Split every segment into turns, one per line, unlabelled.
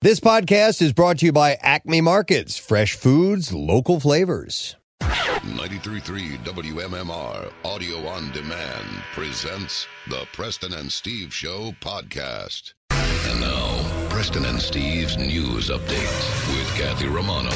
This podcast is brought to you by Acme Markets, fresh foods, local flavors.
933 WMMR Audio on Demand presents the Preston and Steve Show podcast. And now, Preston and Steve's news update with Kathy Romano.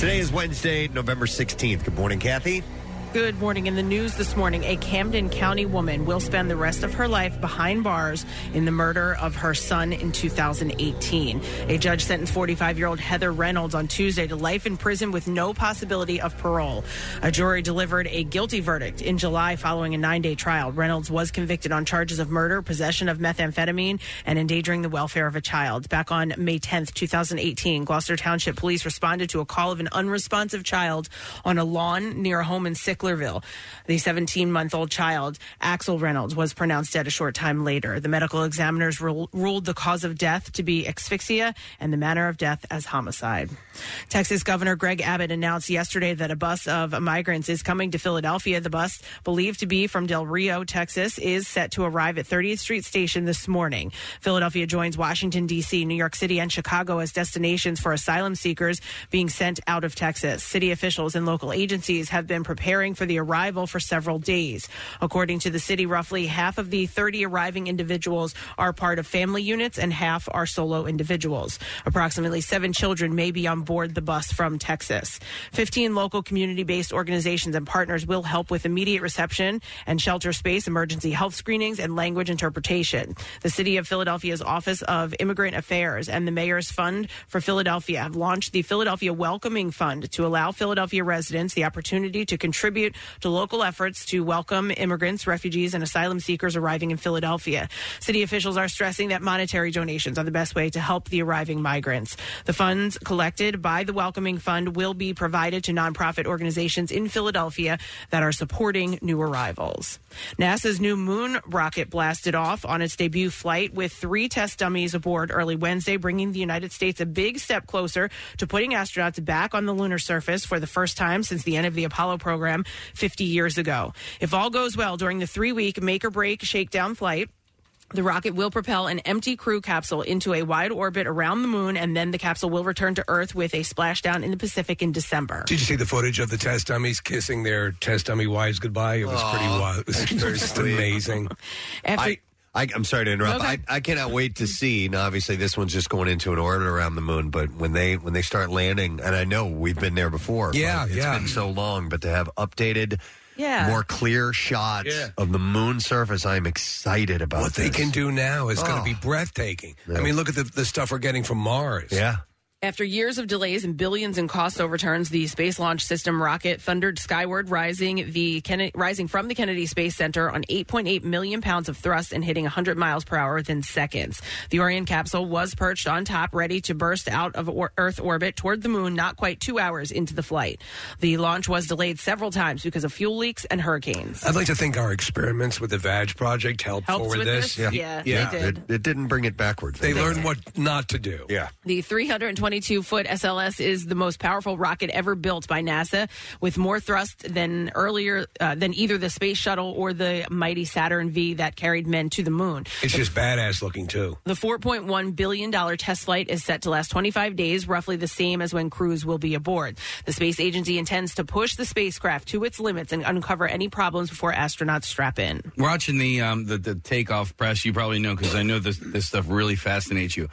Today is Wednesday, November 16th. Good morning, Kathy.
Good morning. In the news this morning, a Camden County woman will spend the rest of her life behind bars in the murder of her son in 2018. A judge sentenced 45 year old Heather Reynolds on Tuesday to life in prison with no possibility of parole. A jury delivered a guilty verdict in July following a nine day trial. Reynolds was convicted on charges of murder, possession of methamphetamine, and endangering the welfare of a child. Back on May 10th, 2018, Gloucester Township Police responded to a call of an unresponsive child on a lawn near a home in Sicklerville. The 17 month old child, Axel Reynolds, was pronounced dead a short time later. The medical examiners rul- ruled the cause of death to be asphyxia and the manner of death as homicide. Texas Governor Greg Abbott announced yesterday that a bus of migrants is coming to Philadelphia. The bus, believed to be from Del Rio, Texas, is set to arrive at 30th Street Station this morning. Philadelphia joins Washington, D.C., New York City, and Chicago as destinations for asylum seekers being sent out of Texas. City officials and local agencies have been preparing for the arrival for several days. According to the city, roughly half of the 30 arriving individuals are part of family units and half are solo individuals. Approximately seven children may be on board the bus from Texas. 15 local community based organizations and partners will help with immediate reception and shelter space, emergency health screenings, and language interpretation. The City of Philadelphia's Office of Immigrant Affairs and the Mayor's Fund for Philadelphia have launched the Philadelphia Welcoming Fund to allow Philadelphia residents the opportunity to contribute to local efforts to welcome immigrants, refugees, and asylum seekers arriving in Philadelphia. City officials are stressing that monetary donations are the best way to help the arriving migrants. The funds collected by the Welcoming Fund will be provided to nonprofit organizations in Philadelphia that are supporting new arrivals. NASA's new moon rocket blasted off on its debut flight with three test dummies aboard early Wednesday, bringing the United States a big step closer to putting astronauts back on the lunar surface for the first time since the end of the Apollo program 50 years ago. If all goes well during the three week make or break shakedown flight, the rocket will propel an empty crew capsule into a wide orbit around the moon, and then the capsule will return to Earth with a splashdown in the Pacific in December.
Did you see the footage of the test dummies kissing their test dummy wives goodbye? It was pretty wild. It was just amazing.
After-
I, I, I'm sorry to interrupt.
Okay.
I, I cannot wait to see. Now, obviously, this one's just going into an orbit around the moon. But when they when they start landing, and I know we've been there before.
Yeah,
but it's
yeah.
been so long. But to have updated,
Yeah.
more clear shots
Yeah.
of the moon surface, I'm excited about
What they
this. Oh.
can do now is going to Oh, be breathtaking. I mean, look at the, the stuff we're getting from Mars.
Yeah.
After years of delays and billions in cost overturns, the Space Launch System rocket thundered skyward, rising the Kenne- rising from the Kennedy Space Center on 8.8 million pounds of thrust and hitting 100 miles per hour within seconds. The Orion capsule was perched on top, ready to burst out of or- Earth orbit toward the moon, not quite two hours into the flight. The launch was delayed several times because of fuel leaks and hurricanes.
I'd like to think our experiments with the VAG project helped,
Helped
forward
with
this.
this? Yeah. Yeah, they
It,
did.
it didn't bring it backwards.
They learned what not to do. Yeah.
The 322 foot SLS is the most powerful rocket ever built by NASA, with more thrust than earlier uh, than either the space shuttle or the mighty Saturn V that carried men to the moon.
It's just badass looking, too.
The $4.1 billion test flight is set to last 25 days, roughly the same as when crews will be aboard. The space agency intends to push the spacecraft to its limits and uncover any problems before astronauts strap in.
watching the um the, the takeoff press, you probably know because I know this this stuff really fascinates you.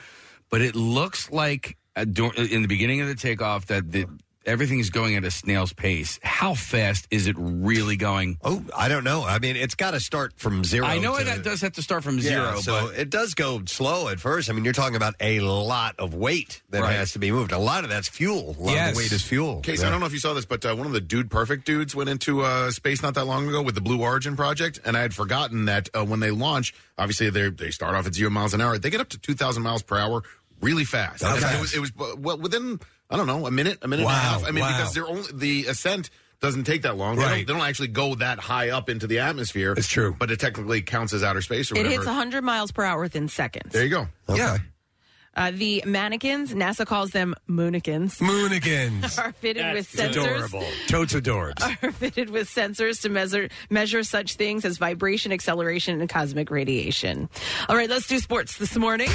But it looks like uh, dur- in the beginning of the takeoff that the, everything's going at a snail's pace. How fast is it really going?
Oh, I don't know. I mean, it's got to start from zero.
I know
to-
it that does have to start from
Yeah,
zero,
so
but
it does go slow at first. I mean, you're talking about a lot of weight that
Right.
has to be moved. A lot of that's fuel. A lot of
Yes.
the weight is fuel.
Casey, I don't know if you saw this, but uh, one of the Dude Perfect dudes went into uh, space not that long ago with the Blue Origin project, and I had forgotten that uh, when they launch, obviously they they start off at zero miles an hour. They get up to two thousand miles per hour really fast.
How
And
fast?
It was, it was uh, well within I don't know a minute, a minute
Wow,
and a half. I mean,
wow.
because they're only the ascent. Doesn't take that long. They don't- They,
Right.
don't, actually go that high up into the atmosphere. It's
true,
but it technically counts as outer space or
It
whatever.
hits 100 miles per hour within seconds.
there you go.
Yeah.
Uh, the mannequins, NASA calls them moonikins.
Moonikins.
are fitted with
It's
sensors
adorable. Totes adorbs.
are fitted with sensors to measure measure such things as vibration, acceleration, and cosmic radiation. All right, let's do sports this morning.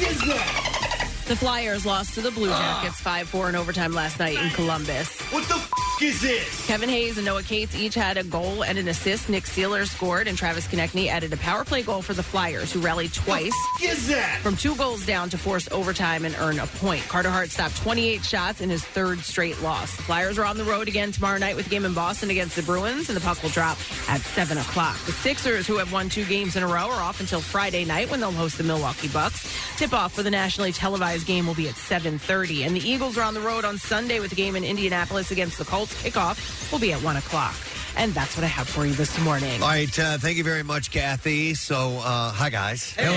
The Flyers lost to the Blue Jackets 5 4 in overtime last night in Columbus.
Ah. What the f- is this?
Kevin Hayes and Noah Cates each had a goal and an assist. Nick Sealer scored, and Travis Konechny added a power play goal for the Flyers, who rallied twice
Is that?
from two goals down to force overtime and earn a point. Carter Hart stopped 28 shots in his third straight loss. The Flyers are on the road again tomorrow night with a game in Boston against the Bruins, and the puck will drop at 7 o'clock. The Sixers, who have won two games in a row, are off until Friday night when they'll host the Milwaukee Bucks. Tip-off for the nationally televised game will be at 7.30, and the Eagles are on the road on Sunday with a game in Indianapolis against the Colts. Kickoff will be at 1 o'clock. And that's what I have for you this morning.
All right, uh, thank you very much, Kathy. So, uh, hi guys. Hello.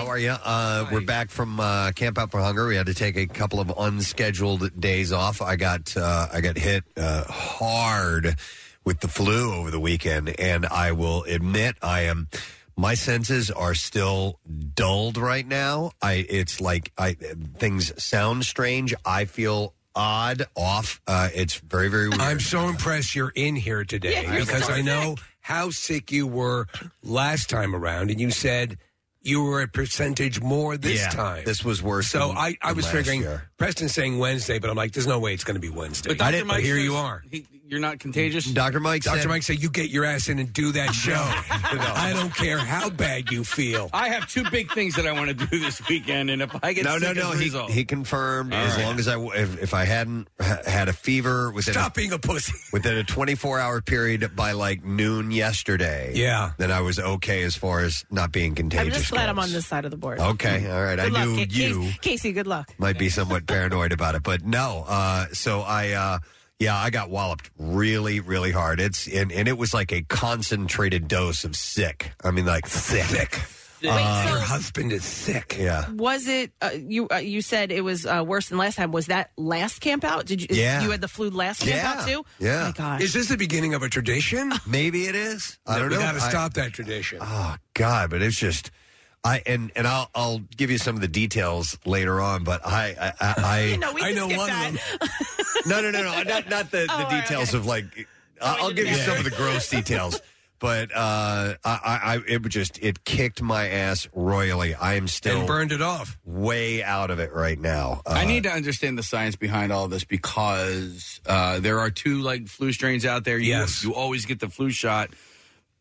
How are you? Uh, we're back from uh, Camp Out for Hunger. We had to take a couple of unscheduled days off. I got uh, I got hit uh, hard with the flu over the weekend, and I will admit I am. My senses are still dulled right now. I it's like I things sound strange. I feel odd, off. Uh, it's very very weird.
I'm so impressed you're in here today
Yeah, you're
because
so
I know how sick you were last time around, and you said you were a percentage more this
Yeah,
time.
This was worse.
So
than-
I, I
than
was
last
figuring
year.
Preston's saying Wednesday, but I'm like, there's no way it's going to be Wednesday.
But Dr.
I didn't-
Mike
here
says
you are.
he- you're not contagious.
Dr. Mike
Dr.
said-
Mike said, you get your ass in and do that show. I don't care how bad you feel.
I have two big things that I want to do this weekend, and if I get
no,
sick as
no, no.
a
He,
result-
he confirmed
All
as
right.
long as I w- if, if I hadn't ha- had a fever within
Stop
a,
being a pussy.
within a 24 hour period by like noon yesterday.
Yeah.
then I was okay as far as not being contagious.
I'm just glad I'm
goes.
on this side of the board.
Okay, all right.
Good
I
luck,
knew
Ca-
you
Casey, Casey, good luck.
might be somewhat paranoid about it, but no. Uh, so I, uh, yeah, I got walloped really, really hard. It's and, and it was like a concentrated dose of sick. I mean, like sick. Uh,
Sick.
Wait, so-
Your husband is sick.
Yeah.
was it uh, you uh, you said it was uh, worse than last time was that last camp out did you is-
Yeah.
you had the flu last camp
Yeah.
out too
Yeah.
oh my gosh
Is this the beginning of a tradition?
Maybe it is. I
No,
don't
we
know.
got to
I-
stop that tradition.
Oh God, but it's just I and and I'll I'll give you some of the details later on. But I I, I, I
you know we
I
can
know
skip
one of
that
them.
no no no no not not the,
all
the
right,
details
okay. Oh,
of like I- I'll give you some of the gross details. But uh, I, I, I- it would just it kicked my ass royally. I am still
and burned it off.
way out of it right now. Uh,
I need to understand the science behind all this because uh, there are two like flu strains out there. You-
Yes.
you, always get the flu shot,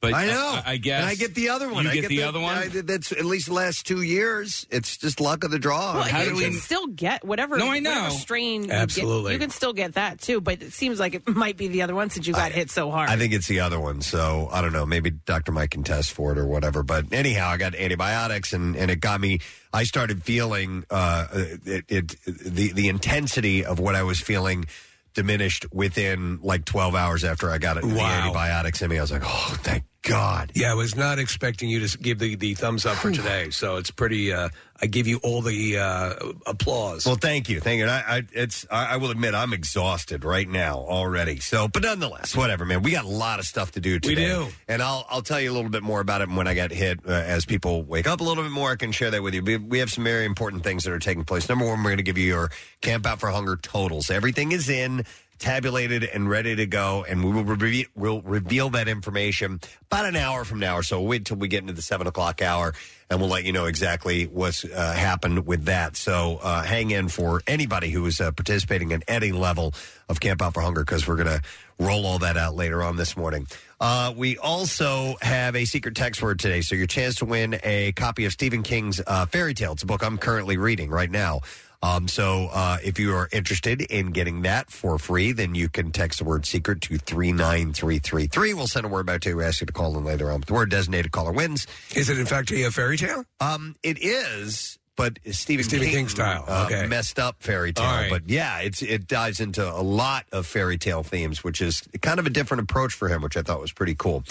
but
I know.
I, I guess
and I get the other one.
You
I
get, the, other one.
I- that's at least the last two years. It's just luck of the draw.
well,
Oh, How
you
do
can
we-
still get whatever,
No, I know.
whatever strain you get,
Absolutely.
you can still get that too but it seems like it might be the other one since you got hit so hard
I think it's the other one. So I don't know. Maybe Dr. Mike can test for it or whatever. But anyhow, I got antibiotics and, and it got me. I started feeling uh, it, it the the intensity of what I was feeling diminished within like 12 hours after I got it. The
Wow.
antibiotics in me. I was like, oh, thank God.
Yeah, I was not expecting you to s- give the, the thumbs up for today. So it's pretty. Uh, I give you all the uh, applause.
Well, thank you, thank you. And I, I it's I, I will admit I'm exhausted right now already. So, but nonetheless, whatever, man. We got a lot of stuff to do today.
do.
and I'll I'll tell you a little bit more about it when I get hit. Uh, as people wake up a little bit more, I can share that with you. We, we have some very important things that are taking place. Number one, we're going to give you your Camp Out for Hunger totals. Everything is in. Tabulated and ready to go, and we will re- we'll reveal that information about an hour from now or so. Wait till we get into the seven o'clock hour, and we'll let you know exactly what's uh, happened with that. So uh, hang in for anybody who is uh, participating in any level of Camp Out for Hunger because we're going to roll all that out later on this morning. Uh, we also have a secret text word today, so your chance to win a copy of Stephen King's uh, Fairy Tale. It's a book I'm currently reading right now. Um, so uh, if you are interested in getting that for free, then you can text the word secret to 39333. We'll send a word back to you, ask you to call in later on. But the word designated caller wins.
Is it in fact a fairy tale?
Um, it is, but Stephen,
Stephen
King,
King style.
uh,
Okay.
messed up fairy tale.
All right.
But yeah, it's it dives into a lot of fairy tale themes, which is kind of a different approach for him, which I thought was pretty cool.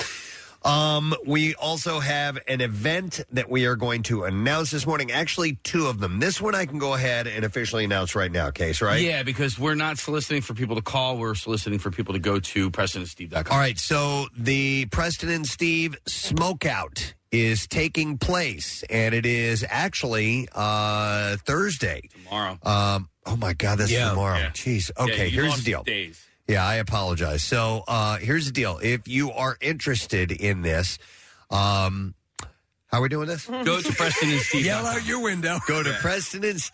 Um, we also have an event that we are going to announce this morning. Actually, two of them. This one I can go ahead and officially announce right now, Case, right?
Yeah, because we're not soliciting for people to call. We're soliciting for people to go to PresidentSteve.com.
All right, so the Preston and Steve Smokeout is taking place, and it is actually uh, Thursday.
Tomorrow.
Um, oh my God, that's
Yeah.
tomorrow.
Yeah.
Jeez.
Yeah,
Okay,
you
here's
lost
the deal.
Days.
Yeah, I apologize. So uh, here's the deal. If you are interested in this, um, How are we doing this?
Go to PrestonandSteve.com. Yell out your window.
Go to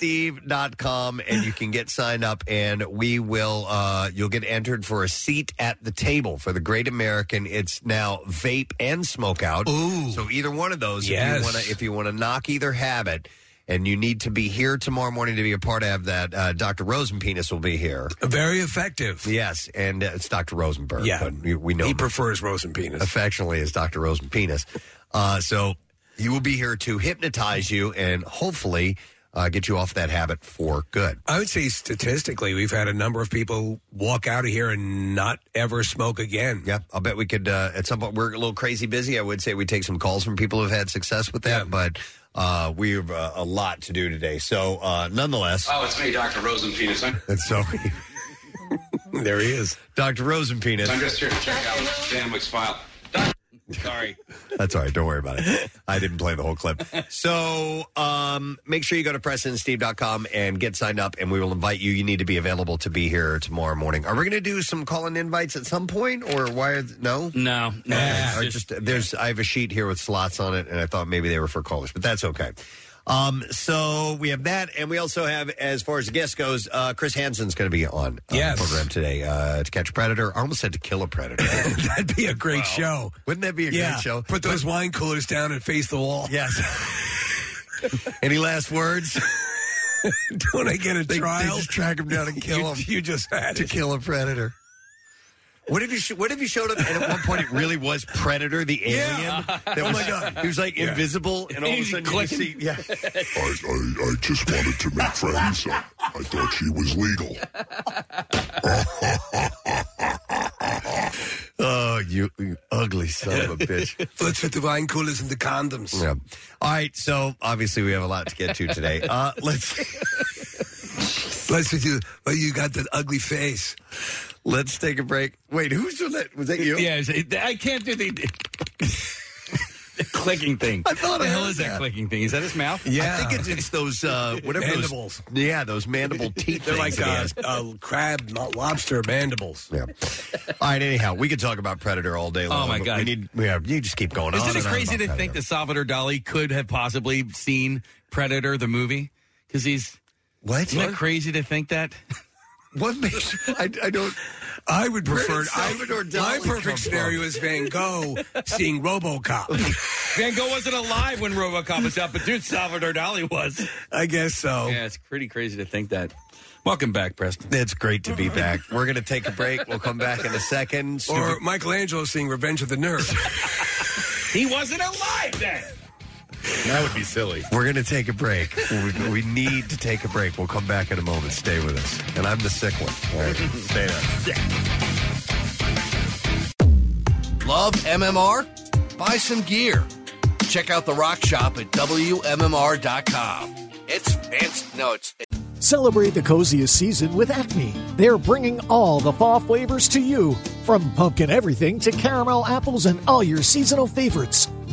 PrestonandSteve.com and you can get signed up, and we will. Uh, you'll get entered for a seat at the table for the Great American. It's now vape and smoke out. Ooh. So either one of those, if
Yes.
you want to, if you want to knock either, have it. And you need to be here tomorrow morning to be a part of that. Uh, Dr. Rosenpenis will be here.
Very effective.
Yes, and uh, it's Dr. Rosenberg.
Yeah.
but we, we know
He
him
prefers Rosenpenis.
affectionately as Dr. Rosenpenis. Uh, so he will be here to hypnotize you and hopefully uh, get you off that habit for good.
I would say statistically, we've had a number of people walk out of here and not ever smoke again.
Yeah, I'll bet we could uh, at some point. We're a little crazy busy. I would say we take some calls from people who've had success with that, but uh, we have uh, a lot to do today. So, uh, nonetheless,
Oh, it's me, Dr. Rosenpenis. I'm,
it's so
there he is,
Dr. Rosenpenis.
I'm just here to check out Dan Wick's file. Doc- Sorry.
That's all right. Don't worry about it. I didn't play the whole clip. So um, make sure you go to PrestonSteve.com and get signed up, and we will invite you. You need to be available to be here tomorrow morning. Are we going to do some call-in invites at some point, or why? Are th- no. Eh,
No, no.
Or just, there's. I have a sheet here with slots on it, and I thought maybe they were for callers, but that's okay. Um, so we have that, and we also have, as far as the guest goes, uh, Chris Hansen's going to be on uh,
Yes.
the program today uh, to catch a predator. I almost said to kill a predator.
that'd be a great show.
Wouldn't that be a great show?
Put those wine coolers down and face the wall.
Yes. Any last words?
Don't I get a
They- they
trial?
just track 'em down and kill
You-
'em.
You just had
to
it.
kill a predator. What if you sh- what if you showed up and at one point it really was Predator the alien? That was, oh my god, he was like invisible and all of a
He's
sudden
clicking.
you see yeah.
I, I, I just wanted to make friends. I, I thought she was legal.
Oh, you, you ugly son of a bitch.
Let's put the wine coolers and the condoms.
Yeah. All right, so obviously we have a lot to get to today. Uh, let's
Let's put you. Well, you got that ugly face.
let's take a break. Wait, who's doing that? Was that you?
Yeah, it's- it- I can't do the the clicking thing.
I thought
the
I
hell
heard
is that
that.
clicking thing? Is that his mouth?
I think it's, it's those uh, whatever those-
Mandibles.
yeah, those mandible teeth.
They're
things
like
that he
uh,
has.
uh, crab, not lobster mandibles.
Yeah. All right. Anyhow, we could talk about Predator all day long.
Oh my
but
God.
We need. Yeah. You just keep going. on
Isn't it
and on
crazy
about
to think
Predator.
that Salvador Dali could have possibly seen Predator the movie? Because he's
What?
isn't it crazy to think that?
What makes I, I don't?
I would prefer.
did
I,
Salvador Dali
my
come from?
perfect scenario is Van Gogh seeing RoboCop.
Van Gogh wasn't alive when RoboCop was out, but dude, Salvador Dali was.
I guess so.
Yeah, it's pretty crazy to think that. Welcome back, Preston.
It's great to be back. We're gonna take a break. We'll come back in a second.
Or
Stupid-
Michelangelo seeing Revenge of the Nerds.
He wasn't alive then.
That would be silly.
we're gonna take a break. We, we need to take a break. We'll come back in a moment. Stay with us. And I'm the sick one. All right. Stay there.
Love MMR? Buy some gear. Check out the rock shop at WMMR.com. It's fancy. No, it's.
Celebrate the coziest season with Acme. They're bringing all the fall flavors to you, from pumpkin everything to caramel apples and all your seasonal favorites.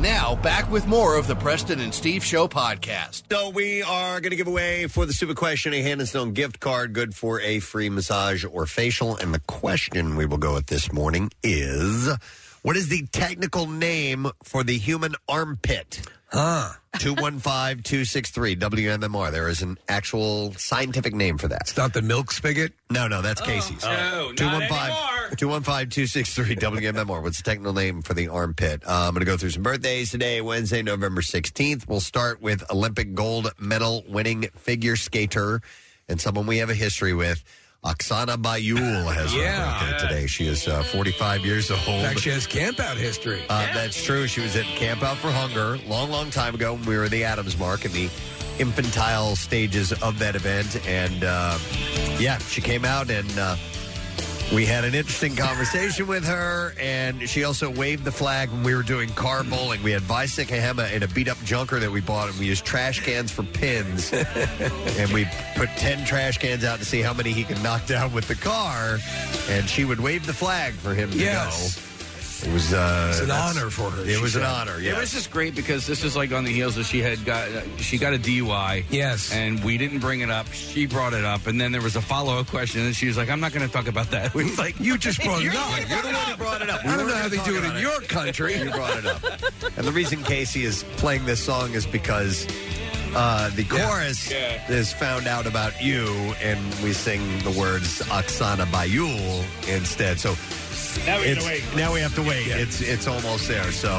Now, back with more of the Preston and Steve Show podcast.
So we are going to give away for the stupid question a hand and stone gift card, good for a free massage or facial. And the question we will go with this morning is: What is the technical name for the human armpit?
Huh.
215-263 WMMR. There is an actual scientific name for that.
It's not the milk spigot.
No, no, that's Casey's.
No,
215-263 WMMR. What's the technical name for the armpit? Uh, I'm going to go through some birthdays today, Wednesday, November 16th. We'll start with Olympic gold medal winning figure skater and someone we have a history with. Oksana Bayul has her
Yeah.
birthday today. She is uh, 45 years old.
In fact, she has camp out history.
Uh, That's true. She was at Camp Out for Hunger long, long time ago when we were the Adams Mark in the infantile stages of that event. And uh, yeah, she came out and uh, We had an interesting conversation with her, and she also waved the flag when we were doing car bowling. We had Visek Hema in a beat up junker that we bought, and we used trash cans for pins. and we put 10 trash cans out to see how many he could knock down with the car, and she would wave the flag for him to
Yes.
go. It was, uh,
It's an
that's-
honor for her,
It
she
was an
said.
honor,
It was
yes.
just great because this is like on the heels that she had got uh, she got a DUI.
Yes.
and we didn't bring it up. She brought it up, and then there was a follow up question, and she was like, "I'm not going to talk about that." We was like,
You just brought it
You're the
up.
one who brought it up.
brought it up.
I don't
We
know how
weren't
they
gonna
do it
talk
in
about
your country.
You brought it up. And the reason Casey is playing this song is because uh, the chorus is found out about you, and we sing the words Oksana Bayul instead. So
Now we gotta
it's-
wait.
Now we have to wait. It's it's almost there. So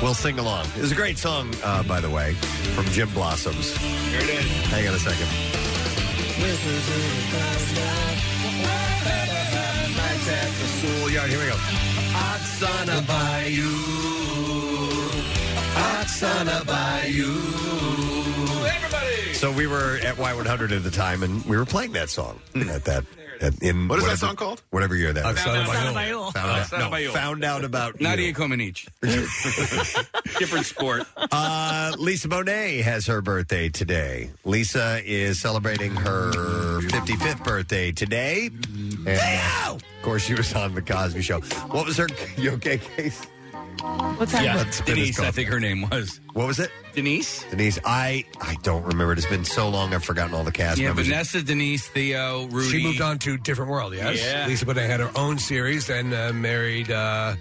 we'll sing along. It's a great song, uh, by the way, from Jim Blossoms.
Here it is.
Hang on a second. Schoolyard. Here we go. Oksana Bayou. Oksana Bayou.
Everybody.
So we were at Y100 at the time, and we were playing that song at that. At, in
Mm. What is that
whatever-
song called?
Whatever year that was.
Outside of my
Outside of
home.
my
Oh, Uh,
oil.
Found out,
Oksana
no,
Bayou.
found out about
Nadia
you.
Comaneci. Different sport.
Uh, Lisa Bonet has her birthday today. Lisa is celebrating her 55th birthday today. And, uh, of course, she was on The Cosby Show. What was her. You okay, Case?
What's happening?
Let's spin his
Denise, I
coffee.
think her name was
What was it?
Denise.
Denise, I I don't remember. It's been so long, I've forgotten all the cast
Yeah,
members.
Vanessa, Denise, Theo, Rudy.
She moved on to different world. Yes,
Yeah.
Lisa Bonet had her own series, then uh, married uh,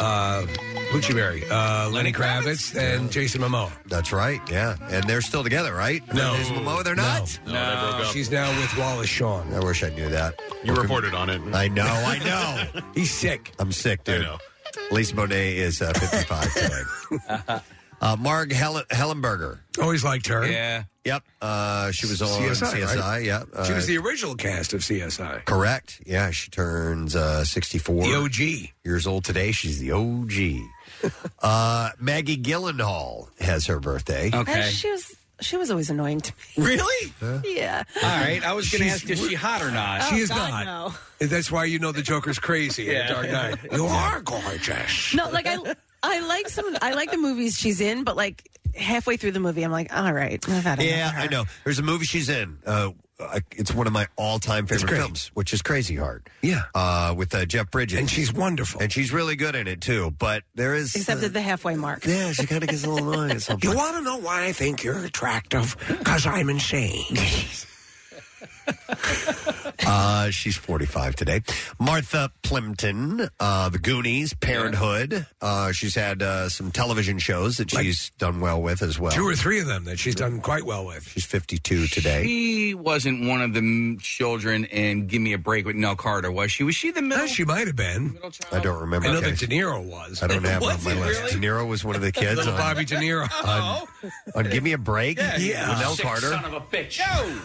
uh, who'd she marry? Uh, Lenny Kravitz and Jason Momoa.
That's right. Yeah, and they're still together, right?
No.
Is Momoa, they're not.
No, they broke up.
She's now with Wallace Shawn.
I wish I knew that.
you reported on it.
I know. I know.
He's sick.
I'm sick,
I
dude.
know.
Lisa Bonet is uh, 55 today. Uh, Marg Hel- Hellenberger.
Always liked her.
Yeah.
Yep. Uh, she was on
CSI,
CSI.
right?
Yeah. Uh,
She was the original cast of CSI.
correct. Yeah. She turns uh, 64
The OG.
years old today. She's the OG. uh, Maggie Gyllenhaal has her birthday.
Okay.
She was she was always annoying to me.
Really?
Yeah. Oh,
All right. I was going to ask, is she hot or not?
She is
God,
not.
no.
And That's why you know the Joker's crazy in
Yeah.
the Dark Knight. You are gorgeous.
No, like I I like some I like the movies she's in, but like halfway through the movie I'm like, all right, I've had enough
Yeah,
of her.
I know. There's a movie she's in. Uh, I- it's one of my all-time favorite
great.
films, which is Crazy Heart.
Yeah.
uh, with uh, Jeff Bridges,
And she's wonderful.
and she's really good in it too. But there is
Except at the halfway mark.
yeah, she kind of gets a little annoying at some
You
point.
want to know why I think you're attractive? Because I'm insane.
Uh, she's 45 today. Martha Plimpton, uh, The Goonies, Parenthood. Uh, she's had uh, some television shows that she's done well with as well.
Two or three of them that she's done quite well with.
She's 52 today.
She wasn't one of the m- children in Give Me a Break with Nell Carter, was she? Was she the middle?
Uh, she might have been.
middle child?
I don't remember.
I know that
guys.
De Niro was.
I don't have it on
Was
my
it
list.
really?
De Niro was one of the kids
Little
on,
Bobby De Niro.
on, on Give Me a Break
Yeah.
with Nell
Sick
Carter.
Son of a bitch. No.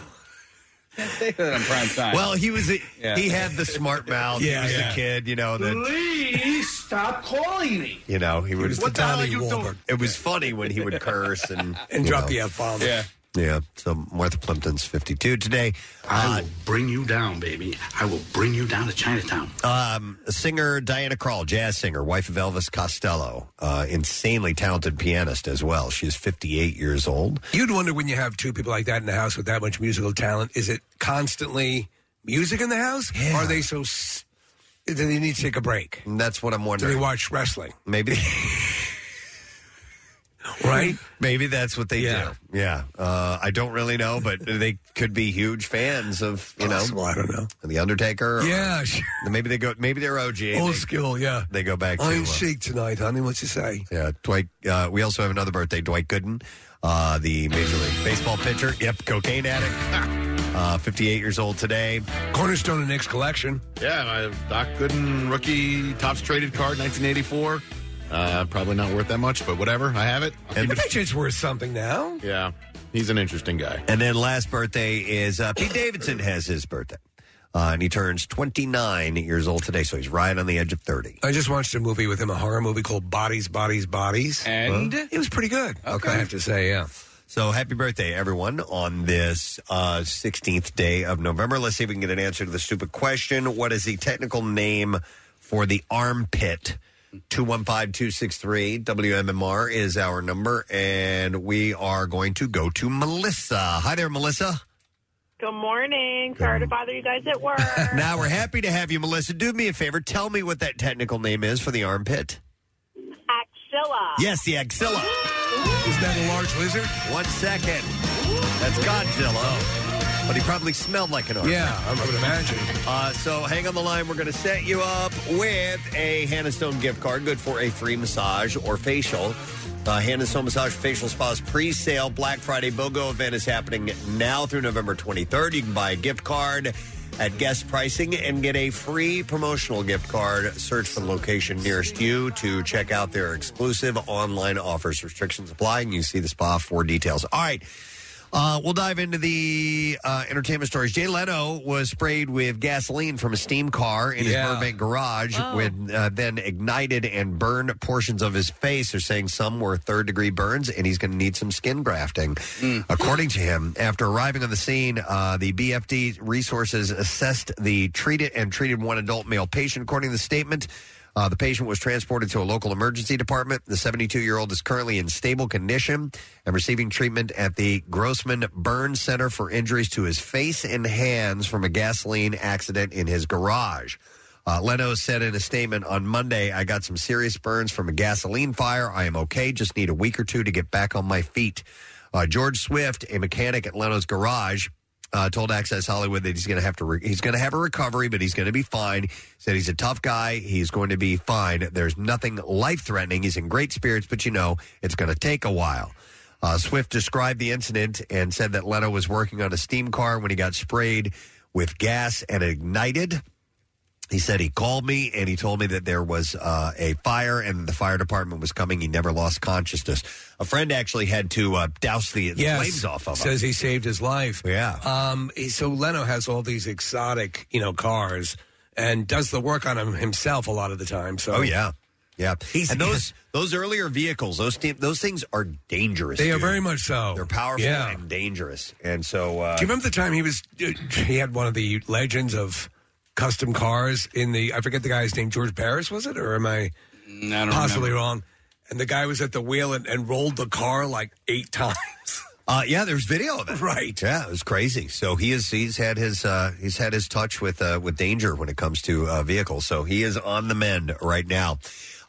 Say that on prime time.
Well, he was a,
Yeah.
he had the smart mouth.
Yeah,
he was
yeah.
the kid, you know that
Please stop calling me.
you know he would.
What the hell are you doing?
It was funny when he would curse and
And
you
drop
know.
the F bomb.
yeah.
Yeah, so Martha Plimpton's fifty-two today.
I will bring you down, baby. I will bring you down to Chinatown.
Um, singer Diana Krall, jazz singer, wife of Elvis Costello, uh, insanely talented pianist as well. She's fifty-eight years old.
You'd wonder when you have two people like that in the house with that much musical talent, is it constantly music in the house? Or are they so. S- do they need to take a break?
And that's what I'm
Do they
wondering.
watch wrestling?
Maybe
Right?
maybe that's what they
Yeah.
do. Yeah, uh, I don't really know, but they could be huge fans of you know
Possible, I don't know.
the Undertaker. or-
Yeah, sure.
Maybe they go. Maybe they're OG. and
old
they-
school, yeah.
They go
Oh,
back to.
I'm
uh,
chic tonight, honey. What you say?
yeah, Dwight. Uh, we also have another birthday, Dwight Gooden, uh, the Major League Baseball pitcher. Yep, cocaine addict. Uh, 58 years old today.
Cornerstone and Nick's collection.
Yeah, I have Doc Gooden rookie tops traded card, 1984. Uh, probably not worth that much, but whatever. I have it.
I bet you it's worth something now.
yeah, he's an interesting guy.
And then last birthday is uh, Pete Davidson has his birthday. Uh, and he turns 29 years old today, so he's right on the edge of 30.
I just watched a movie with him, a horror movie called Bodies, Bodies, Bodies.
And
It was pretty good.
Okay.
I have to say, yeah.
So happy birthday, everyone, on this uh, 16th day of November. Let's see if we can get an answer to the stupid question. What is the technical name for the armpit? 215 263 WMMR is our number, and we are going to go to Melissa. Hi there, Melissa.
Good morning. Sorry to bother you guys at work.
Now we're happy to have you, Melissa. Do me a favor. Tell me what that technical name is for the armpit.
Axilla.
Yes, the axilla. Is that a large lizard? One second. That's Godzilla. But he probably smelled like an armpit.
Yeah, I would imagine.
Uh, so hang on the line. We're going to set you up with a Hannah Stone gift card, good for a free massage or facial. Uh, Hannah Stone Massage Facial Spa's pre-sale Black Friday BOGO event is happening now through November 23rd. You can buy a gift card at guest pricing and get a free promotional gift card. Search for the location nearest you to check out their exclusive online offers. Restrictions apply, and you can see the spa for details. All right. Uh, we'll dive into the uh, entertainment stories. Jay Leno was sprayed with gasoline from a steam car in his
Yeah.
Burbank garage, with uh, then ignited and burned portions of his face. They're saying some were third degree burns, and he's going to need some skin grafting. According to him, after arriving on the scene, uh, the BFD resources assessed the treated and treated one adult male patient. According to the statement, uh, the patient was transported to a local emergency department. The 72 year old is currently in stable condition and receiving treatment at the Grossman Burn Center for injuries to his face and hands from a gasoline accident in his garage. Uh, Leno said in a statement on Monday, I got some serious burns from a gasoline fire. I am okay. Just need a week or two to get back on my feet. Uh, George Swift, a mechanic at Leno's garage, uh, told Access Hollywood that he's going to have to re- he's going to have a recovery, but he's going to be fine. Said he's a tough guy. He's going to be fine. There's nothing life threatening. He's in great spirits, but you know it's going to take a while. Uh, Swift described the incident and said that Leno was working on a steam car when he got sprayed with gas and ignited. He said he called me and he told me that there was uh, a fire and the fire department was coming. He never lost consciousness. A friend actually had to uh, douse the, the
Yes.
flames off of him.
Says he saved his life.
Yeah.
Um, he- so Leno has all these exotic, you know, cars and does the work on him himself a lot of the time. So
Oh yeah, yeah.
He's-
and those those earlier vehicles, those te- those things are dangerous.
They are
dude.
very much so.
They're powerful
Yeah.
and dangerous. And so, uh,
Do you remember the time he was? uh, He had one of the legends of custom cars in the. I forget the guy's name. George Paris was it, or am I
Mm, don't
possibly
remember.
wrong? And the guy was at the wheel and, and rolled the car like eight times.
Uh, yeah, there's video of it.
Right.
Yeah, it was crazy. So he is he's had his uh, he's had his touch with uh, with danger when it comes to uh, vehicles. So he is on the mend right now.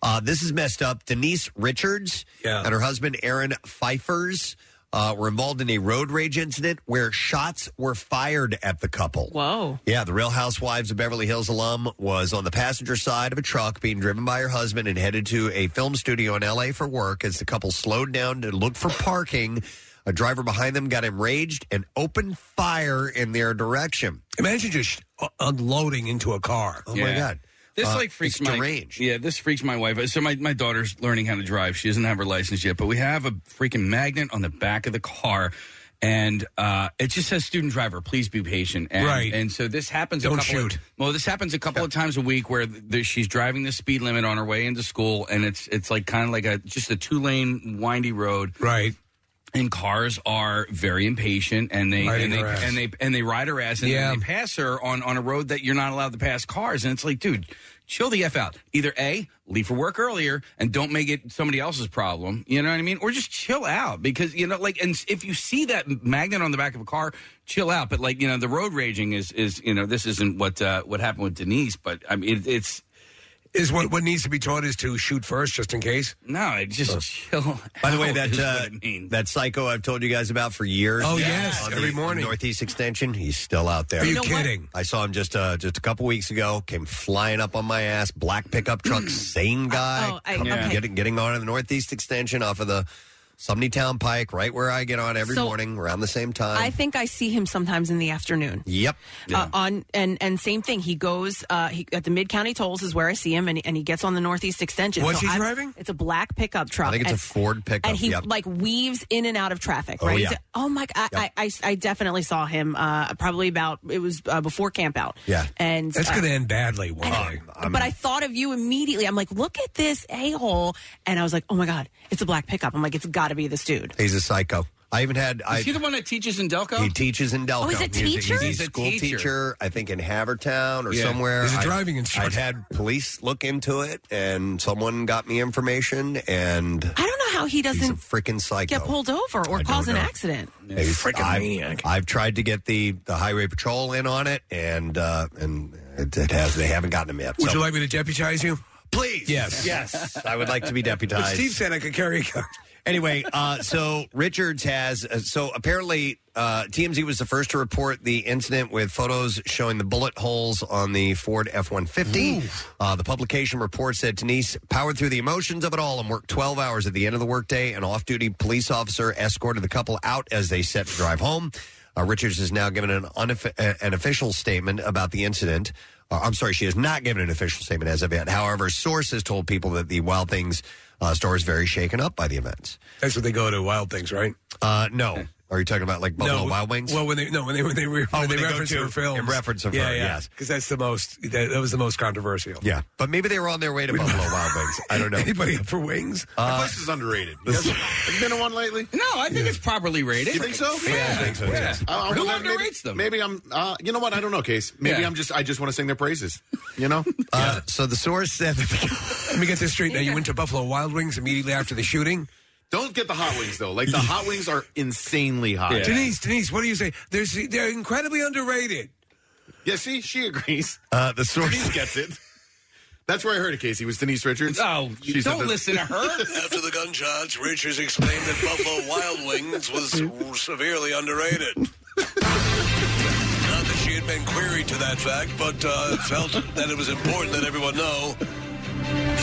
Uh, this is messed up. Denise Richards
Yeah.
and her husband Aaron Pfeiffer's uh, were involved in a road rage incident where shots were fired at the couple.
Oh.
Whoa.
Yeah, the Real Housewives of Beverly Hills alum was on the passenger side of a truck being driven by her husband and headed to a film studio in LA for work. As the couple slowed down to look for parking, a driver behind them got enraged and opened fire in their direction.
Imagine just uh, unloading into a car.
Oh my God.
This
Uh,
like freaks
it's
my
deranged.
yeah. This freaks my wife. out. So my, my daughter's learning how to drive. She doesn't have her license yet, but we have a freaking magnet on the back of the car, and uh, it just says "student driver, please be patient." And,
Right.
And so this happens.
Don't
a couple
shoot.
Of, well, this happens a couple of times a week where th- th- she's driving the speed limit on her way into school, and it's it's like kind of like a just a two lane windy road.
Right.
And cars are very impatient, and they
Riding
and they,
her ass.
and they and they ride her ass, and
Yeah.
then they pass her on on a road that you're not allowed to pass cars, and it's like, dude, chill the f out. Either a leave for work earlier and don't make it somebody else's problem. You know what I mean? Or just chill out because you know, like, and if you see that magnet on the back of a car, chill out. But like, you know, the road raging is is you know, this isn't what uh, what happened with Denise, but I mean, it, it's
Is what what needs to be taught is to shoot first, just in case.
no, it just chill.
By the way,
out
that
is what
uh,
it means.
that psycho I've told you guys about for years.
Oh, yes,
on
every
the
morning.
Northeast Extension. He's still out there.
Are you You know what? kidding?
I saw him just uh, just a couple weeks ago. Came flying up on my ass. Black pickup truck. same guy.
oh, I-
Come-
okay.
getting getting on in the Northeast Extension off of the Sumney Town Pike, right where I get on every
So-
morning around the same time.
I think I see him sometimes in the afternoon.
yep.
Uh, on and and same thing. He goes uh, he, at the Mid County Tolls is where I see him, and, and he gets on the Northeast Extension.
What's he
I'm-
driving?
It's a black pickup truck.
I think it's
and,
a Ford pickup.
and he
yep.
like weaves in and out of traffic.
Oh,
Right?
yeah.
It's- oh my! I, I, I I definitely saw him. Uh, probably about it was uh, before camp out.
Yeah.
and
That's
uh,
going to end badly one day.
but I thought of you immediately. I'm like, look at this a hole, and I was like, oh my god, it's a black pickup. I'm like, it's got to be this dude.
He's a psycho. I even had. I,
Is he the one that teaches in Delco?
He teaches in Delco.
Oh, he's a teacher?
He's a,
He's a
school teacher.
teacher.
I think in Havertown or
Yeah.
somewhere.
He's a
I-
driving instructor.
I've had police look into it, and someone got me information, and
I don't know how he
he's a
doesn't
freaking psycho.
get pulled over or cause an accident.
He's- I've, I've tried to get the, the highway patrol in on it, and uh, and it, it has. They haven't gotten him yet.
Would
So-
you like me to deputize you?
Please.
Yes.
Yes. I would like to be deputized.
But Steve said I could carry a gun.
Anyway, uh, so Richards has. Uh, so apparently, uh, TMZ was the first to report the incident with photos showing the bullet holes on the Ford F 150. Uh, the publication reports that Denise powered through the emotions of it all and worked 12 hours at the end of the workday. An off duty police officer escorted the couple out as they set to drive home. Uh, Richards has now given an, unoffi- uh, an official statement about the incident. Uh, I'm sorry, she has not given an official statement as of yet. However, sources told people that the Wild Things uh, store is very shaken up by the events.
That's what they go to Wild Things, right?
Uh, no. Are you talking about like Buffalo
no,
Wild Wings?
Well, when they no, when they when they, re-
Oh, when
when they,
they go
reference
to-
her films,
in reference of
yeah,
her,
yeah.
yes.
because that's the most that, that was the most controversial.
Yeah, but maybe they were on their way to Buffalo Wild Wings. I don't know.
Anybody up for wings?
Uh,
This is underrated. Have you been to one lately?
No, I think it's properly rated.
You think so?
Yeah, I think so, yeah.
I- I-
Who
well, maybe-
underrates them?
Maybe I'm. Uh, you know what? I don't know, Case. Maybe
Yeah.
I'm just. I just want to sing their praises. You know.
Uh, so the source said.
Let me get this straight. Now you went to Buffalo Wild Wings immediately after the shooting.
Don't get the hot wings though. Like the hot wings are insanely hot.
Denise, Denise, what do you say? They're they're incredibly underrated.
Yeah, see, she agrees.
Uh, the source
Denise gets it. That's where I heard it, Casey. Was Denise Richards?
Oh,
She said that-
After the gunshots, Richards explained that Buffalo Wild Wings was severely underrated. Not that she had been queried to that fact, but uh, felt that it was important that everyone know.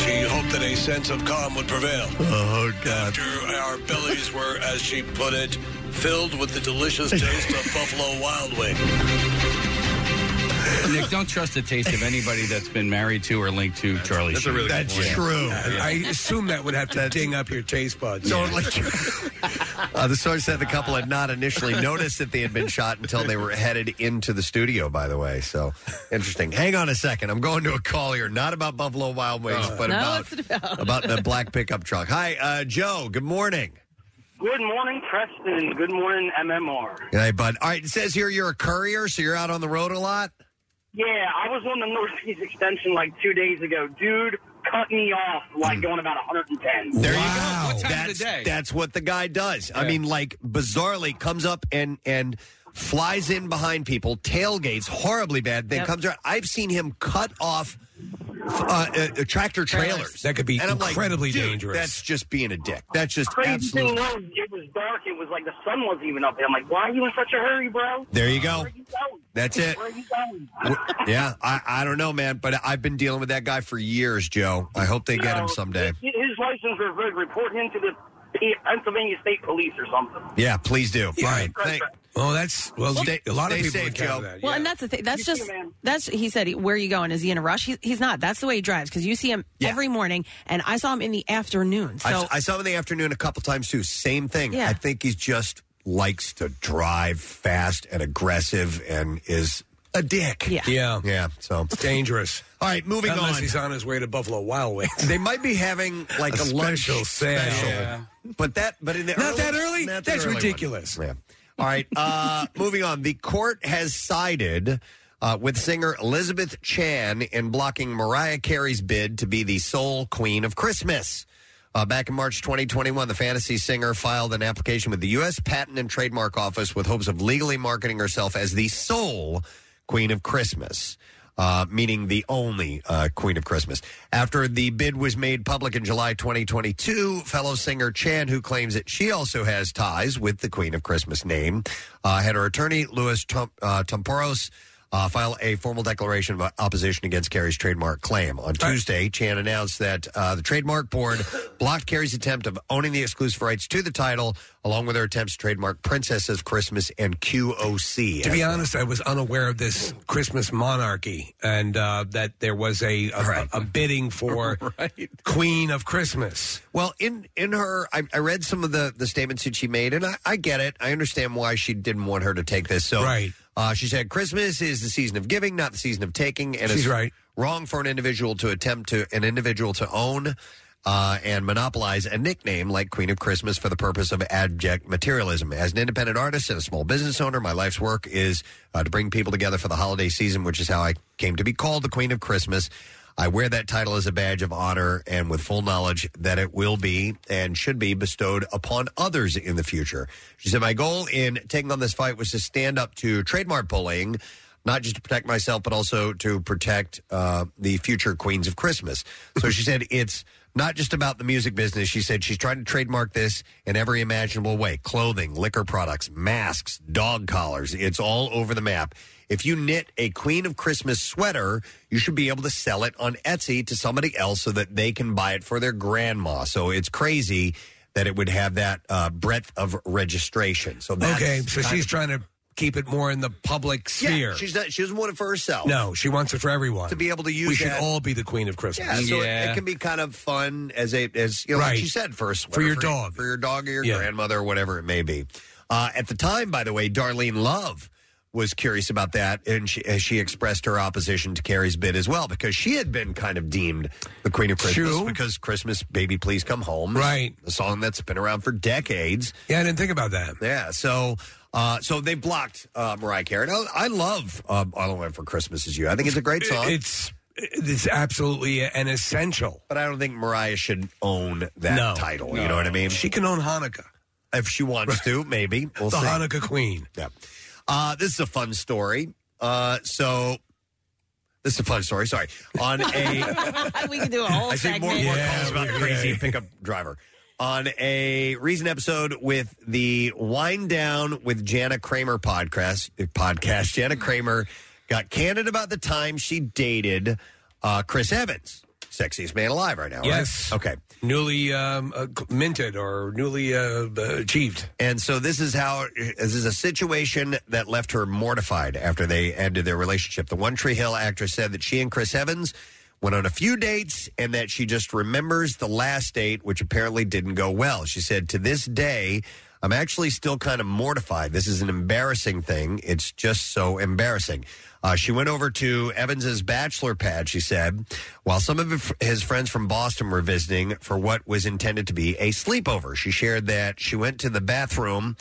She hoped that a sense of calm would prevail.
Oh, God.
After our bellies were, as she put it, filled with the delicious taste of Buffalo Wild Wing.
Nick, don't trust the taste of anybody that's been married to or linked to Charlie.
that's
Sheen.
I assume that would have to ding up your taste buds.
Totally. Uh, the source said the couple had not initially noticed that they had been shot until they were headed into the studio, by the way. So interesting. Hang on a second. I'm going to a call here, not about Buffalo Wild Wings,
Oh.
but
No,
about,
what's it about?
the black pickup truck. Hi, uh, Joe. Good morning.
Good morning, Preston. Good morning, MMR.
Hey, bud. All right. It says here you're a courier, so you're out on the road a lot.
Yeah, I was on the Northeast Extension like two days ago. Dude cut me off like going about 110.
Hmm. There you go. that's, that's what the guy does. I mean, like bizarrely comes up and and flies in behind people, tailgates horribly bad, then comes around. I've seen him cut off uh, uh, tractor trailers.
That could be
And I'm like,
incredibly
dude,
dangerous.
That's just being a dick. That's just
Crazy
absolute.
thing was, it was dark. It was like the sun wasn't even up. And I'm like, why are you in such a hurry, bro?
There you go.
Where are you going?
That's it.
Where are you going?
yeah, I, I don't know, man, but I've been dealing with that guy for years, Joe. I hope they get him someday.
Get His license revoked. Report him to the P- Pennsylvania State Police or something.
Yeah, please do. Right. Thank-
Well, that's well.
Stay-
a lot of
stay
people
safe,
encounter
Joe.
that.
Well, and that's the thing. That's just that's he said. Where are you going? Is he in a rush? He, he's not. That's the way he drives because you see him every morning, and I saw him in the afternoon. So
I, I saw him in the afternoon a couple times too. Same thing.
Yeah.
I think he's just likes to drive fast and aggressive and is a dick.
Yeah. Yeah.
Yeah. So
dangerous.
All right, moving
Unless
on.
he's on his way to Buffalo Wild Wings.
They might be having like a,
A
lunch
special sale. Yeah.
But that but in the
Not
early-
that early?
not
That's
one.
ridiculous.
Yeah. All right. Uh moving on. The court has sided uh, with singer Elizabeth Chan in blocking Mariah Carey's bid to be the sole queen of Christmas. Uh, back in March 2021, the fantasy singer filed an application with the U.S. Patent and Trademark Office with hopes of legally marketing herself as the sole Queen of Christmas, uh, meaning the only uh, Queen of Christmas. After the bid was made public in July 2022, fellow singer Chan, who claims that she also has ties with the Queen of Christmas name, uh, had her attorney, Louis Tom, uh, Tomporos, uh, file a formal declaration of opposition against Carey's trademark claim. On Tuesday, Chan announced that uh, the trademark board blocked Carey's attempt of owning the exclusive rights to the title, along with her attempts to trademark Princess of Christmas and QOC.
To
as
be
well.
honest, I was unaware of this Christmas monarchy and uh, that there was a a, a bidding for Queen of Christmas.
Well, in in her, I, I read some of the the statements that she made, and I, I get it. I understand why she didn't want her to take this. So,
Right.
uh, she said, "Christmas is the season of giving, not the season of taking." And
She's
it's
right.
Wrong for an individual to attempt to an individual to own uh, and monopolize a nickname like Queen of Christmas for the purpose of abject materialism. As an independent artist and a small business owner, my life's work is uh, to bring people together for the holiday season, which is how I came to be called the Queen of Christmas. I wear that title as a badge of honor and with full knowledge that it will be and should be bestowed upon others in the future. She said, My goal in taking on this fight was to stand up to trademark bullying, not just to protect myself, but also to protect uh, the future queens of Christmas. So she said, It's not just about the music business. She said she's trying to trademark this in every imaginable way clothing, liquor products, masks, dog collars. It's all over the map. If you knit a Queen of Christmas sweater, you should be able to sell it on Etsy to somebody else so that they can buy it for their grandma. So it's crazy that it would have that uh, breadth of registration. So that's
okay, so
kind
she's
of-
trying to keep it more in the public sphere.
Yeah, she's not, she doesn't want it for herself.
no, she wants it for everyone
To be able to
We
use
should
that-
all be the queen of Christmas.
Yeah, so it- It, can be kind of fun as a as you know, like
Right.
she said for a sweater,
For your dog.
for your dog or your
Yeah.
grandmother or whatever it may be. Uh, at the time, by the way, Darlene Love was curious about that, and she, as she expressed her opposition to Carrie's bid as well because she had been kind of deemed the queen of Christmas
True.
because Christmas, baby, please come home,
Right.
A song that's been around for decades.
Yeah, I didn't think about that.
Yeah, so. Uh, so they blocked uh, Mariah Carey. And I, I love uh, "All I Want for Christmas Is You." I think it's a great song.
It's it's absolutely an essential.
But I don't think Mariah should own that
No.
title.
No.
You know what I mean? She
can own Hanukkah
if she wants to. Maybe we'll
the
see.
Hanukkah queen.
Yeah. Uh, this is a fun story. Uh, so this is a fun story. Sorry. On a
we can do a whole
I see more,
segment.
more calls about crazy pickup driver. On a recent episode with the Wind Down with Jana Kramer podcast, podcast Jana Kramer got candid about the time she dated uh, Chris Evans, sexiest man alive right now. right?
Yes.
Okay.
Newly um, uh, minted or newly uh, achieved.
And so this is how this is a situation that left her mortified after they ended their relationship. The One Tree Hill actress said that she and Chris Evans went on a few dates and that she just remembers the last date, which apparently didn't go well. She said, "To this day, I'm actually still kind of mortified. This is an embarrassing thing. It's just so embarrassing." Uh, she went over to Evans's bachelor pad, she said, while some of his friends from Boston were visiting for what was intended to be a sleepover. She shared that she went to the bathroom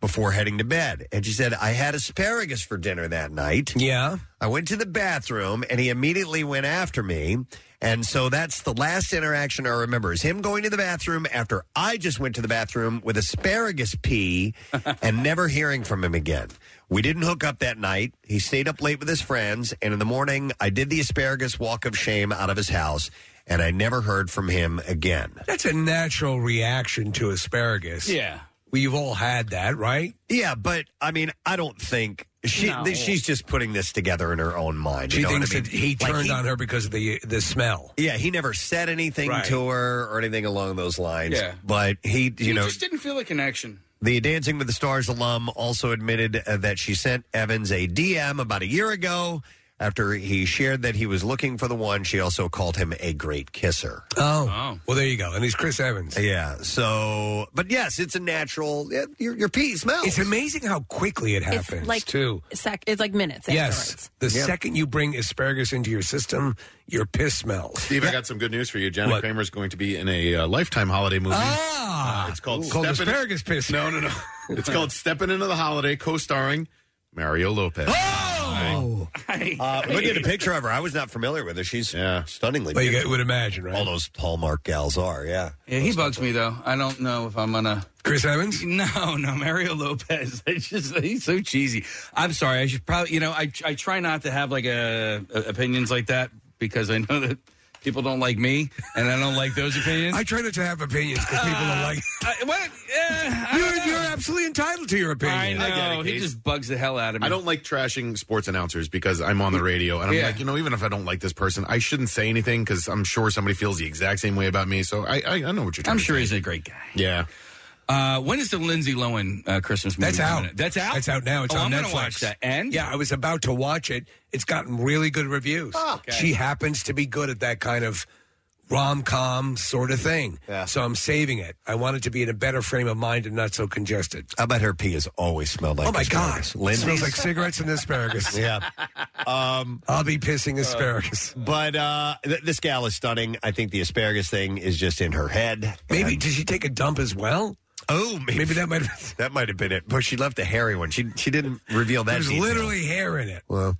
before heading to bed. And she said, I had asparagus for dinner that night.
Yeah.
I went to the bathroom and he immediately went after me. And so that's the last interaction I remember is him going to the bathroom after I just went to the bathroom with asparagus pee and never hearing from him again. We didn't hook up that night. He stayed up late with his friends. And in the morning, I did the asparagus walk of shame out of his house and I never heard from him again.
That's a natural reaction to asparagus.
Yeah.
We've all had that, right?
Yeah, but I mean, I don't think she
No.
th- she's just putting this together in her own mind. you
She
know what I
thinks
mean?
that he
Like,
turned on her because of the the smell.
Yeah, he never said anything
Right.
to her or anything along those lines.
Yeah.
But he, you
He
know,
just didn't feel a connection.
the Dancing with the Stars alum also admitted uh, that she sent Evans a DM about a year ago after he shared that he was looking for the one. She also called him a great kisser.
Oh. Well, there you go. And he's Chris Evans.
Yeah. So, but yes, it's a natural, yeah, your, your pee smells.
It's amazing how quickly it happens,
like
too.
Sec- it's like minutes.
Yes. The second you bring asparagus into your system, your piss smells.
Steve, I got some good news for you. Janet Kramer's going to be in a uh, Lifetime holiday movie.
Ah,
it's called,
Called
Steppin'-
asparagus piss.
No, no, no. It's called Stepping Into the Holiday, co-starring Mario Lopez.
Oh! Uh, look at a picture of her. I was not familiar with her. She's stunningly
Well, you
beautiful.
would imagine, right?
All those Hallmark gals are, yeah.
Yeah, he bugs me though. I don't know if I'm gonna
Chris Evans.
No, no, Mario Lopez. It's just he's so cheesy. I'm sorry. I should probably, you know, I I try not to have like a, a- opinions like that because I know that people don't like me and I don't like those opinions.
I try not to have opinions because people are like,
I, Uh, what?
you're, you're absolutely entitled to your opinion.
I know. he
Case.
just bugs the hell out of me.
I don't like trashing sports announcers because I'm on the radio and I'm
Yeah.
like, you know, even if I don't like this person, I shouldn't say anything because I'm sure somebody feels the exact same way about me. So I, I, I know what you're. Trying
I'm
to
sure
say.
he's a great guy.
Yeah.
Uh, when is the Lindsay Lohan uh, Christmas movie?
That's
coming
out.
in? That's out.
That's out now. It's
Oh,
on
I'm
Netflix.
gonna watch that. And
yeah, I was about
Ah.
to watch it. It's gotten really good reviews.
Oh, okay.
She happens to be good at that kind of rom com sort of thing. So I'm saving it. I want it to be in a better frame of mind and not so congested.
I bet her pee has always smelled like
Oh my
asparagus.
God.
Lindsay's?
smells like cigarettes and asparagus.
yeah. Um,
I'll be
Uh,
pissing asparagus.
but uh, th- this gal is stunning. I think the asparagus thing is just in her head.
Maybe did she take a dump as well?
Oh, maybe,
that might have
that might have been it. But she left a hairy one. She she didn't reveal that.
There's
detail.
literally hair in it.
Well,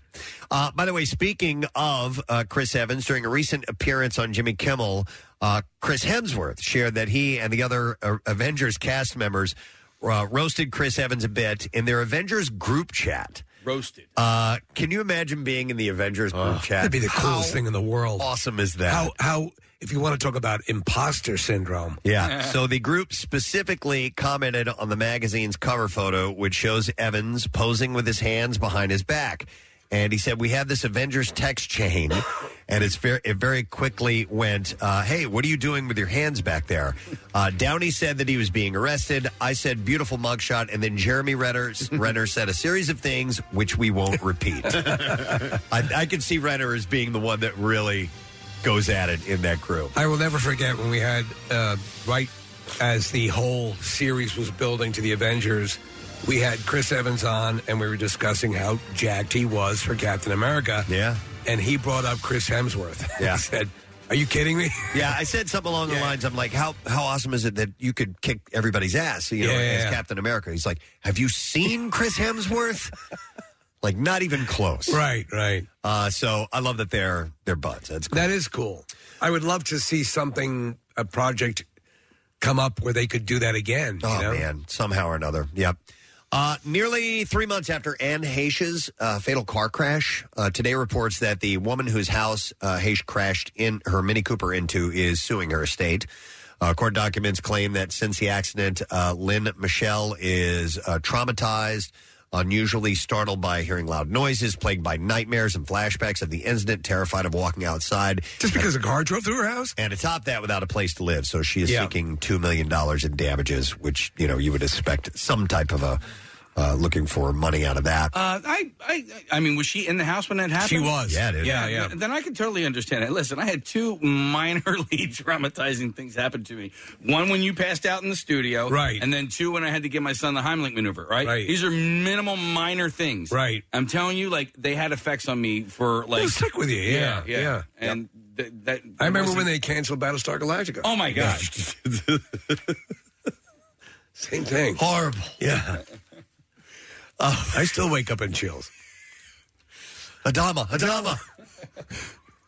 uh, by the way, speaking of uh, Chris Evans, during a recent appearance on Jimmy Kimmel, uh, Chris Hemsworth shared that he and the other uh, Avengers cast members uh, roasted Chris Evans a bit in their Avengers group chat.
Roasted.
Uh, can you imagine being in the Avengers group chat?
That'd be the coolest
How
thing in the world.
Awesome is that?
How how if you want to talk about imposter syndrome.
Yeah. so the group specifically commented on the magazine's cover photo, which shows Evans posing with his hands behind his back. And he said, We have this Avengers text chain. And it's very, it very quickly went, uh, Hey, what are you doing with your hands back there? Uh, Downey said that he was being arrested. I said, Beautiful mugshot. And then Jeremy Renner, Renner said a series of things which we won't repeat. I, I could see Renner as being the one that really goes at it in that group.
I will never forget when we had uh, right as the whole series was building to the Avengers, we had Chris Evans on, and we were discussing how jacked he was for Captain America.
Yeah,
and he brought up Chris Hemsworth.
Yeah.
he said, "Are you kidding me?"
Yeah, I said something along the lines. I'm like, how how awesome is it that you could kick everybody's ass? You know,
Yeah, yeah,
as
yeah.
Captain America. He's like, have you seen Chris Hemsworth? like, not even close.
Right, right.
Uh, so I love that they're they're butts. That's cool.
That is cool. I would love to see something, a project, come up where they could do that again.
Oh
you know?
man, somehow or another. Yep. Uh, nearly three months after Anne Heche's uh, fatal car crash, uh, today reports that the woman whose house uh, Heche crashed in her Mini Cooper into is suing her estate. Uh, court documents claim that since the accident, uh, Lynn Michelle is uh, traumatized, unusually startled by hearing loud noises, plagued by nightmares and flashbacks of the incident, terrified of walking outside.
Just because a car drove through her house?
And to top that, without a place to live. So she is
Yeah.
seeking $2 million in damages, which, you know, you would expect some type of a uh, looking for money out of that.
Uh, I, I, I mean, was she in the house when that happened?
She was. Yeah, dude.
Yeah,
Yeah, yeah.
th- Then I can totally understand it. Listen, I had two minorly traumatizing things happen to me. One when you passed out in the studio,
Right.
And then two when I had to give my son the Heimlich maneuver, right?
Right.
These are minimal, minor things,
Right.
I'm telling you, like they had effects on me for like
They'll stick with you, yeah, yeah.
And th- that
I remember when they canceled Battlestar Galactica.
Oh my god!
Same thing.
Horrible.
Yeah. I still wake up in chills.
Adama, Adama.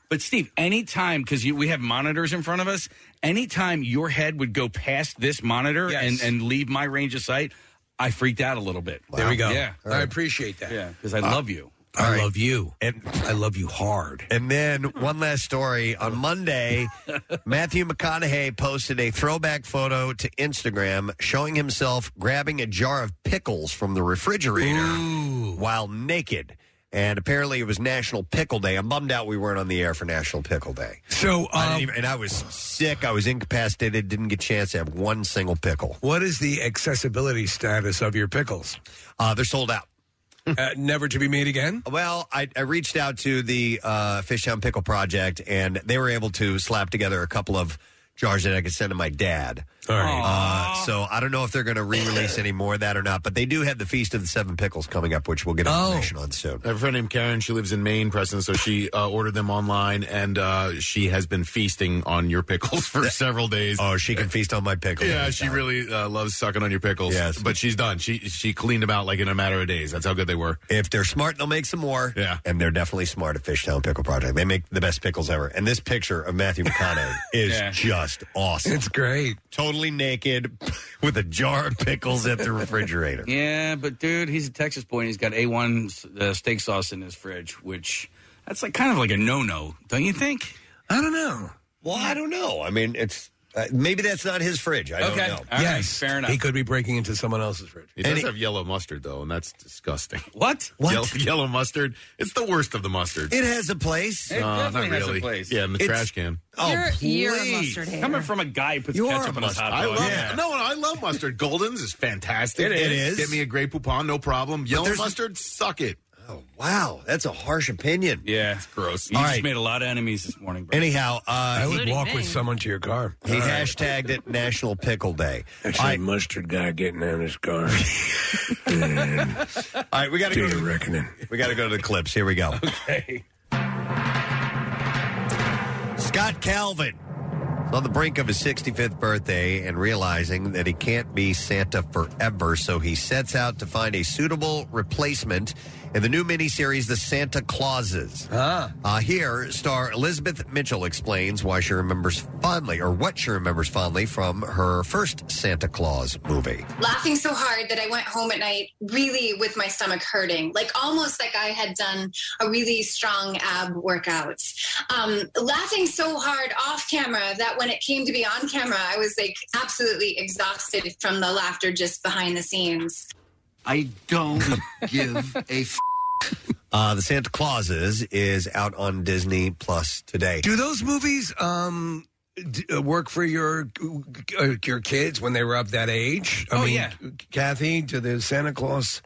But Steve, anytime because we have monitors in front of us, anytime your head would go past this monitor and, and leave my range of sight, I freaked out a little bit.
There we go.
Yeah,
I appreciate that.
yeah, because I
Uh,
love you.
I love you.
And
I love you hard.
And then one last story. On Monday, Matthew McConaughey posted a throwback photo to Instagram showing himself grabbing a jar of pickles from the refrigerator while naked. And apparently it was National Pickle Day. I'm bummed out we weren't on the air for National Pickle Day.
So, um,
I didn't even- and I was sick. I was incapacitated. Didn't get a chance to have one single pickle.
What is the accessibility status of your pickles?
Uh, they're sold out.
uh, never to be made again?
Well, I, I reached out to the uh, Fishtown Pickle Project, and they were able to slap together a couple of jars that I could send to my dad.
All
right. Uh, so I don't know if they're going to re-release any more of that or not, but they do have the Feast of the Seven Pickles coming up, which we'll get
Oh.
information on soon.
I have a friend named Karen. She lives in Maine, Preston. So she uh, ordered them online, and uh, she has been feasting on your pickles for several days.
Oh, she can feast on my pickles.
Yeah, she really uh, loves sucking on your pickles.
Yes.
but she's done. She she cleaned them out like in a matter of days. That's how good they were.
If they're smart, they'll make some more. Yeah. And they're definitely smart at Fishtown Pickle Project. They make the best pickles ever. And this picture of Matthew McConaughey is
Yeah.
just awesome.
It's great.
Totally naked with a jar of pickles at the refrigerator.
Yeah, but dude, he's a Texas boy and he's got A1 uh, steak sauce in his fridge, which that's like kind of like a no-no, don't you think?
I don't know.
Well, I don't know. I mean, it's uh, maybe that's not his fridge. I
Okay.
don't know.
All right, Yes. fair enough.
He could be breaking into someone else's fridge.
It does have yellow mustard though, and that's disgusting.
What?
Yell- Yellow, mustard. It's the worst of the mustards.
It has a place.
Uh, not really. Yeah, in the trash can.
Oh,
You're-
you're
a mustard hater. Coming from a guy who puts ketchup on his hot
I
dog.
love No, no, I love mustard. Golden's is fantastic.
It is.
Get me a Grey Poupon, no problem. Yellow mustard, suck it.
Wow, that's a harsh opinion.
Yeah, it's gross. You
All
just
right.
made a lot of enemies this morning. Bro.
Anyhow, uh,
I would Including walk me. with
someone to your car.
He
All right.
hashtagged it National Pickle Day.
That's
All
a
right.
mustard guy getting out of his car.
All right, we got to go.
Day of reckoning.
We got to go to the clips. Here we go. Okay. Scott Calvin is on the brink of his 65th birthday and realizing that he can't be Santa forever, so he sets out to find a suitable replacement in the new miniseries, The Santa Clauses.
Ah.
Uh, here, star Elizabeth Mitchell explains why she remembers fondly, or what she remembers fondly from her first Santa Claus movie.
laughing so hard that I went home at night really with my stomach hurting, like almost like I had done a really strong ab workout. Um, laughing so hard off camera that when it came to be on camera, I was like absolutely exhausted from the laughter just behind the scenes.
I don't give a. F- uh, the Santa Clauses is out on Disney Plus today.
Do those movies um, d- uh, work for your uh, your kids when they were up that age? I
Oh,
mean,
yeah.
Kathy, do the Santa Claus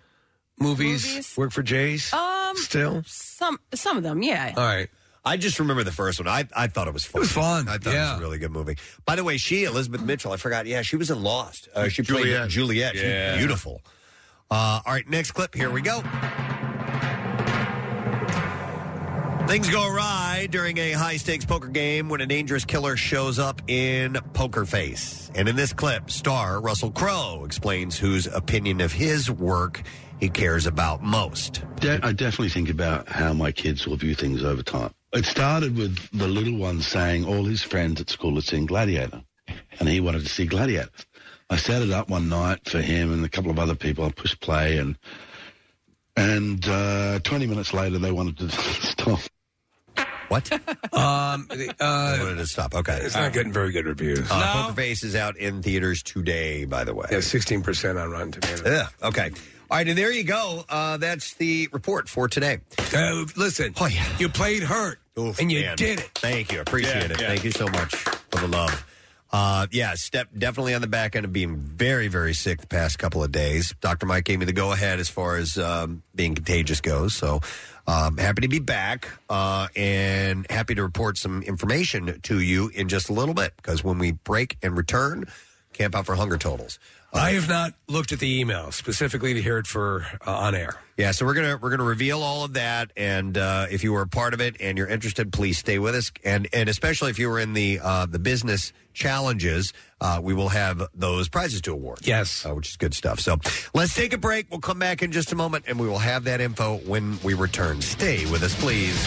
movies,
Movies?
work for Jace?
Um,
Still?
some some of them, yeah.
All right.
I just remember the first one. I, I thought it was fun. It was
fun.
I thought it was a really good movie. By the way, she, Elizabeth Mitchell, I forgot. Yeah, she was in Lost. Uh, she
Juliet.
played Juliet.
Yeah.
She's beautiful. Uh, all right, next clip. Here we go. Things go awry during a high stakes poker game when a dangerous killer shows up in Poker Face. And in this clip, star Russell Crowe explains whose opinion of his work he cares about most.
De- I definitely think about how my kids will view things over time. It started with the little one saying all his friends at school had seen Gladiator, and he wanted to see Gladiator. I set it up one night for him and a couple of other people. I pushed play, and and uh, twenty minutes later, they wanted to stop.
What?
um, the- uh,
wanted to stop. Okay,
it's not getting very good reviews.
Uh, Poker Face is out in theaters today, by the way.
Yeah, sixteen percent on Rotten Tomatoes.
Yeah. Okay. All right, and there you go. Uh, that's the report for today.
Uh, listen, you played hurt, and you
Oh, man.
did it.
Thank you. Appreciate
Yeah,
it.
yeah.
Thank you so much for the love. Uh, yeah, step definitely on the back end of being very, very sick the past couple of days. Dr. Mike gave me the go ahead as far as um, being contagious goes. So um, happy to be back uh, and happy to report some information to you in just a little bit because when we break and return, Camp Out for Hunger totals.
I have not looked at the email specifically to hear it for uh, on air.
Yeah, so we're gonna we're gonna reveal all of that, and uh, if you were a part of it and you're interested, please stay with us, and and especially if you were in the uh, the business challenges, uh, we will have those prizes to award.
Yes,
uh, which is good stuff. So let's take a break. We'll come back in just a moment, and we will have that info when we return. Stay with us, please.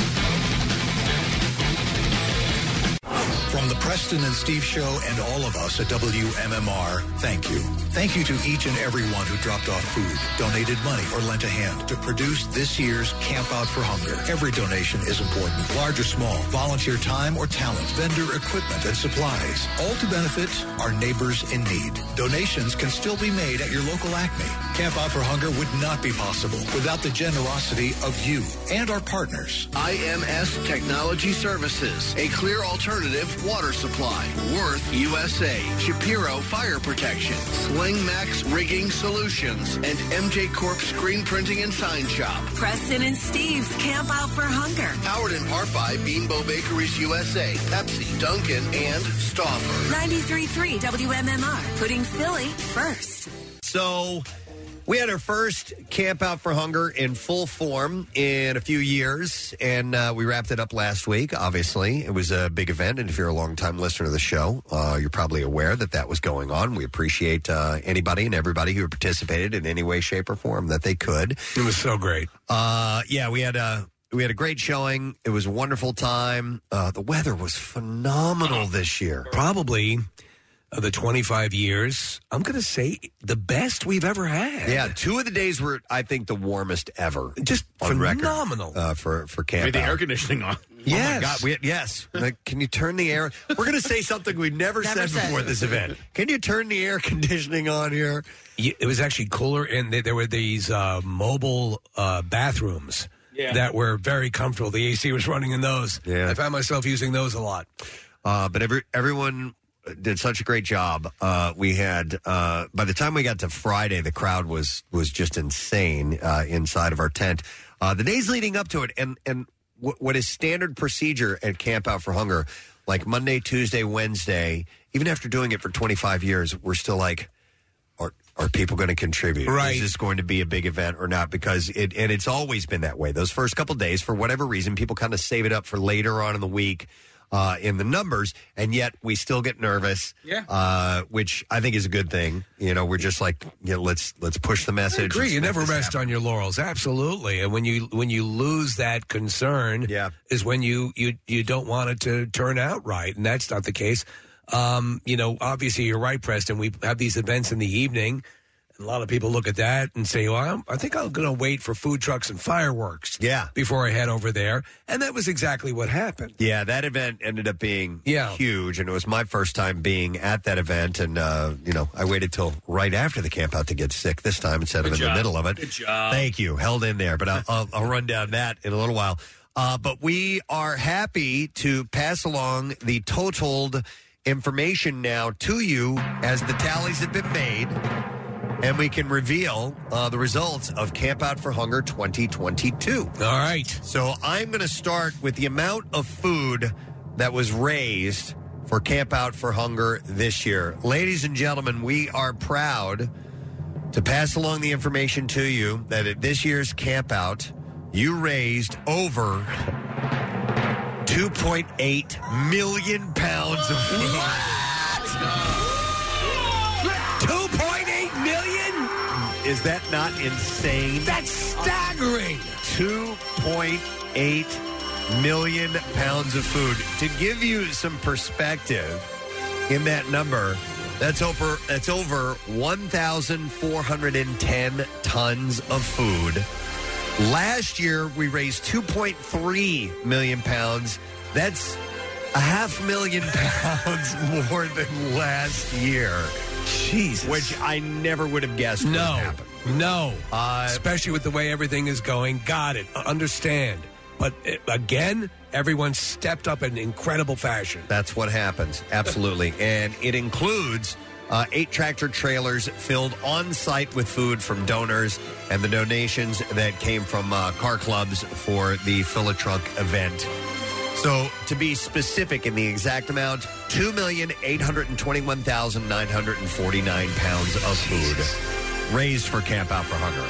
From the Preston and Steve Show and all of us at WMMR, thank you. Thank you to each and everyone who dropped off food, donated money, or lent a hand to produce this year's Camp Out for Hunger. Every donation is important, large or small, volunteer time or talent, vendor equipment and supplies, all to benefit our neighbors in need. Donations can still be made at your local Acme. Camp Out for Hunger would not be possible without the generosity of you and our partners.
IMS Technology Services, a clear alternative water supply. Worth USA, Shapiro Fire Protection, Sling Max Rigging Solutions, and MJ Corp Screen Printing and Sign Shop.
Preston and Steve's Camp Out for Hunger.
Powered in part by Beanbo Bakeries USA, Pepsi, Duncan, and Stauffer.
93.3 WMMR, putting Philly first.
So we had our first Camp Out for Hunger in full form in a few years, and uh, we wrapped it up last week. Obviously, it was a big event, and if you're a longtime listener to the show, uh, you're probably aware that that was going on. We appreciate uh, anybody and everybody who participated in any way, shape, or form that they could.
It was so great.
Uh, yeah, we had a we had a great showing. It was a wonderful time. Uh, the weather was phenomenal this year.
Probably of the 25 years, I'm going to say the best we've ever had.
Yeah, two of the days were, I think, the warmest ever.
Just
on
phenomenal.
record, uh, for for camp.
With the
out.
air conditioning on.
Oh my God, we, yes. Like, can you turn the air? We're going to say something we've never,
Never
said,
said.
before at this event. Can you turn the air conditioning on here?
Yeah, It was actually cooler, and there- there were these uh, mobile uh, bathrooms
Yeah.
that were very comfortable. The AC was running in those.
Yeah.
I found myself using those a lot.
Uh, but every, everyone did such a great job. Uh, we had uh, by the time we got to Friday, the crowd was was just insane uh, inside of our tent. uh, the days leading up to it, and and wh- what is standard procedure at Camp Out for Hunger, like Monday, Tuesday, Wednesday, even after doing it for 25 years, we're still like, are are people going to contribute?
Right.
Is this going to be a big event or not? Because it and it's always been that way. Those first couple days, for whatever reason, people kind of save it up for later on in the week. Uh, in the numbers, and yet we still get nervous.
Yeah.
uh, which I think is a good thing. You know, we're just like, you know, let's let's push the message.
I agree.
Let's
You
make
never
this
rest on your laurels. Absolutely. And when you when you lose that concern, yeah. is when you you you don't want it to turn out right, and that's not the case. Um, you know, obviously you're right, Preston. We have these events in the evening. and A lot of people look at that and say, "Well, I'm, I think I'm going to wait for food trucks and fireworks,
yeah,
before I head over there." And that was exactly what happened.
Yeah, that event ended up being
Yeah.
huge, and it was my first time being at that event. And uh, you know, I waited till right after the camp out to get sick this time instead of in the middle of it.
Good job.
Thank you, held in there, but I'll, I'll, I'll run down that in a little while. Uh, but we are happy to pass along the totaled information now to you as the tallies have been made. And we can reveal uh, the results of Camp Out for Hunger 2022. All
right.
So I'm going to start with the amount of food that was raised for Camp Out for Hunger this year. Ladies and gentlemen, we are proud to pass along the information to you that at this year's Camp Out, you raised over 2.8 million pounds of food.
2.8 million?
Is that not insane?
That's staggering.
2.8 million pounds of food. To give you some perspective in that number, that's over that's over 1,410 tons of food. Last year we raised 2.3 million pounds. That's a half million pounds more than last year. Jesus. Which I never would have guessed would
No,
happen.
no. Especially with the way everything is going. Got it. Uh, Understand. But uh, again, everyone stepped up in incredible fashion.
That's what happens. Absolutely. and it includes uh, eight tractor trailers filled on site with food from donors and the donations that came from uh, car clubs for the Fill a Trunk event. So, to be specific in the exact amount, 2,821,949 pounds of food raised for Camp Out for Hunger.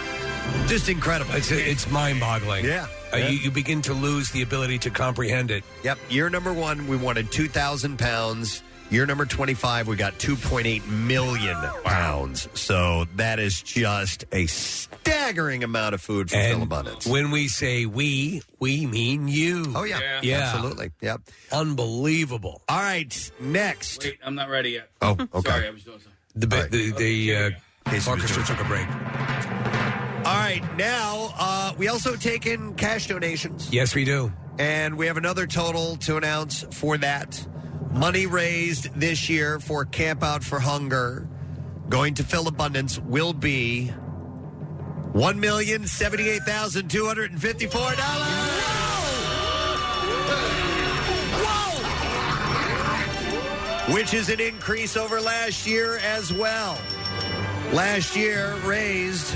Just incredible.
It's it's mind boggling.
Yeah.
Uh,
Yeah.
You, you begin to lose the ability to comprehend it.
Yep. Year number one, we wanted 2,000 pounds. Year number 25, we got 2.8 million pounds. So that is just a staggering amount of food for Phil Abundance.
When we say we, we mean you.
Oh, yeah. Yeah. Absolutely. Yep.
Unbelievable.
All right. Next.
Wait, I'm not ready yet.
Oh, okay.
Sorry, I was doing something.
The, ba- the, the uh, orchestra took a break.
All right. Now, uh, we also take in cash donations.
Yes, we do.
And we have another total to announce for that. Money raised this year for Camp Out for Hunger going to Phil Abundance will be $1,078,254. Which is an increase over last year as well. Last year raised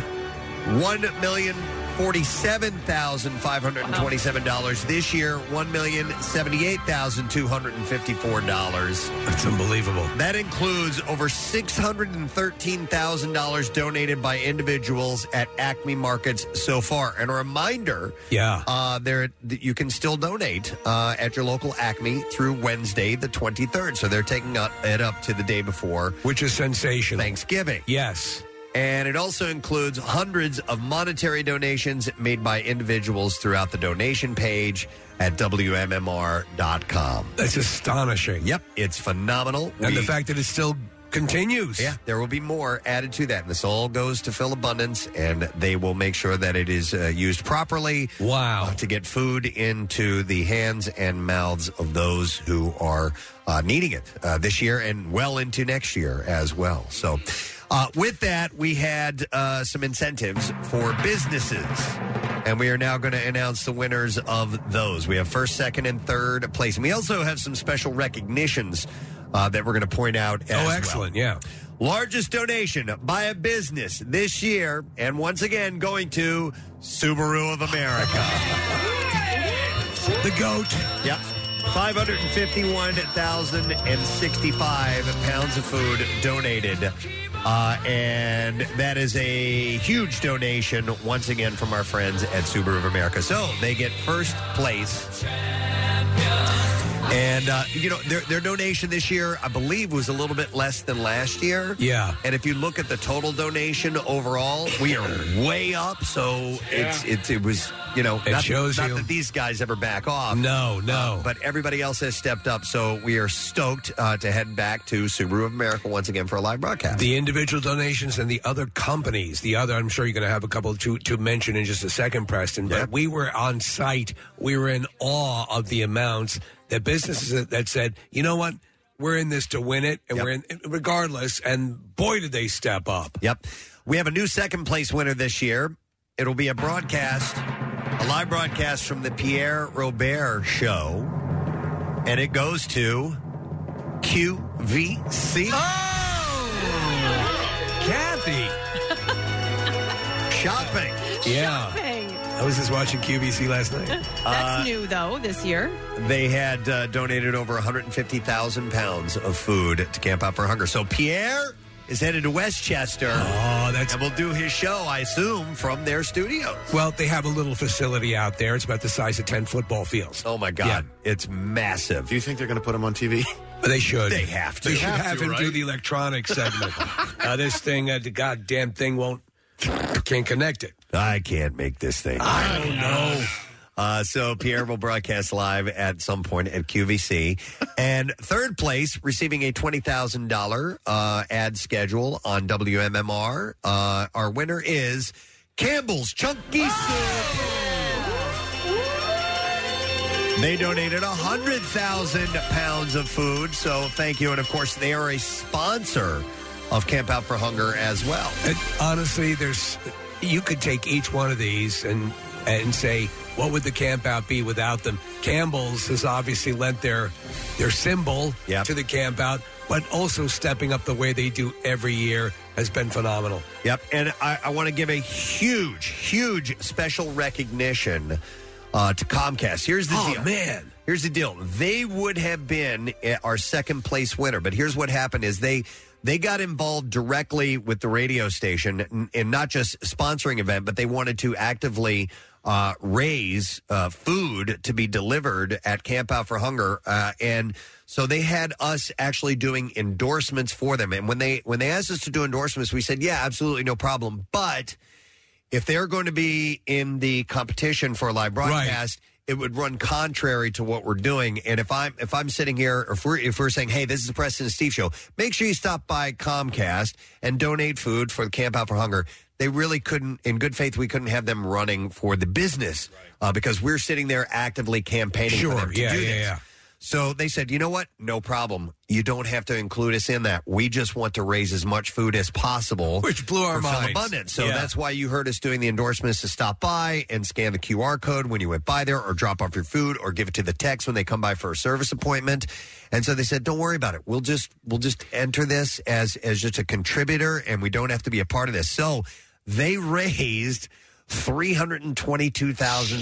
one million forty-seven thousand five hundred and twenty-seven dollars. This year, one million seventy-eight thousand two hundred and fifty-four dollars.
That's unbelievable.
That includes over six hundred and thirteen thousand dollars donated by individuals at Acme Markets so far. And a reminder,
Yeah.
uh, there th- you can still donate uh, at your local Acme through Wednesday, the twenty-third. So they're taking up- it up to the day before,
which is sensational.
Thanksgiving.
Yes.
And it also includes hundreds of monetary donations made by individuals throughout the donation page at WMMR.com.
That's astonishing.
Yep, it's phenomenal.
And the
We-
fact that it still continues.
yeah, there will be more added to that. And this all goes to Phil Abundance, and they will make sure that it is uh, used properly. uh,
Wow.
to get food into the hands and mouths of those who are uh, needing it uh, this year and well into next year as well. So, uh, with that, we had uh, some incentives for businesses. And we are now going to announce the winners of those. We have first, second, and third place. And we also have some special recognitions uh, that we're going to point out as
Oh,
well.
excellent. Yeah.
Largest donation by a business this year, and once again going to Subaru of America. the GOAT. Yep. 551,065 pounds of food donated. Uh, and that is a huge donation once again from our friends at Subaru of America. So they get first place. And, uh, you know, their, their donation this year, I believe, was a little bit less than last year.
Yeah.
And if you look at the total donation overall, we are way up. So it's,
Yeah.
it's it was, you know,
It
not,
shows
not
you.
that these guys ever back off.
No, no.
Uh, but everybody else has stepped up. So we are stoked uh, to head back to Subaru of America once again for a live broadcast.
The individual donations and the other companies, the other, I'm sure you're going to have a couple to, to mention in just a second, Preston, but we were on site. We were in awe of the amounts that businesses that, that said, you know what? We're in this to win it, and we're in regardless. And boy, did they step up.
Yep. We have a new second place winner this year. It'll be a broadcast, a live broadcast from the Pierre Robert show. And it goes to QVC.
Oh! Kathy!
Shopping.
Yeah.
Shopping.
I was just watching QVC last night. Uh,
That's new though this year.
They had uh, donated over 150,000 pounds of food to Camp Out for Hunger. So Pierre is headed to Westchester. Oh,
that's
and will do his show, I assume, from their studios.
Well, they have a little facility out there. It's about the size of 10 football fields.
Oh, my God. It's massive.
Do you think they're going to put him on TV?
They should.
They have to.
They
They
should
have
have
to,
him do
right?
the electronic segment. uh, this thing, uh, the goddamn thing won't, can't connect it.
I can't make this thing.
Oh,
I don't know. Uh, so Pierre will broadcast live at some point at QVC, and third place receiving a twenty thousand uh, ad schedule on WMMR. Uh, our winner is Campbell's Chunky Soup. They donated hundred thousand pounds of food, so thank you, and of course they are a sponsor of Camp Out for Hunger as well.
And honestly, there's, you could take each one of these and, and say, what would the camp out be without them? Campbell's has obviously lent their, their symbol to the camp out, but also stepping up the way they do every year has been phenomenal.
Yep. And I, I want to give a huge, huge special recognition uh, to Comcast. Here's the
Oh,
deal.
man.
Here's the deal. They would have been uh, our second place winner, but here's what happened is they they got involved directly with the radio station and, and not just sponsoring event, but they wanted to actively uh, raise uh, food to be delivered at Camp Out for Hunger, uh, and so they had us actually doing endorsements for them. And when they when they asked us to do endorsements, we said, "Yeah, absolutely, no problem." But if they're going to be in the competition for a live broadcast, it would run contrary to what we're doing. And if I'm if I'm sitting here, or if we're if we're saying, "Hey, this is the President Steve Show," make sure you stop by Comcast and donate food for the Camp Out for Hunger. They really couldn't, in good faith, we couldn't have them running for the business uh, because we're sitting there actively campaigning
Sure,
for them to
yeah,
do
yeah,
this.
yeah.
So they said, you know what? No problem. You don't have to include us in that. We just want to raise as much food as possible.
Which blew our
for
minds.
Abundance. So
Yeah.
that's why you heard us doing the endorsements to stop by and scan the QR code when you went by there or drop off your food or give it to the techs when they come by for a service appointment. And so they said, don't worry about it. We'll just we'll just enter this as as just a contributor and we don't have to be a part of this. So they raised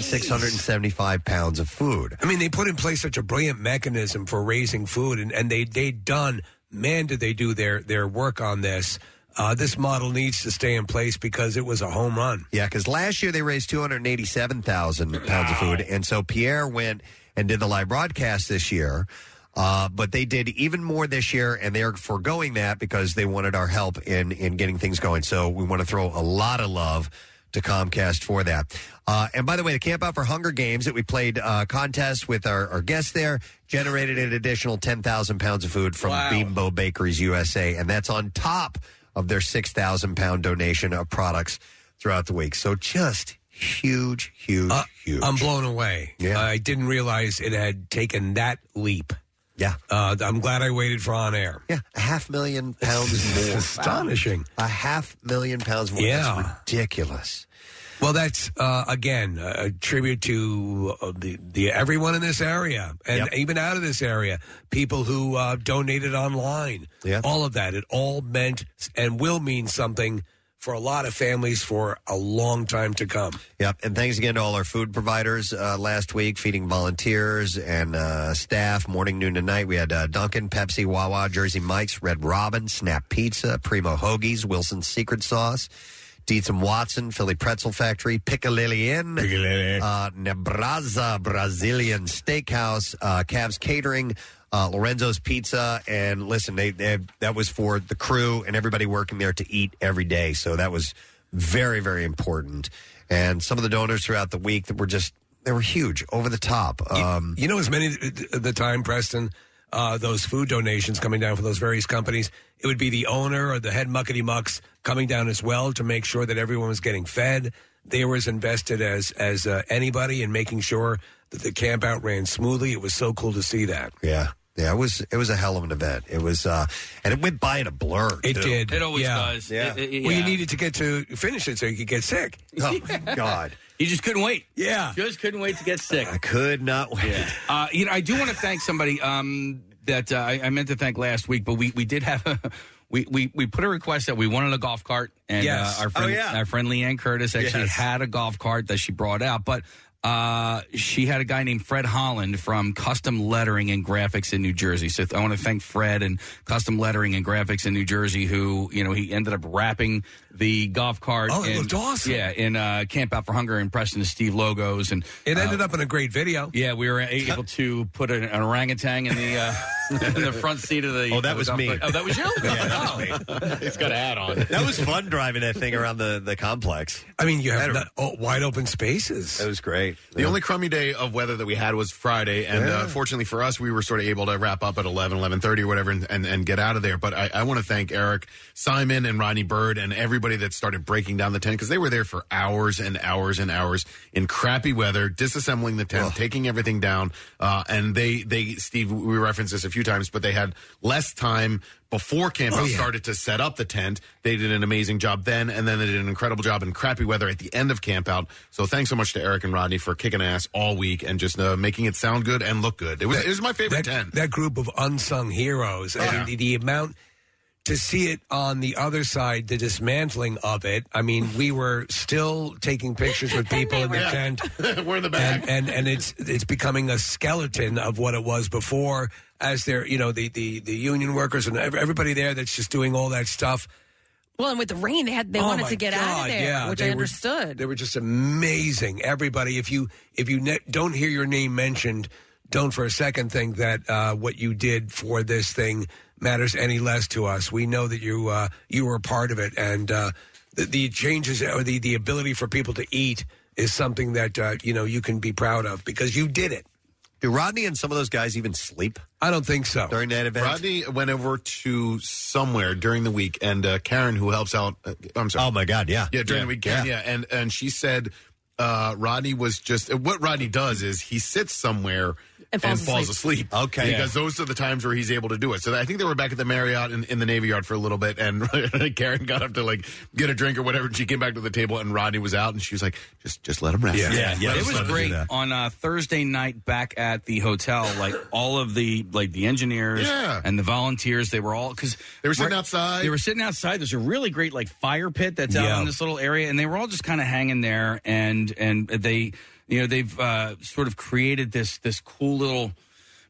322,675 pounds of food.
I mean, they put in place such a brilliant mechanism for raising food, and, and they they done man did they do their their work on this. Uh, this model needs to stay in place because it was a home run.
Yeah, because last year they raised 287,000 pounds of food. And so Pierre went and did the live broadcast this year. Uh, but they did even more this year, and they're foregoing that because they wanted our help in, in getting things going. So we want to throw a lot of love to Comcast for that. Uh, and by the way, the Camp Out for Hunger Games that we played uh, contest with our, our guests there generated an additional 10,000 pounds of food from Beambo Bakeries USA. And that's on top of their 6,000 pound donation of products throughout the week. So just huge, huge, huge.
Uh, I'm blown away. Yeah. I didn't realize it had taken that leap.
Yeah.
Uh, I'm glad I waited for on air.
Yeah, a half million pounds more.
Astonishing.
A half million pounds more. That's
Yeah.
ridiculous.
Well, that's uh, again a tribute to uh, the, the everyone in this area and even out of this area, people who uh, donated online.
Yeah.
all of that. It all meant and will mean something for a lot of families for a long time to come.
Yep. And thanks again to all our food providers uh, last week, feeding volunteers and uh, staff morning, noon, and night. We had uh, Duncan, Pepsi, Wawa, Jersey Mike's, Red Robin, Snap Pizza, Primo Hoagies, Wilson's Secret Sauce. Dietz and Watson, Philly Pretzel Factory, Piccolillian, uh, Nebraza Brazilian Steakhouse, uh, Cavs Catering, uh, Lorenzo's Pizza, and listen, they, they that was for the crew and everybody working there to eat every day. So that was very, very important. And some of the donors throughout the week that were just they were huge, over the top. Um,
You know, as many at the time, Preston, uh, those food donations coming down from those various companies, it would be the owner or the head muckety mucks coming down as well to make sure that everyone was getting fed. They were as invested as as uh, anybody in making sure that the camp out ran smoothly. It was so cool to see that.
yeah, yeah, it was it was a hell of an event. It was, uh, and it went by in a blur.
It
too.
did. yeah.
Yeah.
Well, you needed to get to finish it so you could get sick.
Oh, my God.
You just couldn't wait.
Yeah.
Just couldn't wait to get sick. I
could not wait.
Uh, you know, I do want to thank somebody um, that uh, I, I meant to thank last week, but we, we did have a. We, we, we put a request that we wanted a golf cart, and
Yes.
uh, our friend
Oh, yeah.
our friend Leanne Curtis actually
Yes.
had a golf cart that she brought out, but uh, she had a guy named Fred Holland from Custom Lettering and Graphics in New Jersey. So I want to thank Fred and Custom Lettering and Graphics in New Jersey, who you know he ended up wrapping the golf cart.
Oh, it
in-
looked awesome.
Yeah, in uh, Camp Out for Hunger and Preston and Steve logos, and
It
uh,
ended
Oh.
up in a great video.
yeah, we were able to put an, an orangutan in the uh, in the front seat of the.
Oh, that was me.
Oh, that was you.
Yeah,
that was me. It's got an hat on.
That was fun driving that thing around the, the complex.
I mean, you have not, oh, wide open spaces.
It was great.
The only crummy day of weather that we had was Friday, and
Yeah.
uh, fortunately for us, we were sort of able to wrap up at 11, 11.30 or whatever and, and, and get out of there. But I, I want to thank Eric, Simon, and Rodney Bird and everybody that started breaking down the tent because they were there for hours and hours and hours in crappy weather, disassembling the tent, taking everything down. Uh, and they, they, Steve, we referenced this a few times, but they had less time before camp
Oh,
out
yeah.
started to set up the tent. They did an amazing job then, and then they did an incredible job in crappy weather at the end of camp out. So thanks so much to Eric and Rodney for kicking ass all week and just uh, making it sound good and look good. It was, it was my favorite
that,
tent.
That group of unsung heroes. I mean, the, the amount to see it on the other side, the dismantling of it. I mean, we were still taking pictures with people in the
were.
tent.
we're in the back.
And, and and it's it's becoming a skeleton of what it was before. As they're you know the the the union workers and ev- everybody there that's just doing all that stuff.
Well, and with the rain, they had they
Oh,
wanted
my
to get out of
God,
there,
yeah,
which
they
I
were-
understood.
They were just amazing. Everybody, if you if you ne- don't hear your name mentioned, don't for a second think that uh, what you did for this thing matters any less to us. We know that you uh, you were a part of it, and uh, the, the changes or the the ability for people to eat is something that uh, you know you can be proud of because you did it.
Do Rodney and some of those guys even sleep?
I don't think so.
During that event?
Rodney went over to somewhere during the week, and uh, Karen, who helps out, uh, I'm sorry.
Oh my God, yeah,
yeah, during the
Yeah.
week, Karen,
Yeah.
yeah, and and she said uh, Rodney was just what Rodney does is he sits somewhere.
And falls
asleep.
asleep.
Okay.
Because those are the times where he's able to do it. So I think they were back at the Marriott in, in the Navy Yard for a little bit, and Karen got up to like get a drink or whatever. And she came back to the table, and Rodney was out, and she was like, "Just, just let him rest." Let
It
us-
was
let us do
great
that.
on uh, Thursday night back at the hotel. Like all of the like the engineers
Yeah.
and the volunteers, they were all because
They were sitting outside.
They were sitting outside. There's a really great like fire pit that's out
Yeah.
in this little area, and they were all just kind of hanging there. And and they, you know, they've uh, sort of created this this cool little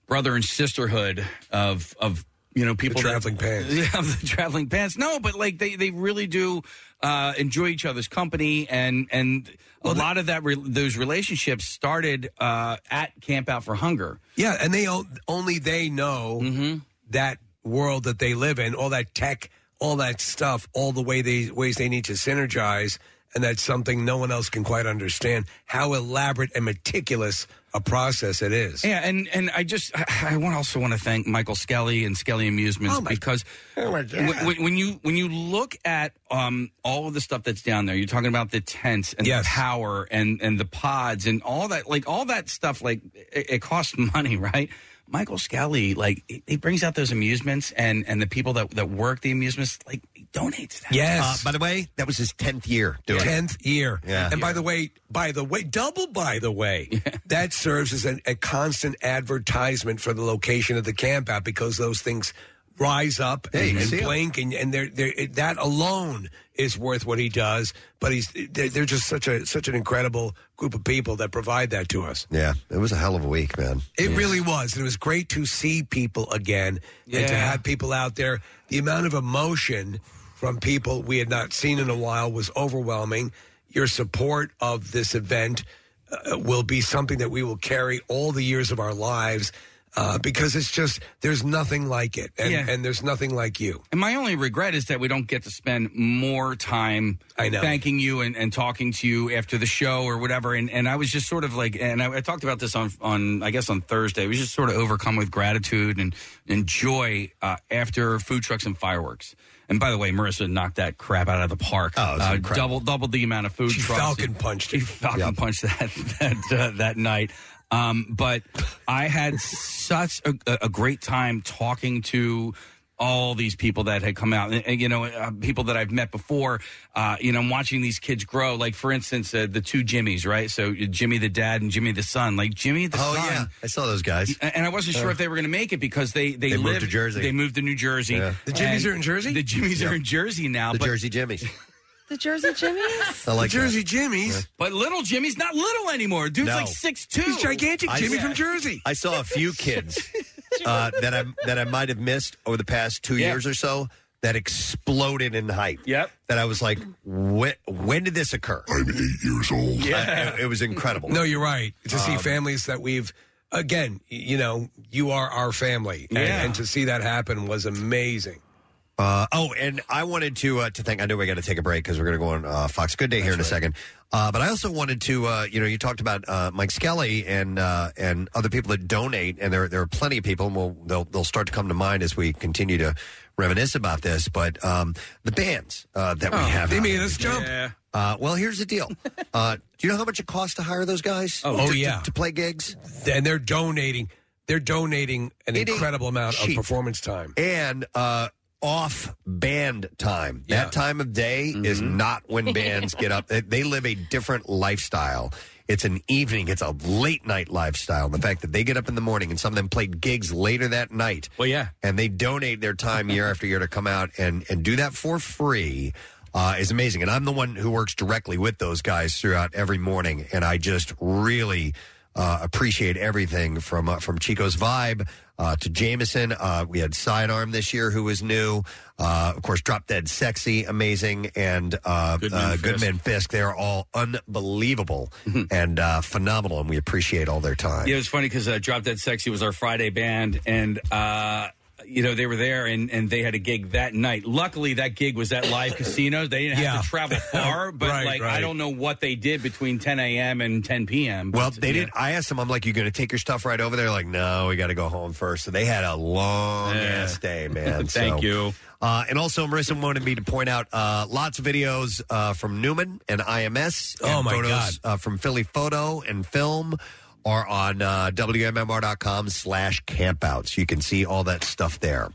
brother and sisterhood of of you know people
traveling pants.
yeah, of the traveling pants. No, but like they they really do uh, enjoy each other's company, and and a lot of that re- those relationships started uh, at Camp Out for Hunger.
Yeah, and they o- only they know that world that they live in, all that tech, all that stuff, all the way they ways they need to synergize, and that's something no one else can quite understand how elaborate and meticulous a process it is.
Yeah, and and I just I, I want also want to thank Michael Skelly and Skelly Amusements because
Oh, God.
when- when, when you when you look at um, all of the stuff that's down there, you're talking about the tents and the power and and the pods and all that like all that stuff like it, it costs money, right? Michael Skelly like he- he brings out those amusements and and the people that that work the amusements like he donates that.
Uh, by the way, that was his tenth year doing it.
Tenth year.
Yeah.
And by the way, by the way, double by the way, that serves as an, a constant advertisement for the location of the camp out because those things rise up
Hey,
and, and
see ya.
blink, and, and they're, they're, it- that alone is worth what he does. But he's they're, they're just such a such an incredible group of people that provide that to us.
Yeah, it was a hell of a week, man.
It really was. And it was great to see people again and to
Yeah.
have people out there. The amount of emotion from people we had not seen in a while was overwhelming. Your support of this event uh, will be something that we will carry all the years of our lives uh, because it's just, there's nothing like it. And,
Yeah.
and there's nothing like you.
And my only regret is that we don't get to spend more time
I know.
thanking you and, and talking to you after the show or whatever. And and I was just sort of like, and I, I talked about this on on I guess on Thursday. We was just sort of overcome with gratitude and and joy uh, after food trucks and fireworks. And by the way, Marissa knocked that crap out of the park. Oh, uh, double
incredible.
doubled the amount of food.
She
trucks
falcon
and-
punched
She falcon punched that that uh, that night. Um, but I had such a, a great time talking to all these people that had come out, and, and, you know, uh, people that I've met before. Uh, you know, I'm watching these kids grow. Like for instance, uh, the two Jimmys, right? So uh, Jimmy the dad and Jimmy the son. Like Jimmy the
Oh
son.
yeah, I saw those guys.
And and I wasn't sure
Uh,
if they were going to make it because they they,
They moved
lived-
to Jersey.
They moved to New Jersey.
Yeah.
The Jimmys
And
are in Jersey?
The Jimmys are in Jersey now.
the
but
Jersey Jimmys.
The Jersey Jimmys?
I like that.
Jimmy's.
But little Jimmy's not little anymore. Dude's
No.
like six two.
He's gigantic, I- Jimmy from
Jersey.
I saw a few kids uh, that I that I might have missed over the past two
Yeah.
years or so that exploded in hype. Yep. That I was like, when, when did this occur? I'm eight years old. Yeah. it was incredible.
No, you're right. To see
Um,
families that we've, again, y- you know, you are our family. And,
Yeah.
and to see that happen was amazing.
Uh, oh, and I wanted to uh, to thank. I know we got to take a break because we're going to go on uh, Fox Good Day here in a second. Uh, but I also wanted to, uh, you know, you talked about uh, Mike Skelly and uh, and other people that donate, and there there are plenty of people, and we'll, they'll they'll start to come to mind as we continue to reminisce about this. But um, the bands uh, that we
Oh,
have,
they
out
made
there
us
today.
jump. Yeah.
Uh, well, here's the deal. uh, do you know how much it costs to hire those guys?
Oh,
to- to-
yeah.
to play gigs?
And they're donating. They're donating an incredible amount
cheap.
of performance time.
and uh, off band time. That time of day is
Mm-hmm.
not when bands get up. They, they live a different lifestyle. It's an evening. It's a late night lifestyle. And the fact that they get up in the morning and some of them played gigs later that night.
Well, yeah.
And they donate their time year after year to come out and, and do that for free uh, is amazing. And I'm the one who works directly with those guys throughout every morning. And I just really uh, appreciate everything from uh, from Chico's Vibe uh, to Jameson. Uh, we had Sidearm this year, who was new. Uh, of course, Drop Dead Sexy, amazing. And uh,
Goodman
uh,
Fisk.
Goodman Fisk. They're all unbelievable and uh, phenomenal. And we appreciate all their time.
Yeah, it was funny because uh, Drop Dead Sexy was our Friday band, and uh, you know they were there, and, and they had a gig that night. Luckily, that gig was at Live Casino. They didn't have
Yeah.
to travel far, but
Right,
like I
right.
don't know what they did between 10 a.m. and 10 p.m.
Well,
but,
they
yeah.
didn't. I asked them, I'm like, you going to take your stuff right over there? Like, no, we got to go home first. So they had a long
Yeah.
ass day, man.
Thank
So,
you.
Uh, and also, Marissa wanted me to point out uh, lots of videos uh, from Newman and IMS.
Oh,
and
my
photos,
God.
Uh, from Philly Photo and Film are on uh, WMMR.com slash campouts. You can see all that stuff there.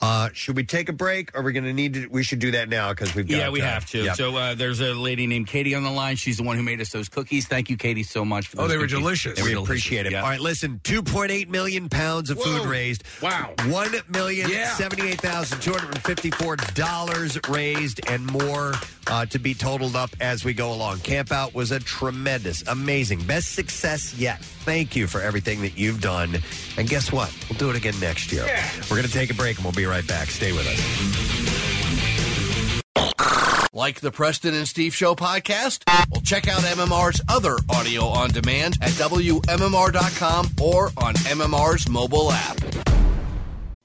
Uh, should we take a break? Are we going to need to? We should do that now because we've got.
Yeah, we
uh,
have to.
yeah.
So uh, there's a lady named Katie on the line. She's the one who made us those cookies. Thank you, Katie, so much for those.
Oh,
cookies. Oh, They were
We
delicious,
appreciate it.
yeah.
All right, listen, 2.8 million pounds of food
Whoa.
raised. Wow. $1,078,254 raised and more uh, to be totaled up as we go along. Camp Out was a tremendous, amazing, best success yet. Thank you for everything that you've done. And guess what? We'll do it again next year. We're going to take a break and we'll be right back. Stay with us.
Like the Preston and Steve Show podcast? Well, check out MMR's other audio on demand at WMMR.com or on MMR's mobile app.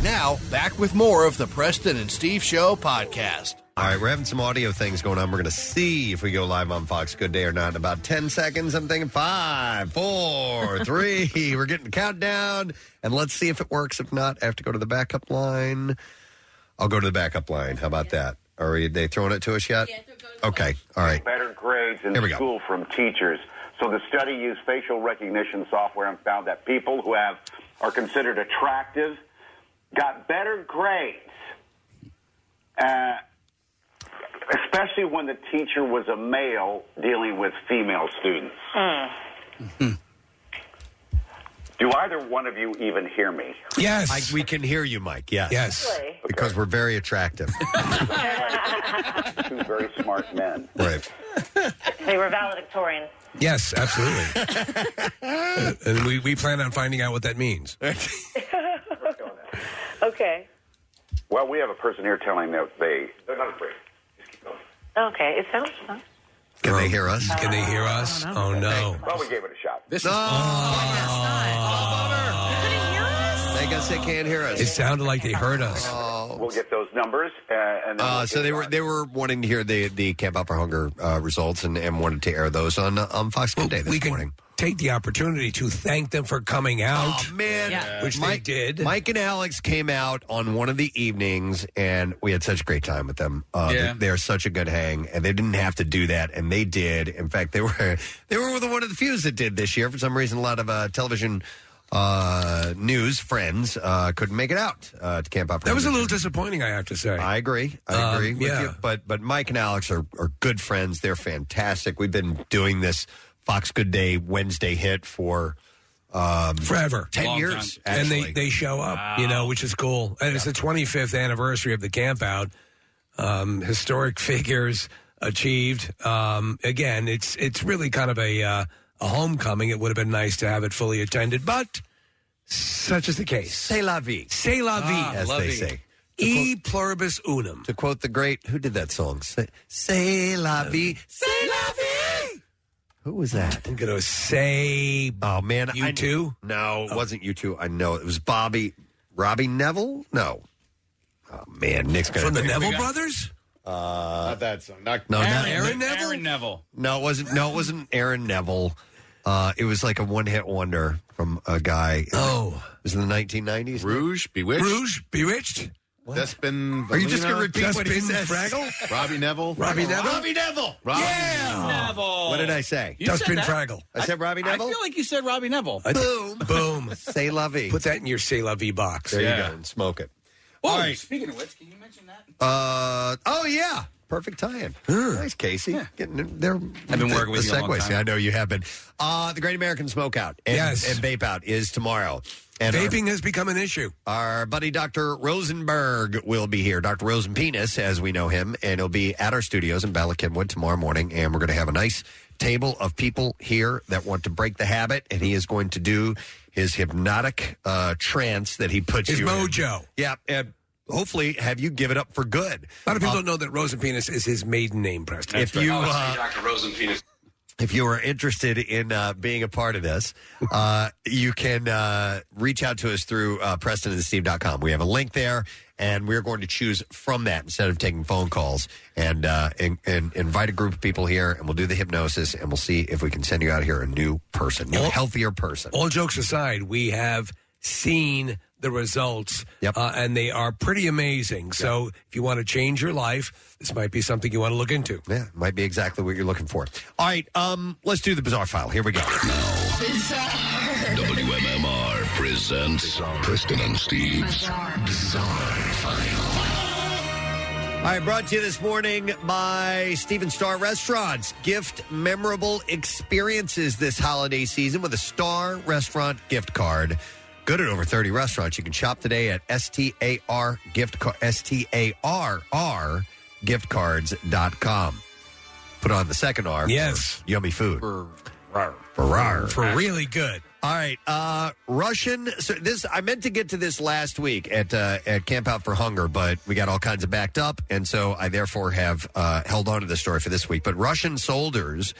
Now, back with more of the Preston and Steve Show podcast.
All right, we're having some audio things going on. We're going to see if we go live on Fox Good Day or not in about 10 seconds. I'm thinking five, four, three. we're getting the countdown, and let's see if it works. If not, I have to go to the backup line. I'll go to the backup line. How about that? Are they throwing it to us yet? Okay, all right.
Better grades in
Here we go.
school from teachers. So the study used facial recognition software and found that people who have are considered attractive got better grades, uh, especially when the teacher was a male dealing with female students. Do either one of you even hear me?
Yes. I, we can hear you, Mike. Yes.
Yes.
Because we're very attractive.
Two very smart men.
Right.
They were valedictorians.
Yes, absolutely. Uh, and we, we plan on finding out what that means.
Okay.
Well, we have a person here telling that they they're not afraid.
Okay. It sounds fun.
Can they hear us?
Um, Can they hear us? Oh, no.
Well, we gave it a shot.
This is. guess they can't hear us.
It sounded like they heard us.
We'll get those numbers, uh, and then
Uh,
we'll
so
get
they
it
were
on.
they were wanting to hear the the Camp Out for Hunger uh, results and, and wanted to air those on uh, on Fox Good Day this
we can
morning.
Take the opportunity to thank them for coming out.
Oh man,
which
Mike
they did.
Mike and Alex came out on one of the evenings, and we had such a great time with them. Uh,
Yeah.
they- they, are such a good hang, and they didn't have to do that, and they did. In fact, they were they were one of the few that did this year. For some reason, a lot of uh, television uh, news friends uh, couldn't make it out uh, to Camp Out. for
That was a
Hunger.
little disappointing, I have to say.
I agree. I
Um,
agree with
yeah.
you. But but Mike and Alex are, are good friends. They're fantastic. We've been doing this Fox Good Day Wednesday hit for um,
Forever.
ten years.
And
Actually.
they, they show up, you know, which is cool. And it's the 25th anniversary of the camp out. Um, historic figures achieved. Um, again, it's it's really kind of a, uh, a homecoming. It would have been nice to have it fully attended, but such is the case.
C'est la vie.
C'est la vie.
Ah, as they say.
E pluribus unum.
To quote the great, who did that song? Say, say la vie. Say la vie. Who was that?
I'm gonna say.
Oh man,
you two? Oh.
No, it wasn't you two. I know it was Bobby, Robbie Neville. No. Oh man, Nick's gonna
From the
think-
Neville brothers?
Uh,
not that song. Not,
no, not-
Aaron Neville. Aaron Neville.
No, it wasn't. No, it wasn't Aaron Neville. Uh, it was like a one-hit wonder from a guy.
Oh,
it was in the 1990s.
Rouge, Bewitched.
Rouge, Bewitched.
Despin.
Are you just gonna repeat
Despin
what he says?
Fraggle? Robbie Neville.
Robbie Neville?
Robbie Neville.
yeah.
Neville.
What did I say?
You said
Dustbin
that?
Fraggle.
I said Robbie
I
Neville.
feel like you said Robbie Neville.
I th-
Boom.
Boom.
Say la vie.
Put that in your say la vie box.
There
Yeah.
you go. And smoke it.
Oh,
All right.
speaking of which, can you mention that?
Uh, oh yeah. Perfect tie-in. Nice, Casey. Getting there. I've
been working with
the
you a long
segues.
time.
Yeah, I know you have been. Uh, the Great American Smokeout and,
Yes.
and Vape Out is tomorrow. And our-
Vaping has become an issue.
Our buddy Dr. Rosenberg will be here. Dr. Rosenpenis, as we know him, and he'll be at our studios in Bala Kenwood tomorrow morning. And we're going to have a nice table of people here that want to break the habit. And he is going to do his hypnotic uh, trance that he puts
His
you in.
mojo.
Yeah. And hopefully have you give it up for good. Uh,
A lot of people don't know that Rosenpenis is his maiden name, Preston.
If you. Uh,
Dr. Rosenpenis.
if you are interested in uh, being a part of this, uh, you can uh, reach out to us through uh, PrestonandSteve.com. We have a link there, and we're going to choose from that instead of taking phone calls and, uh, and, and invite a group of people here, and we'll do the hypnosis, and we'll see if we can send you out here a new person, a
All-
healthier person.
All jokes aside, we have seen the results, uh, and they are pretty amazing. So if you want to change your life, this might be something you want to look into.
Yeah, might be exactly what you're looking for. All right, um, let's do the bizarre file. Here we go.
WMMR presents Preston and Steve's Bizarre, File.
All right, brought to you this morning by Steven Star Restaurants. Gift memorable experiences this holiday season with a Star Restaurant gift card. Good at over 30 restaurants. You can shop today at S-T-A-R gift card, S-T-A-R-R giftcards.com. Put on the second R. for
Yes.
yummy food. Ferrar.
For, really good.
All right, uh, Russian. So this I meant to get to this last week at uh, at Camp Out for Hunger, but we got all kinds of backed up, and so I therefore have uh, held on to the story for this week. But Russian soldiers,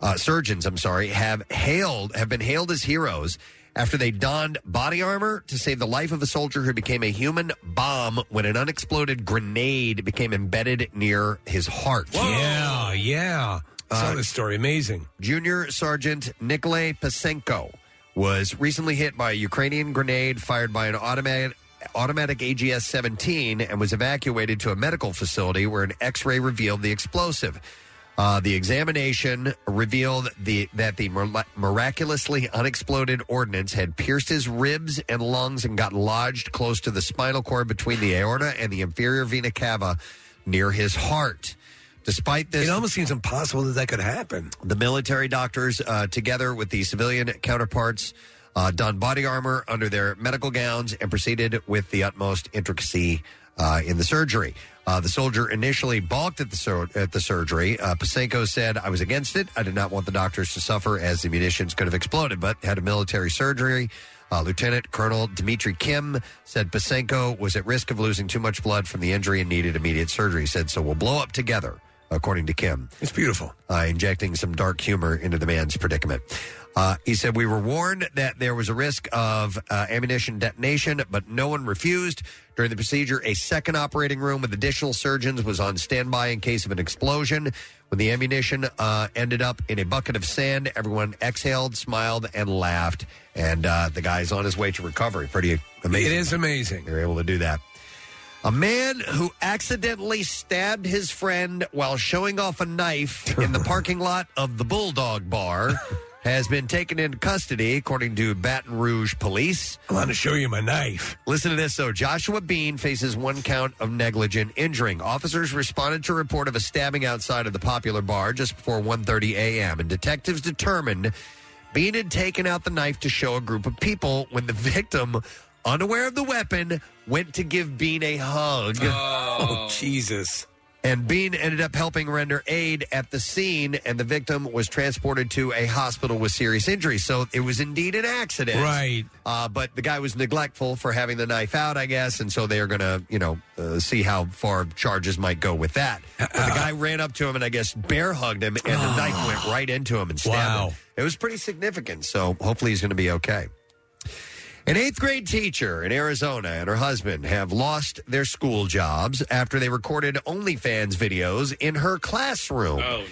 uh, surgeons, I'm sorry, have hailed have been hailed as heroes after they donned body armor to save the life of a soldier who became a human bomb when an unexploded grenade became embedded near his heart.
Yeah, Ah, yeah. Saw
Uh,
this story. Amazing.
Junior Sergeant Nikolay Pasenko was recently hit by a Ukrainian grenade fired by an automatic automatic AGS 17 and was evacuated to a medical facility where an x-ray revealed the explosive. Uh, the examination revealed the, that the mir- miraculously unexploded ordnance had pierced his ribs and lungs and got lodged close to the spinal cord between the aorta and the inferior vena cava near his heart. Despite this, it almost
seems impossible that that could happen.
The military doctors, uh, together with the civilian counterparts, uh, donned body armor under their medical gowns and proceeded with the utmost intricacy uh, in the surgery. Uh, the soldier initially balked at the sur- at the surgery. Uh, Pasenko said, "I was against it. I did not want the doctors to suffer, as the munitions could have exploded. But had a military surgery." Uh, Lieutenant Colonel Dmitry Kim said Pasenko was at risk of losing too much blood from the injury and needed immediate surgery. He said, "So we'll blow up together," according to Kim
It's beautiful.
uh, injecting some dark humor into the man's predicament. Uh, he said, We were warned that there was a risk of uh, ammunition detonation, but no one refused. During the procedure, a second operating room with additional surgeons was on standby in case of an explosion. When the ammunition uh, ended up in a bucket of sand, everyone exhaled, smiled, and laughed. And uh, the guy's on his way to recovery. Pretty amazing.
It is amazing.
They're able to do that. A man who accidentally stabbed his friend while showing off a knife in the parking lot of the Bulldog Bar has been taken into custody, according to Baton Rouge police.
I want to show you my knife.
Listen to this, though. Joshua Bean faces one count of negligent injuring. Officers responded to a report of a stabbing outside of the popular bar just before 1.30 a.m., and detectives determined Bean had taken out the knife to show a group of people when the victim, unaware of the weapon, went to give Bean a hug.
Oh, Jesus.
And Bean ended up helping render aid at the scene, and the victim was transported to a hospital with serious injuries. So it was indeed an accident.
Right.
Uh, but the guy was neglectful for having the knife out, I guess, and so they are going to, you know, uh, see how far charges might go with that. But the guy ran up to him and I guess bear hugged him, and the knife went right into him and stabbed him. It was pretty significant. So hopefully he's going to be okay. An eighth grade teacher in Arizona and her husband have lost their school jobs after they recorded OnlyFans videos in her classroom. Oh, no.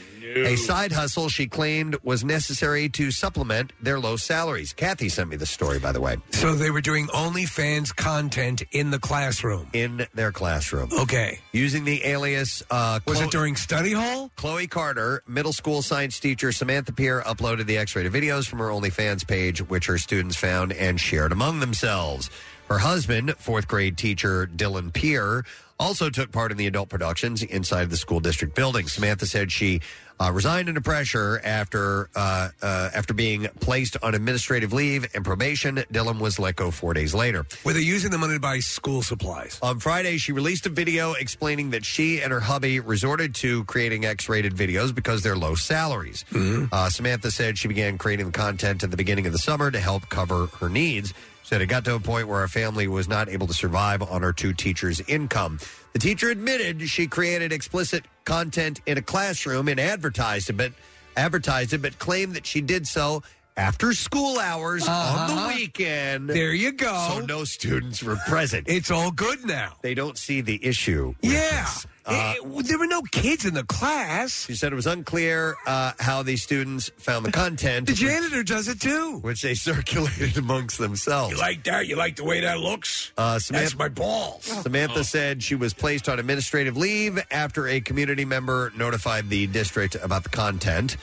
A side hustle she claimed was necessary to supplement their low salaries. Kathy sent me the story, by the way.
So they were doing OnlyFans content in the classroom.
In their classroom.
Okay.
Using the alias. Uh,
Was it during study hall?
Chloe Carter, middle school science teacher Samantha Peer, uploaded the X rated videos from her OnlyFans page, which her students found and shared among themselves. Her husband, fourth grade teacher Dylan Peer, also took part in the adult productions inside the school district building. Samantha said she uh, resigned under pressure after uh, uh, after being placed on administrative leave and probation. Dylan was let go four days later.
Were they using the money to buy school supplies?
On Friday, she released a video explaining that she and her hubby resorted to creating X rated videos because they're low salaries.
Hmm.
Uh, Samantha said she began creating the content at the beginning of the summer to help cover her needs. She said it got to a point where our family was not able to survive on her two teachers' income. The teacher admitted she created explicit content in a classroom and advertised it, but advertised it, but claimed that she did so after school hours on
Uh-huh.
the weekend.
There you go.
So no students were present.
It's all good now.
They don't see the issue.
Yeah.
Uh,
It- it- there were no kids in the class.
She said it was unclear uh, how the students found the content.
The janitor does it too.
Which they circulated amongst themselves.
You like that? You like the way that looks?
Uh,
That's my balls.
Oh.
Oh.
Samantha said she was placed on administrative leave after a community member notified the district about the content.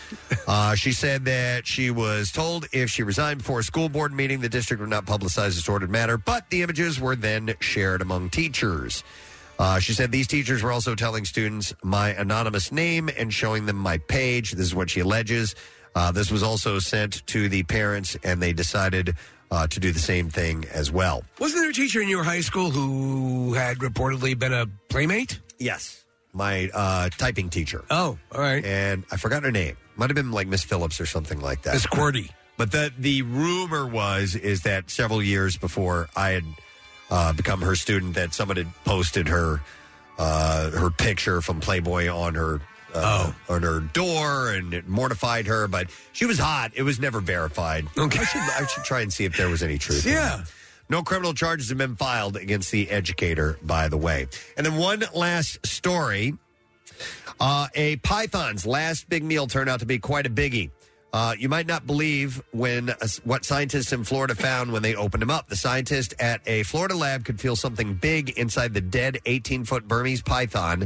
Uh, she said that she was told if she resigned before a school board meeting, the district would not publicize this ordered matter, but the images were then shared among teachers. Uh, she said these teachers were also telling students my anonymous name and showing them my page. This is what she alleges. Uh, this was also sent to the parents, and they decided uh, to do the same thing as well.
Wasn't there a teacher in your high school who had reportedly been a playmate?
Yes. my uh, typing teacher.
Oh, all right.
And I forgot her name. Might have been like Miss Phillips or something like that.
Miss QWERTY.
But the the rumor was is that several years before I had uh, become her student, that someone had posted her uh, her picture from Playboy on her uh, on her door, and it mortified her. But she was hot. It was never verified. Okay, I should, I should try and see if there was any truth. in
Yeah.
that. No criminal charges have been filed against the educator, by the way. And then one last story. Uh, a python's last big meal turned out to be quite a biggie. Uh, you might not believe when uh, what scientists in Florida found when they opened him up. The scientist at a Florida lab could feel something big inside the dead 18 foot Burmese python,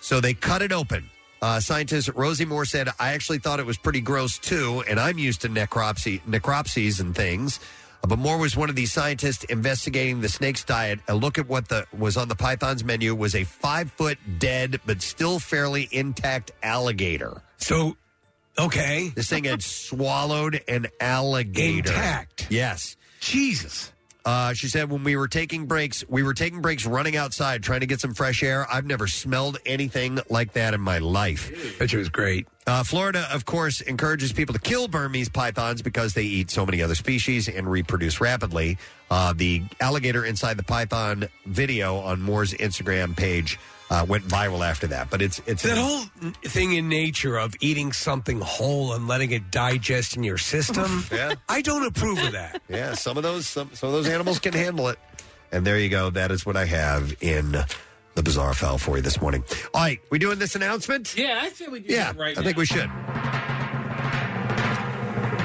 so they cut it open. Uh, scientist Rosie Moore said, "I actually thought it was pretty gross too, and I'm used to necropsy necropsies and things." Uh, But Moore was one of the scientists investigating the snake's diet. A look at what the was on the python's menu was a five foot dead but still fairly intact alligator.
So, okay,
this thing had swallowed an alligator
Intact.
Yes,
Jesus.
Uh, she said, when we were taking breaks, we were taking breaks running outside trying to get some fresh air. I've never smelled anything like that in my life.
Picture was great.
Uh, Florida, of course, encourages people to kill Burmese pythons because they eat so many other species and reproduce rapidly. Uh, the alligator inside the python video on Moore's Instagram page uh, went viral after that. But it's it's
that whole n- thing in nature of eating something whole and letting it digest in your system.
yeah.
I don't approve of that.
yeah, some of those some some of those animals can handle it. And there you go. That is what I have in the bizarre file for you this morning. All right, we doing this announcement?
Yeah, I feel we do
Yeah,
that right
I think
now.
we should.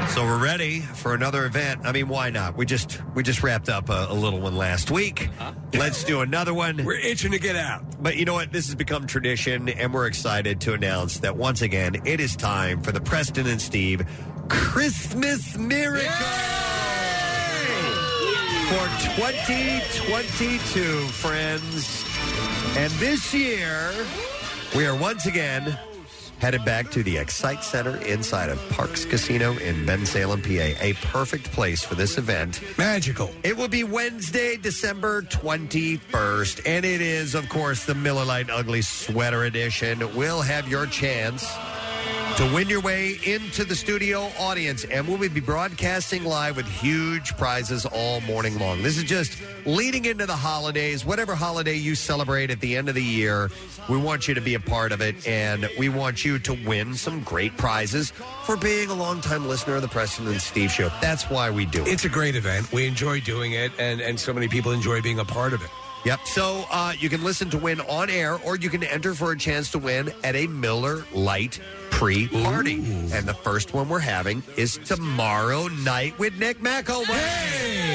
So we're ready for another event. I mean, why not? We just we just wrapped up a, a little one last week. Let's do another one.
Uh-huh. We're itching to get out.
But you know what? This has become tradition, and we're excited to announce that once again, it is time for the Preston and Steve Christmas Miracle for 2022, friends. And this year, we are once again headed back to the Excite Center inside of Parks Casino in Ben Salem, PA. A perfect place for this event.
Magical.
It will be Wednesday, December 21st. And it is, of course, the Miller Lite Ugly Sweater Edition. We'll have your chance to win your way into the studio audience. And we'll be broadcasting live with huge prizes all morning long. This is just leading into the holidays. Whatever holiday you celebrate at the end of the year, we want you to be a part of it. And we want you to win some great prizes for being a longtime listener of the Preston and Steve Show. That's why we do it.
It's a great event. We enjoy doing it, and, and so many people enjoy being a part of it.
Yep. So uh, you can listen to win on air, or you can enter for a chance to win at a Miller Light pre party. And the first one we're having is tomorrow night with Nick McElwain.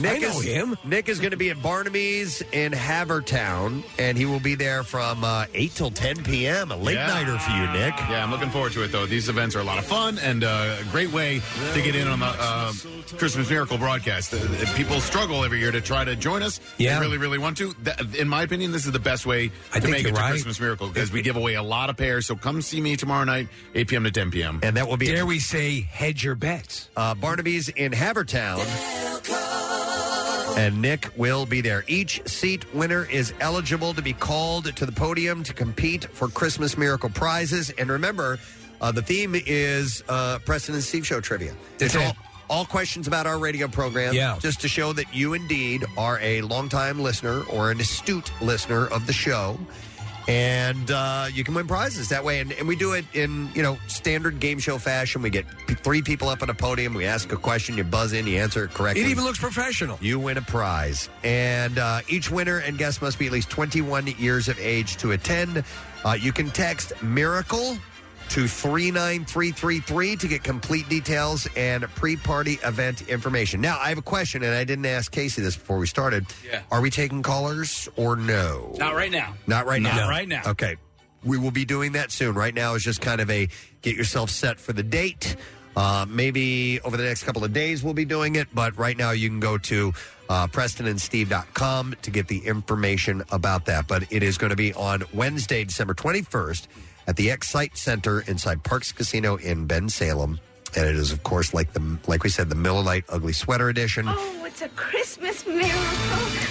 Nick
I know
is,
him.
Nick is going to be at Barnaby's in Havertown, and he will be there from uh, 8 till 10 p.m., a late nighter for you, Nick.
Yeah, I'm looking forward to it though. These events are a lot of fun and uh, a great way to get in on the uh, Christmas Miracle broadcast. Uh, people struggle every year to try to join us.
Yeah.
they really, really want to. That, in my opinion, this is the best way to
I think
make it
you're
to
right.
Christmas Miracle because we give away a lot of pairs. So come see me tomorrow night, 8 p.m. to 10 p.m.
And that will be
Dare we say, hedge your bets.
uh, Barnaby's in Havertown. And Nick will be there. Each seat winner is eligible to be called to the podium to compete for Christmas Miracle prizes. And remember, uh, the theme is uh, Preston and Steve Show trivia. It's all, all questions about our radio program.
Yeah.
Just to show that you indeed are a longtime listener or an astute listener of the show. And uh, you can win prizes that way. And, and we do it in, you know, standard game show fashion. We get p- three people up on a podium. We ask a question. You buzz in. You answer it correctly.
It even looks professional.
You win a prize. And uh, each winner and guest must be at least 21 years of age to attend. Uh, you can text Miracle to 39333 to get complete details and pre party event information. Now, I have a question, and I didn't ask Casey this before we started.
Yeah.
Are we taking callers or no?
Not right now.
Not right
Not
now.
right now.
Okay. We will be doing that soon. Right now is just kind of a get yourself set for the date. Uh, maybe over the next couple of days we'll be doing it, but right now you can go to uh, PrestonandSteve.com to get the information about that. But it is going to be on Wednesday, December 21st at the Excite Center inside Parks Casino in Ben Salem. And it is, of course, like the like we said, the Miller Lite Ugly Sweater Edition.
Oh, it's It's a Christmas miracle.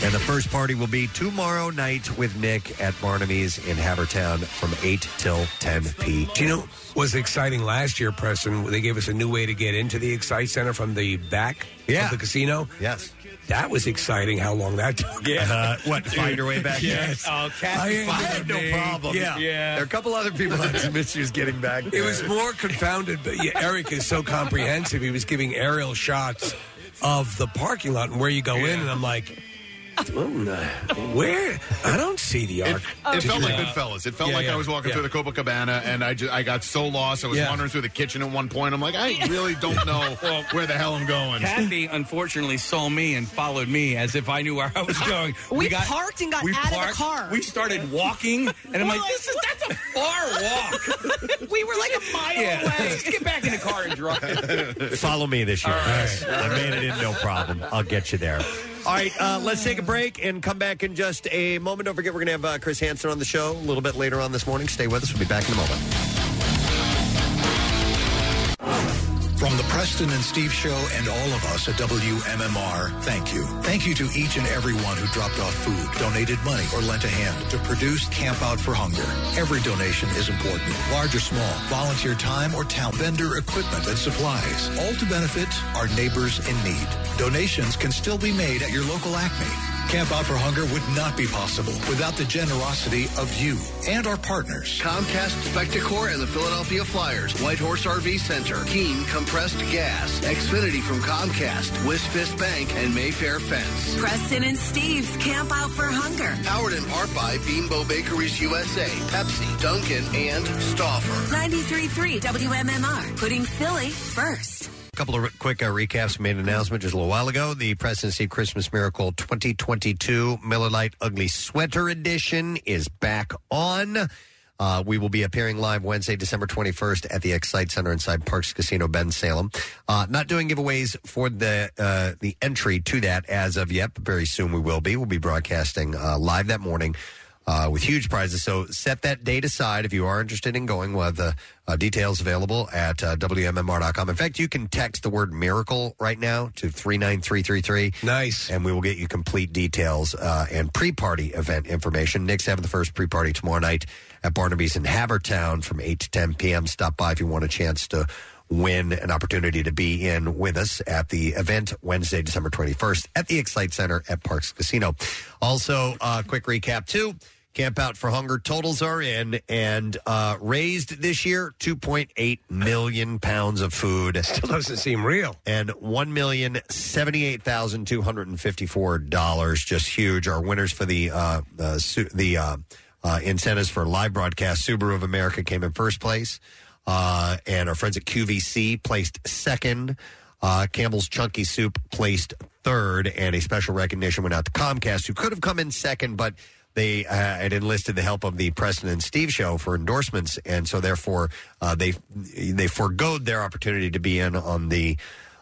And the first party will be tomorrow night with Nick at Barnaby's in Havertown from 8 till 10 p.
Do you know what was exciting last year, Preston? They gave us a new way to get into the Excite Center from the back of the casino.
Yes.
That was exciting how long that took.
Yeah. Uh, what, find your way back there?
Yes.
Oh, Kathy,
I ended
I had
up
no
being-
problem.
Yeah.
Yeah. There are a couple other people had some issues getting back
It
there.
was more confounded, but yeah, Eric is so comprehensive. He was giving aerial shots of the parking lot and where you go in, and I'm like, "Oh, no. where? I don't see the arc.
It felt like
Yeah.
Goodfellas. It felt
Yeah,
like
yeah,
I was walking
yeah.
through the Copacabana, and I just, I got so lost. I was
Yeah.
wandering through the kitchen at one point. I'm like, I really don't know where the hell I'm going.
Kathy unfortunately saw me and followed me as if I knew where I was going.
We parked and got out of the car.
We started walking, and I'm
We're
like,
like,
"This is that's a far walk."
we were like a mile
yeah,
away.
just get back in the car and drive.
Follow me this year. I made it in no problem. I'll get you there. All right, uh, let's take a break and come back in just a moment. Don't forget, we're going to have uh, Chris Hansen on the show a little bit later on this morning. Stay with us. We'll be back in a moment.
From the Preston and Steve Show and all of us at WMMR, thank you. Thank you to each and everyone who dropped off food, donated money, or lent a hand to produce Camp Out for Hunger. Every donation is important, large or small, volunteer time or talent, vendor equipment and supplies, all to benefit our neighbors in need. Donations can still be made at your local Acme. Camp Out for Hunger would not be possible without the generosity of you and our partners.
Comcast Spectacor and the Philadelphia Flyers, Whitehorse RV Center, Keen Compressed Gas, Xfinity from Comcast, Wisfist Bank, and Mayfair Fence.
Preston and Steve's Camp Out for Hunger.
Powered in part by Beanbo Bakeries USA, Pepsi, Duncan, and Stauffer.
93.3 WMMR, putting Philly first.
A couple of r- quick uh, recaps. We Made an announcement just a little while ago. The Presidency Christmas Miracle 2022 Miller Lite Ugly Sweater Edition is back on. Uh, we will be appearing live Wednesday, December 21st at the Excite Center inside Parks Casino, Ben Salem. Uh, not doing giveaways for the uh, the entry to that as of yet, but very soon we will be. We'll be broadcasting uh, live that morning uh, with huge prizes. So set that date aside if you are interested in going. We'll have the uh, details available at uh, WMMR.com. In fact, you can text the word miracle right now to 39333.
Nice.
And we will get you complete details uh, and pre party event information. Nick's having the first pre party tomorrow night at Barnaby's in Havertown from 8 to 10 p.m. Stop by if you want a chance to win an opportunity to be in with us at the event Wednesday, December 21st at the Excite Center at Parks Casino. Also, uh, quick recap too. Camp Out for Hunger totals are in and uh, raised this year 2.8 million pounds of food. Still
doesn't seem real.
And one million seventy-eight thousand two hundred and fifty-four dollars, just huge. Our winners for the uh, uh, su- the uh, uh, incentives for live broadcast Subaru of America came in first place, uh, and our friends at QVC placed second. Uh, Campbell's Chunky Soup placed third, and a special recognition went out to Comcast, who could have come in second, but they uh, had enlisted the help of the Preston and Steve show for endorsements, and so therefore uh, they they foregoed their opportunity to be in on the.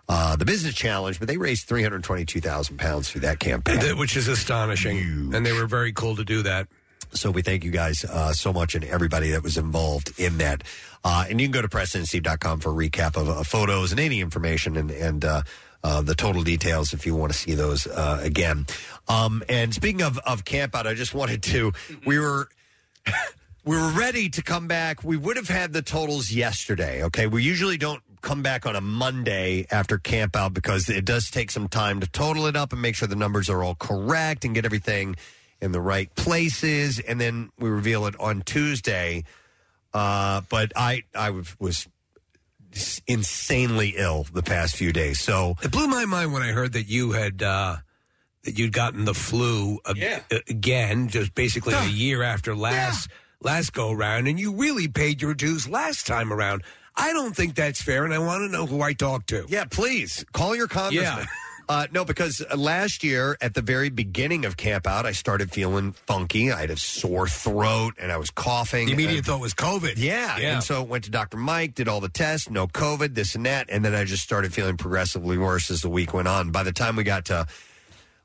Uh, the business challenge, but they raised three hundred twenty-two thousand pounds through that campaign.
That- which is astonishing. And they were very cool to do that.
So we thank you guys uh, so much and everybody that was involved in that. Uh, and you can go to PrestonandSteve.com for a recap of uh, photos and any information and, and uh, uh, the total details if you want to see those uh, again. Um, and speaking of, of camp out, I just wanted to, we were. We were ready to come back. We would have had the totals yesterday. Okay, we usually don't come back on a Monday after camp out because it does take some time to total it up and make sure the numbers are all correct and get everything in the right places, and then we reveal it on Tuesday. Uh, but I I was- was insanely ill the past few days, so
It blew my mind when I heard that you had uh, that you'd gotten the flu a- again, just basically a year after last last go round, and you really paid your dues last time around. I don't think that's fair, and I want to know who I talked to.
Yeah, please call your congressman.
Yeah.
Uh, no, because uh, last year at the very beginning of camp out, I started feeling funky. I had a sore throat and I was coughing.
The immediate
And-
thought was COVID.
Yeah.
Yeah.
And so went to Dr. Mike, did all the tests, no COVID, this and that. And then I just started feeling progressively worse as the week went on. By the time we got to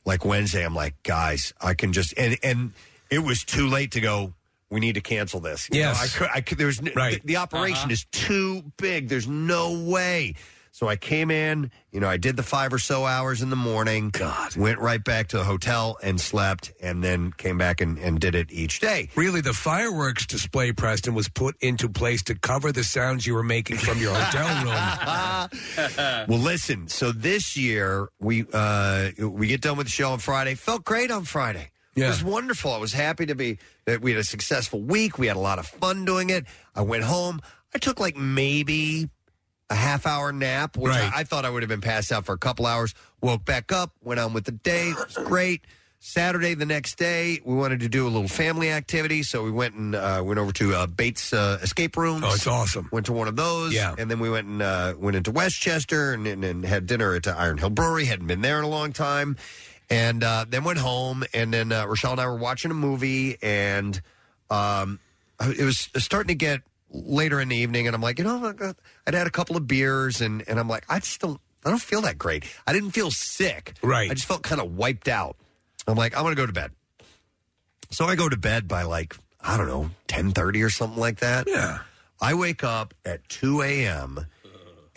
like Wednesday, I'm like, guys, I can just and and it was too late to go. We need to cancel this. You know,
Yes.
I could. I could. There's n-
Right.
the, the operation
Uh-huh.
is too big. There's no way. So I came in, you know, I did the five or so hours in the morning. God. Went right back to the hotel and slept, and then came back and, and did it each day.
Really, the fireworks display, Preston, was put into place to cover the sounds you were making from your hotel
Uh,
room.
well, listen. So this year we uh, we get done with the show on Friday. Felt great on Friday. It was wonderful. I was happy to be that we had a successful week. We had a lot of fun doing it. I went home. I took like maybe a half hour nap, which I, I thought I would have been passed out for a couple hours. Woke back up, went on with the day. It was great. Saturday, the next day, we wanted to do a little family activity, so we went and uh, went over to uh, Bates uh, Escape Rooms.
Oh, it's awesome.
Went to one of those,
Yeah.
And then we went and uh, went into Westchester and, and, and had dinner at uh, Iron Hill Brewery. Hadn't been there in a long time, and uh, then went home. And then uh, Rochelle and I were watching a movie, and um, it was starting to get later in the evening, and I'm like, you know, I'd had a couple of beers, and and I'm like, I just don't, I don't feel that great. I didn't feel sick, right? I just felt kind of wiped out. I'm like, I'm gonna go to bed. So I go to bed by like I don't know, ten thirty or something like that. Yeah. I wake up at two a.m.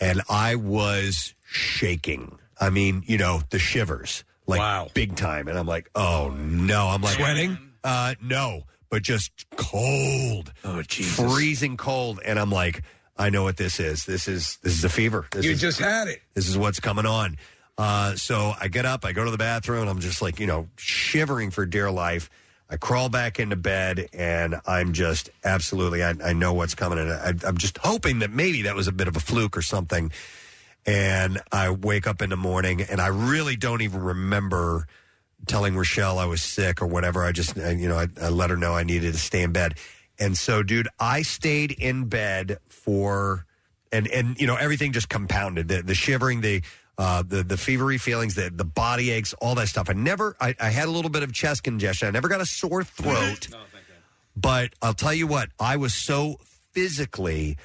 and I was shaking. I mean, you know, the shivers, like big time. And I'm like, oh no. I'm like
Sweating?
Uh, no, but just cold. Oh Jesus, freezing cold. And I'm like, I know what this is. This is this is a fever. This
You
is-
just had it.
This is what's coming on. Uh, so I get up, I go to the bathroom, and I'm just like, you know, shivering for dear life. I crawl back into bed, and I'm just absolutely, I, I know what's coming. And I, I'm just hoping that maybe that was a bit of a fluke or something. And I wake up in the morning, and I really don't even remember telling Rochelle I was sick or whatever. I just, I- you know, I, I let her know I needed to stay in bed. And so, dude, I stayed in bed for, and and you know, everything just compounded the the shivering, the uh, the the fevery feelings, the the body aches, all that stuff. I never, I, I had a little bit of chest congestion. I never got a sore throat. But I'll tell you what, I was so physically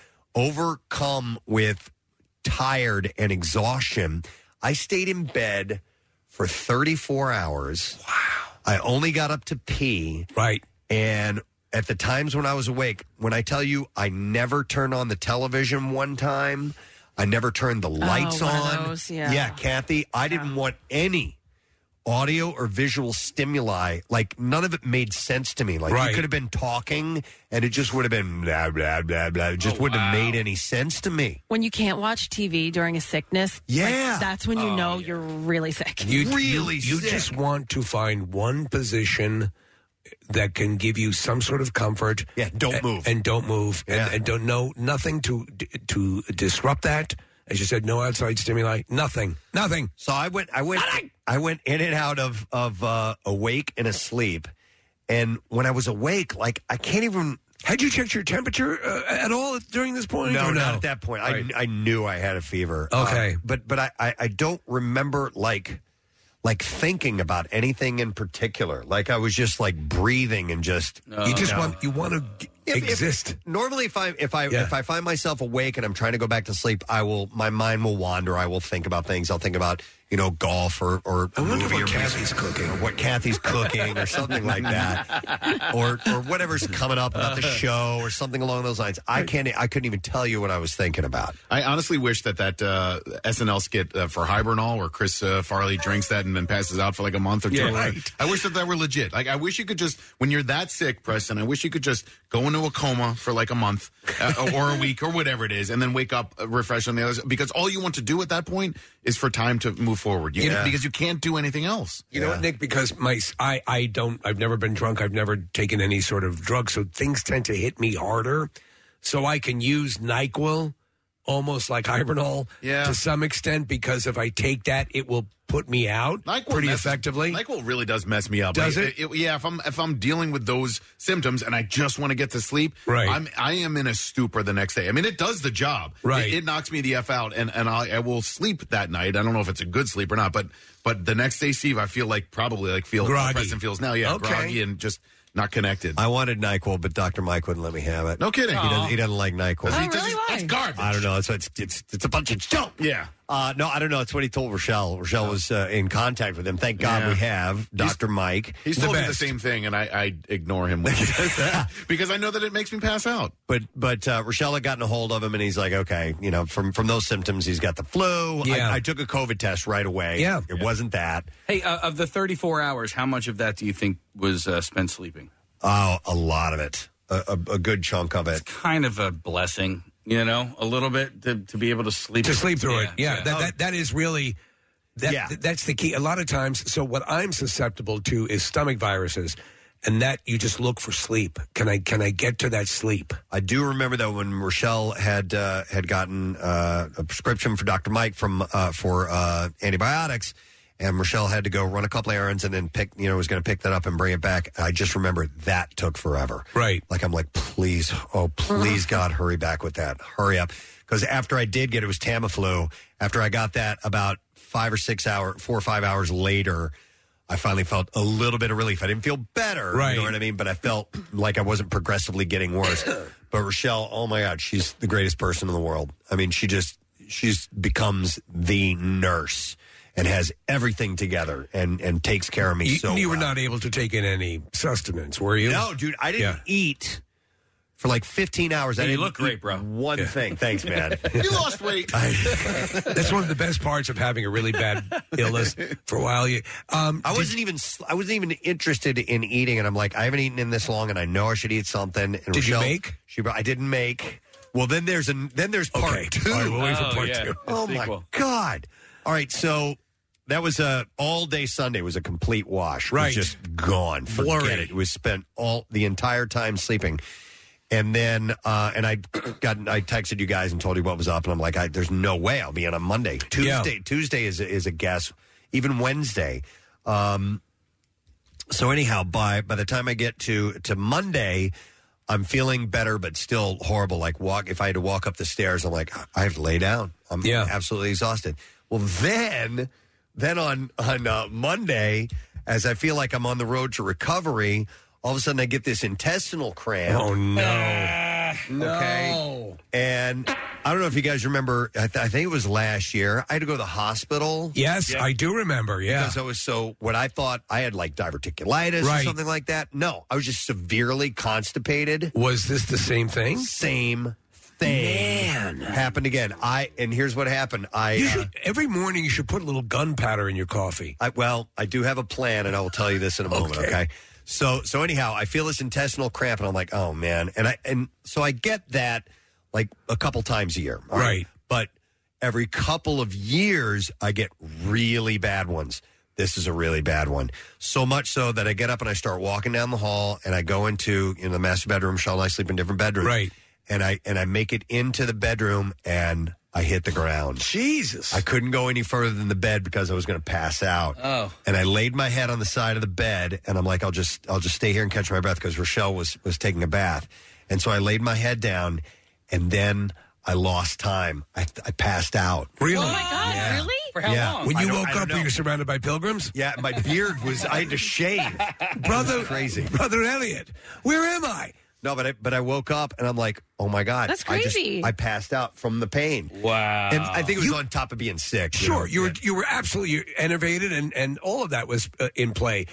overcome with tired and exhaustion. I stayed in bed for 34 hours. Wow. I only got up to pee.
Right.
And at the times when I was awake, when I tell you I never turned on the television one time, I never turned the lights
Oh, one of
on.
those, yeah.
Kathy, I didn't want any audio or visual stimuli. Like none of it made sense to me. Like
Right.
you could have been talking and it just would have been blah blah blah blah. It just
Oh,
wouldn't have made any sense to me.
When you can't watch TV during a sickness, like,
Yeah.
that's when you know you're really sick.
You really, you, just want to find one position that can give you some sort of comfort. Yeah,
don't
move, and don't move, and, and don't know nothing to to disrupt that. As you said, no outside stimuli, nothing, nothing.
So I went, I went, I went in and out of of uh, awake and asleep. And when I was awake, like I can't even.
Had you checked your temperature uh, at all during this point?
No,
or no?
not at that point.
Right.
I I knew I had a fever.
Okay.
Um, but but I, I I don't remember like like thinking about anything in particular. Like I was just like breathing and just
you just
know.
want you want to g-
If- if-
exist.
normally if I if I
Yeah.
if I find myself awake and I'm trying to go back to sleep, I will my mind will wander. I will think about things. I'll think about you know golf or or I wonder what Kathy's cooking or what Kathy's cooking or something like that, or or whatever's coming up about
Uh-huh.
the show or something along those lines. I can't. I couldn't even tell you what I was thinking about.
I honestly wish that that uh, SNL skit uh, for Hibernall, where Chris uh, Farley drinks that and then passes out for like a month or two.
Yeah, right.
I wish that that were legit. Like, I wish you could just, when you're that sick, Preston, I wish you could just go into a coma for like a month uh, or a week or whatever it is, and then wake up uh, refreshed on the other. side. Because all you want to do at that point is for time to move forward. You
Yeah.
because you can't do anything else.
You know what, Nick? Because my s- I I don't I've never been drunk. I've never taken any sort of drug, so things tend to hit me harder. So I can use Nyquil almost like Hibernol
Yeah.
to some extent because if I take that, it will put me out pretty
messes-
effectively.
Nyquil really does mess me up.
Does
Like,
it?
Yeah, if I'm if I'm dealing with those symptoms and I just want to get to sleep,
Right.
I'm I am in a stupor the next day. I mean, it does the job.
Right.
It, it knocks me the f out, and and I, I will sleep that night. I don't know if it's a good sleep or not, but but the next day, Steve, I feel like probably like feel
Groggy.
Preston feels now. Yeah,
Okay.
groggy and just not connected.
I wanted Nyquil, but Doctor Mike wouldn't let me have it.
No kidding.
He
Aw.
doesn't, he doesn't like Nyquil.
Does he- does he- That's garbage.
I don't know. It's it's it's, it's a bunch of junk.
Yeah.
Uh, no, I don't know. That's what he told Rochelle. Rochelle was uh, in contact with him. Thank God
Yeah.
we have Dr. Mike.
He's still doing the same thing, and I, I ignore him when he does that because I know that it makes me pass out.
But but uh, Rochelle had gotten a hold of him, and he's like, okay, you know, from from those symptoms, he's got the flu.
Yeah.
I, I took a COVID test right away.
Yeah.
it wasn't that.
Hey, uh, of the 34 hours, how much of that do you think was uh, spent sleeping?
Oh, a lot of it, a, a, a good chunk of it.
Kind of a blessing, you know, a little bit to, to be able to sleep
to sleep through it. Yeah, That, that that is really that,
Yeah.
that's the key. A lot of times, so what I'm susceptible to is stomach viruses, and that you just look for sleep. Can I can I get to that sleep?
I do remember though when Rochelle had uh, had gotten uh, a prescription for Dr. Mike from uh, for uh, antibiotics, and Rochelle had to go run a couple errands and then pick you know was going to pick that up and bring it back. I just remember that took forever.
Right.
Like I'm like please oh please God hurry back with that hurry up because after I did get it it was Tamiflu. After I got that about five or six hour four or five hours later. I finally felt a little bit of relief. I didn't feel better,
Right.
You know what I mean? But I felt like I wasn't progressively getting worse. but Rochelle, oh my God, she's the greatest person in the world. I mean, she just she's becomes the nurse and has everything together and and takes care of me
you,
so.
you
well.
were not able to take in any sustenance, were you?
No, dude, I didn't eat for like 15 hours. I
You
didn't
look great,
eat One thing, thanks, man.
You lost weight.
That's one of the best parts of having a really bad illness for a while. You, um,
I wasn't even sl- I wasn't even interested in eating, and I'm like, I haven't eaten in this long, and I know I should eat something. And
Did you
Rochelle-
make?
She, brought- I didn't make. Well, then there's a then there's part two.
All right, we'll wait for Oh, part yeah, two. the
Oh
sequel.
my god! All right, so that was a all day Sunday was a complete wash.
Right.
it was just gone. Forget
Blurry.
it. It was spent all the entire time sleeping. And then, uh, and I got, I texted you guys and told you what was up, and I'm like, I, there's no way I'll be in on Monday.
Yeah.
Tuesday, Tuesday is a, is a guess. Even Wednesday. Um, so anyhow, by by the time I get to to Monday, I'm feeling better, but still horrible. Like walk, if I had to walk up the stairs, I'm like, I have to lay down. I'm absolutely exhausted. Well, then, then on on uh, Monday, as I feel like I'm on the road to recovery, all of a sudden I get this intestinal cramp.
Oh no!
Okay. And I don't know if you guys remember. I, th- I think it was last year. I had to go to the hospital.
Yes, I do remember. Yeah.
Because I was so what I thought I had like diverticulitis or
Right.
something like that. No, I was just severely constipated.
Was this the same thing?
Same thing. Man. Happened again. I and here's what happened. I
You
uh,
should, every morning you should put a little gunpowder in your coffee.
I, well, I do have a plan, and I will tell you this in a moment. Okay. So, so anyhow, I feel this intestinal cramp, and I'm like, oh man, and I and so I get that like a couple times a year, all right? But every couple of years, I get really bad ones. This is a really bad one. So much so that I get up and I start walking down the hall, and I go into you know the master bedroom. Shall and I sleep in different bedrooms, right? And I and I make it into the bedroom, and I hit the ground.
Jesus!
I couldn't go any further than the bed because I was going to pass out.
Oh.
And I laid my head on the side of the bed, and I'm like, I'll just, I'll just stay here and catch my breath because Rochelle was was taking a bath, and so I laid my head down, and then I lost time. I, I passed out.
Really?
Oh God! Really? For how Yeah. long?
When
I
you
don't- I
woke
don't
up,
know.
you were surrounded by pilgrims.
Yeah, my beard was. I had to shave.
brother,
crazy,
brother Elliot. Where am I?
No, but I, but I woke up and I'm like, oh my god,
That's
I,
crazy.
just, I passed out from the pain.
Wow.
And I think it was on top of being sick. you know?
Sure, you were you were absolutely enervated, and and all of that was uh, in play.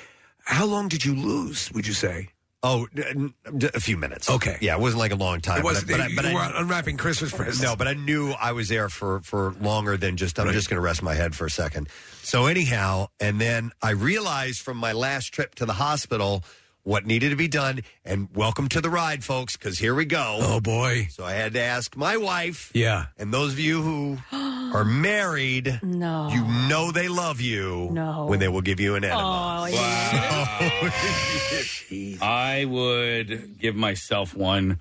How long did you lose? Would you say?
Oh, n- n- a few minutes.
Okay.
Yeah, it wasn't like a long time.
It wasn't-
But I,
you
but I,
were
but I,
unwrapping Christmas presents.
No, but I knew I was there for for longer than just. I'm just going to rest my head for a second. So anyhow, and then I realized from my last trip to the hospital what needed to be done. And welcome to the ride, folks, because here we go.
Oh boy!
So I had to ask my wife.
Yeah.
And those of you who are married, no, you know they love you
No.
when they will give you an enema.
Oh, I would give myself one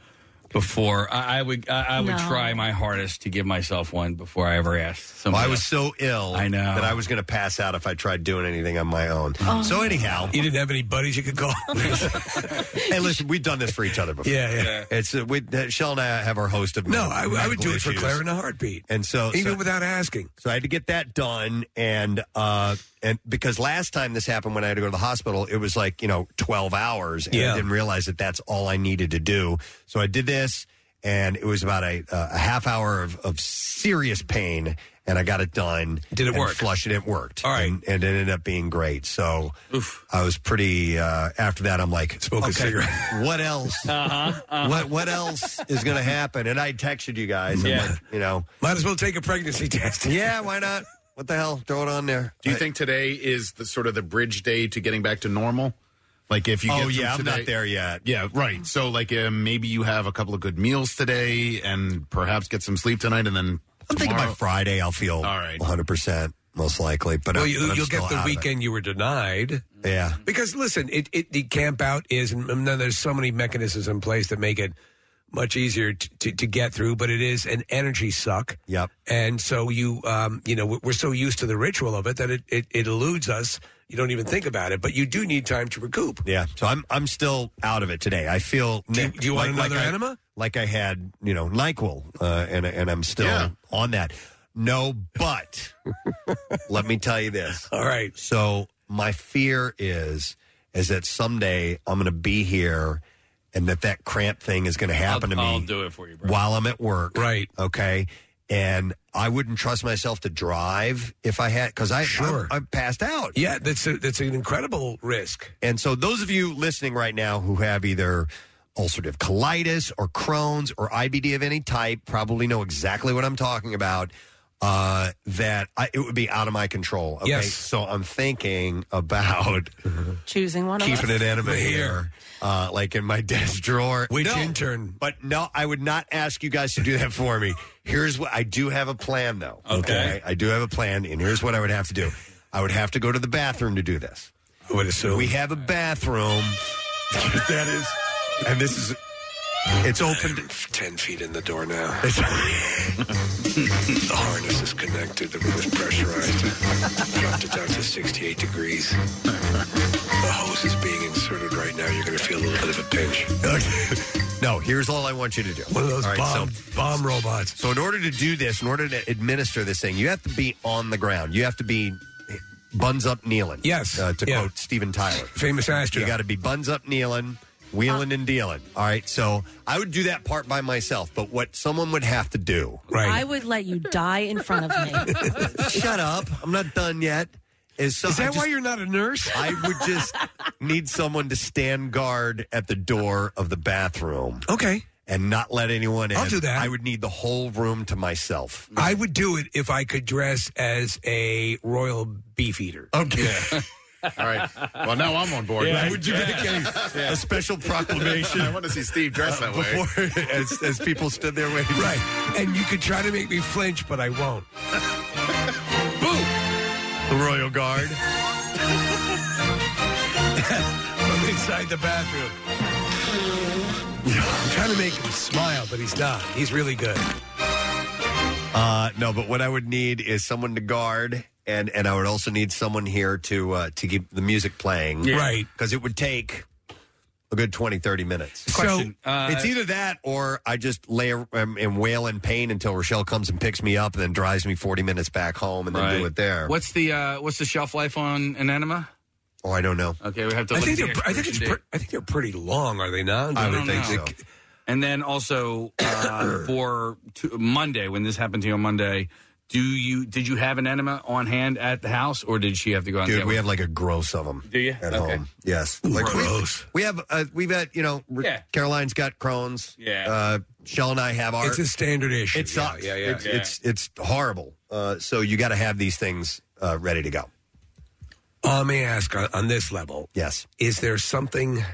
before I, I would I, I would
No.
try my hardest to give myself one before I ever asked
Well,
somebody.
I was so ill
I know.
that I was going to pass out if I tried doing anything on my own.
Oh.
So anyhow,
you didn't have any buddies you could call.
hey, listen, we've done this for each other before.
Yeah, yeah.
It's uh, we, uh, Shell and I have our host of
No, I,
medical-
I would do it for
medical
Claire in
issues.
a heartbeat.
And so
even
so-
without asking.
So I had to get that done, and uh, and because last time this happened when I had to go to the hospital, it was like you know twelve hours, and
Yeah.
I didn't realize that that's all I needed to do. So I did this, and it was about a, a half hour of, of serious pain, and I got it done.
Did it
and
work?
Flush it. It worked. All right, and, and it ended up being great. So I was pretty. Uh, after that, I'm like, smoke
a cigarette."
What else?
Uh-huh, uh-huh.
What what else is going to happen? And I texted you guys. I'm
Yeah.
like, you know,
Might as well take a pregnancy test.
yeah, why not? What the hell? Throw it on there.
Do you think today is the sort of the bridge day to getting back to normal? Like if you
Oh,
get
yeah, I'm
today,
not there yet.
Yeah, right. So like uh, maybe you have a couple of good meals today and perhaps get some sleep tonight and then
I'm thinking by Friday I'll feel all
right,
100 percent most likely. But
well,
I'm-
you,
but I'm
you'll
still
get the
out of it.
weekend you were denied.
Yeah.
Because listen, it, it the camp out is, and then there's so many mechanisms in place that make it much easier to, to, to get through, but it is an energy suck.
Yep.
And so you, um, you know, we're- we're so used to the ritual of it that it, it, it eludes us. You don't even think about it, but you do need time to recoup.
Yeah, so I'm I'm still out of it today. I feel
Do you-
nicked.
do you want another
I-
enema?
Like I had, you know, Nyquil, uh, and and I'm still on that. No, but let me tell you this.
All right.
So my fear is is that someday I'm going to be here, and that that cramp thing is going to happen to me.
I'll do it for you, bro.
while I'm at work.
Right.
Okay. And I wouldn't trust myself to drive if I had because I
Sure.
I'm, I'm passed out.
Yeah, that's a, that's an incredible risk.
And so, those of you listening right now who have either ulcerative colitis or Crohn's or IBD of any type probably know exactly what I'm talking about. Uh, that I, it would be out of my control. Okay,
Yes.
so I'm thinking about
Choosing one of
keeping
us.
it anime here, uh, like in my desk drawer.
Which
No.
intern?
But no, I would not ask you guys to do that for me. Here's what I do have a plan, though.
Okay.
I do have a plan, and here's what I would have to do. I would have to go to the bathroom to do this.
I would assume
We have a bathroom that is, and this is, it's opened.
Ten feet in the door now. the harness is connected. The room is pressurized. Dropped it down to 68 degrees. The hose is being inserted right now. You're going to feel a little bit of a pinch.
No, here's all I want you to do.
One of those
All right,
bomb,
so-
bomb robots.
So, in order to do this, in order to administer this thing, you have to be on the ground. You have to be buns up kneeling.
Yes.
Uh, to
Yeah.
quote Steven Tyler,
Famous astronaut.
You got to be buns up kneeling, wheeling and dealing. All right. So, I would do that part by myself, but what someone would have to do.
Right.
I would let you die in front of me.
Shut up. I'm not done yet. Is, so,
Is
I
that
just-
why you're not a nurse?
I would just need someone to stand guard at the door of the bathroom
Okay.
and not let anyone in.
I'll do that.
I would need the whole room to myself.
I would do it if I could dress as a royal beef eater.
Okay.
All right. Well, now I'm on board.
Why would you make a, a special proclamation Uh,
I want to see Steve dress that way.
before as, as people stood there waiting?
Right. And you could try to make me flinch, but I won't.
The royal guard.
From inside the bathroom. I'm trying to make him smile, but he's not. He's really good.
Uh, no, but what I would need is someone to guard, and and I would also need someone here to uh, to keep the music playing,
Yeah. Right.
Because it would take a good 20, 30 minutes.
Question. uh,
it's either that or I just lay um, and wail in pain until Rochelle comes and picks me up and then drives me 40 minutes back home and then do
Right.
it there.
What's the uh, what's the shelf life on an enema?
Oh, I don't know.
Okay, we have to.
I
Look
think
at
they're.
the
I think it's.
expiration
Pre-
date.
I think they're pretty long, are they not?
I
I
would
don't
think
know.
so.
And then also uh, for to, Monday, when this happened to you on Monday, do you did you have an enema on hand at the house, or did she have to go out? and
Dude,
get
we
one?
have like a gross of them.
Do you?
At
Okay.
home. Yes. Like we-
Gross.
We, have, uh, we've had, you know, r-
Yeah.
Caroline's got Crohn's.
Yeah.
Uh, Shell and I have ours.
It's a standard issue.
It sucks.
Yeah, yeah. yeah.
It's,
yeah.
it's it's horrible. Uh, so you got to have these things uh, ready to go.
Uh, may I ask on, on this level,
Yes.
is there something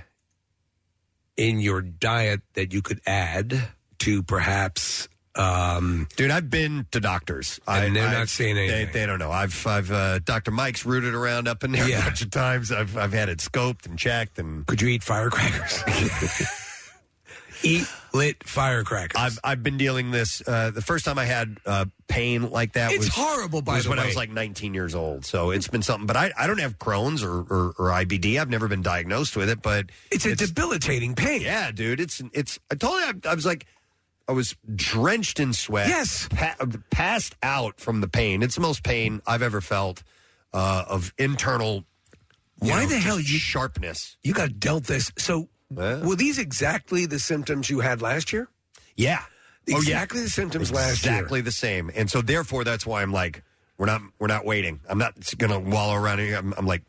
in your diet that you could add to perhaps? Um,
Dude, I've been to doctors.
And they're not seeing anything.
They, they don't know. I've, I've, uh, Dr. Mike's rooted around up in there a
Yeah.
bunch of times. I've, I've had it scoped and checked, and
could you eat firecrackers? eat lit firecrackers.
I've, I've been dealing this. Uh, the first time I had uh, pain like that
it's
was
horrible. By
was
the
when
way,
I was like 19 years old. So it's been something. But I, I don't have Crohn's or, or, or IBD. I've never been diagnosed with it. But
it's a debilitating pain.
Yeah, dude. It's it's. I told you. I, I was like, I was drenched in sweat.
Yes.
pa- passed out from the pain. It's the most pain I've ever felt uh, of internal. you
Why
know,
the
just
hell you-
sharpness?
You got dealt this. So,
Yeah.
were these exactly the symptoms you had last year?
Oh, Yeah.
Exactly the symptoms
exactly
last year.
Exactly the same. And so therefore that's why I'm like we're not we're not waiting. I'm not going to wallow around here. I'm, I'm like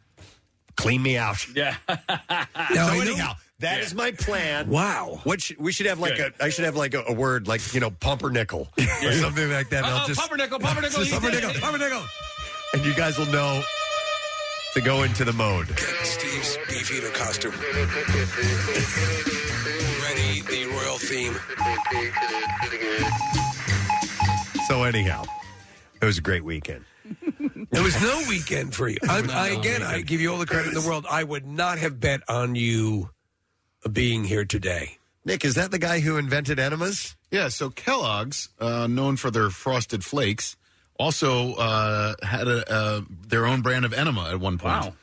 clean me out.
Yeah.
so anyhow, that is my plan.
Wow.
What sh- we should have like a I should have like a, a word like, you know, pumpernickel or something like that. and I'll
Oh,
just-
pumpernickel, pumpernickel,
Just
you did
pumpernickel,
it.
pumpernickel. And you guys will know to go into the mode.
Steve's Beefeater costume. Ready, the royal theme.
So anyhow, it was a great weekend.
There was no weekend for you. I'm, I, again, I give you all the credit in the world. I would not have bet on you being here today.
Nick, is that the guy who invented enemas?
Yeah, so Kellogg's, uh, known for their frosted flakes, also uh, had a, uh, their own brand of enema at one point. Wow.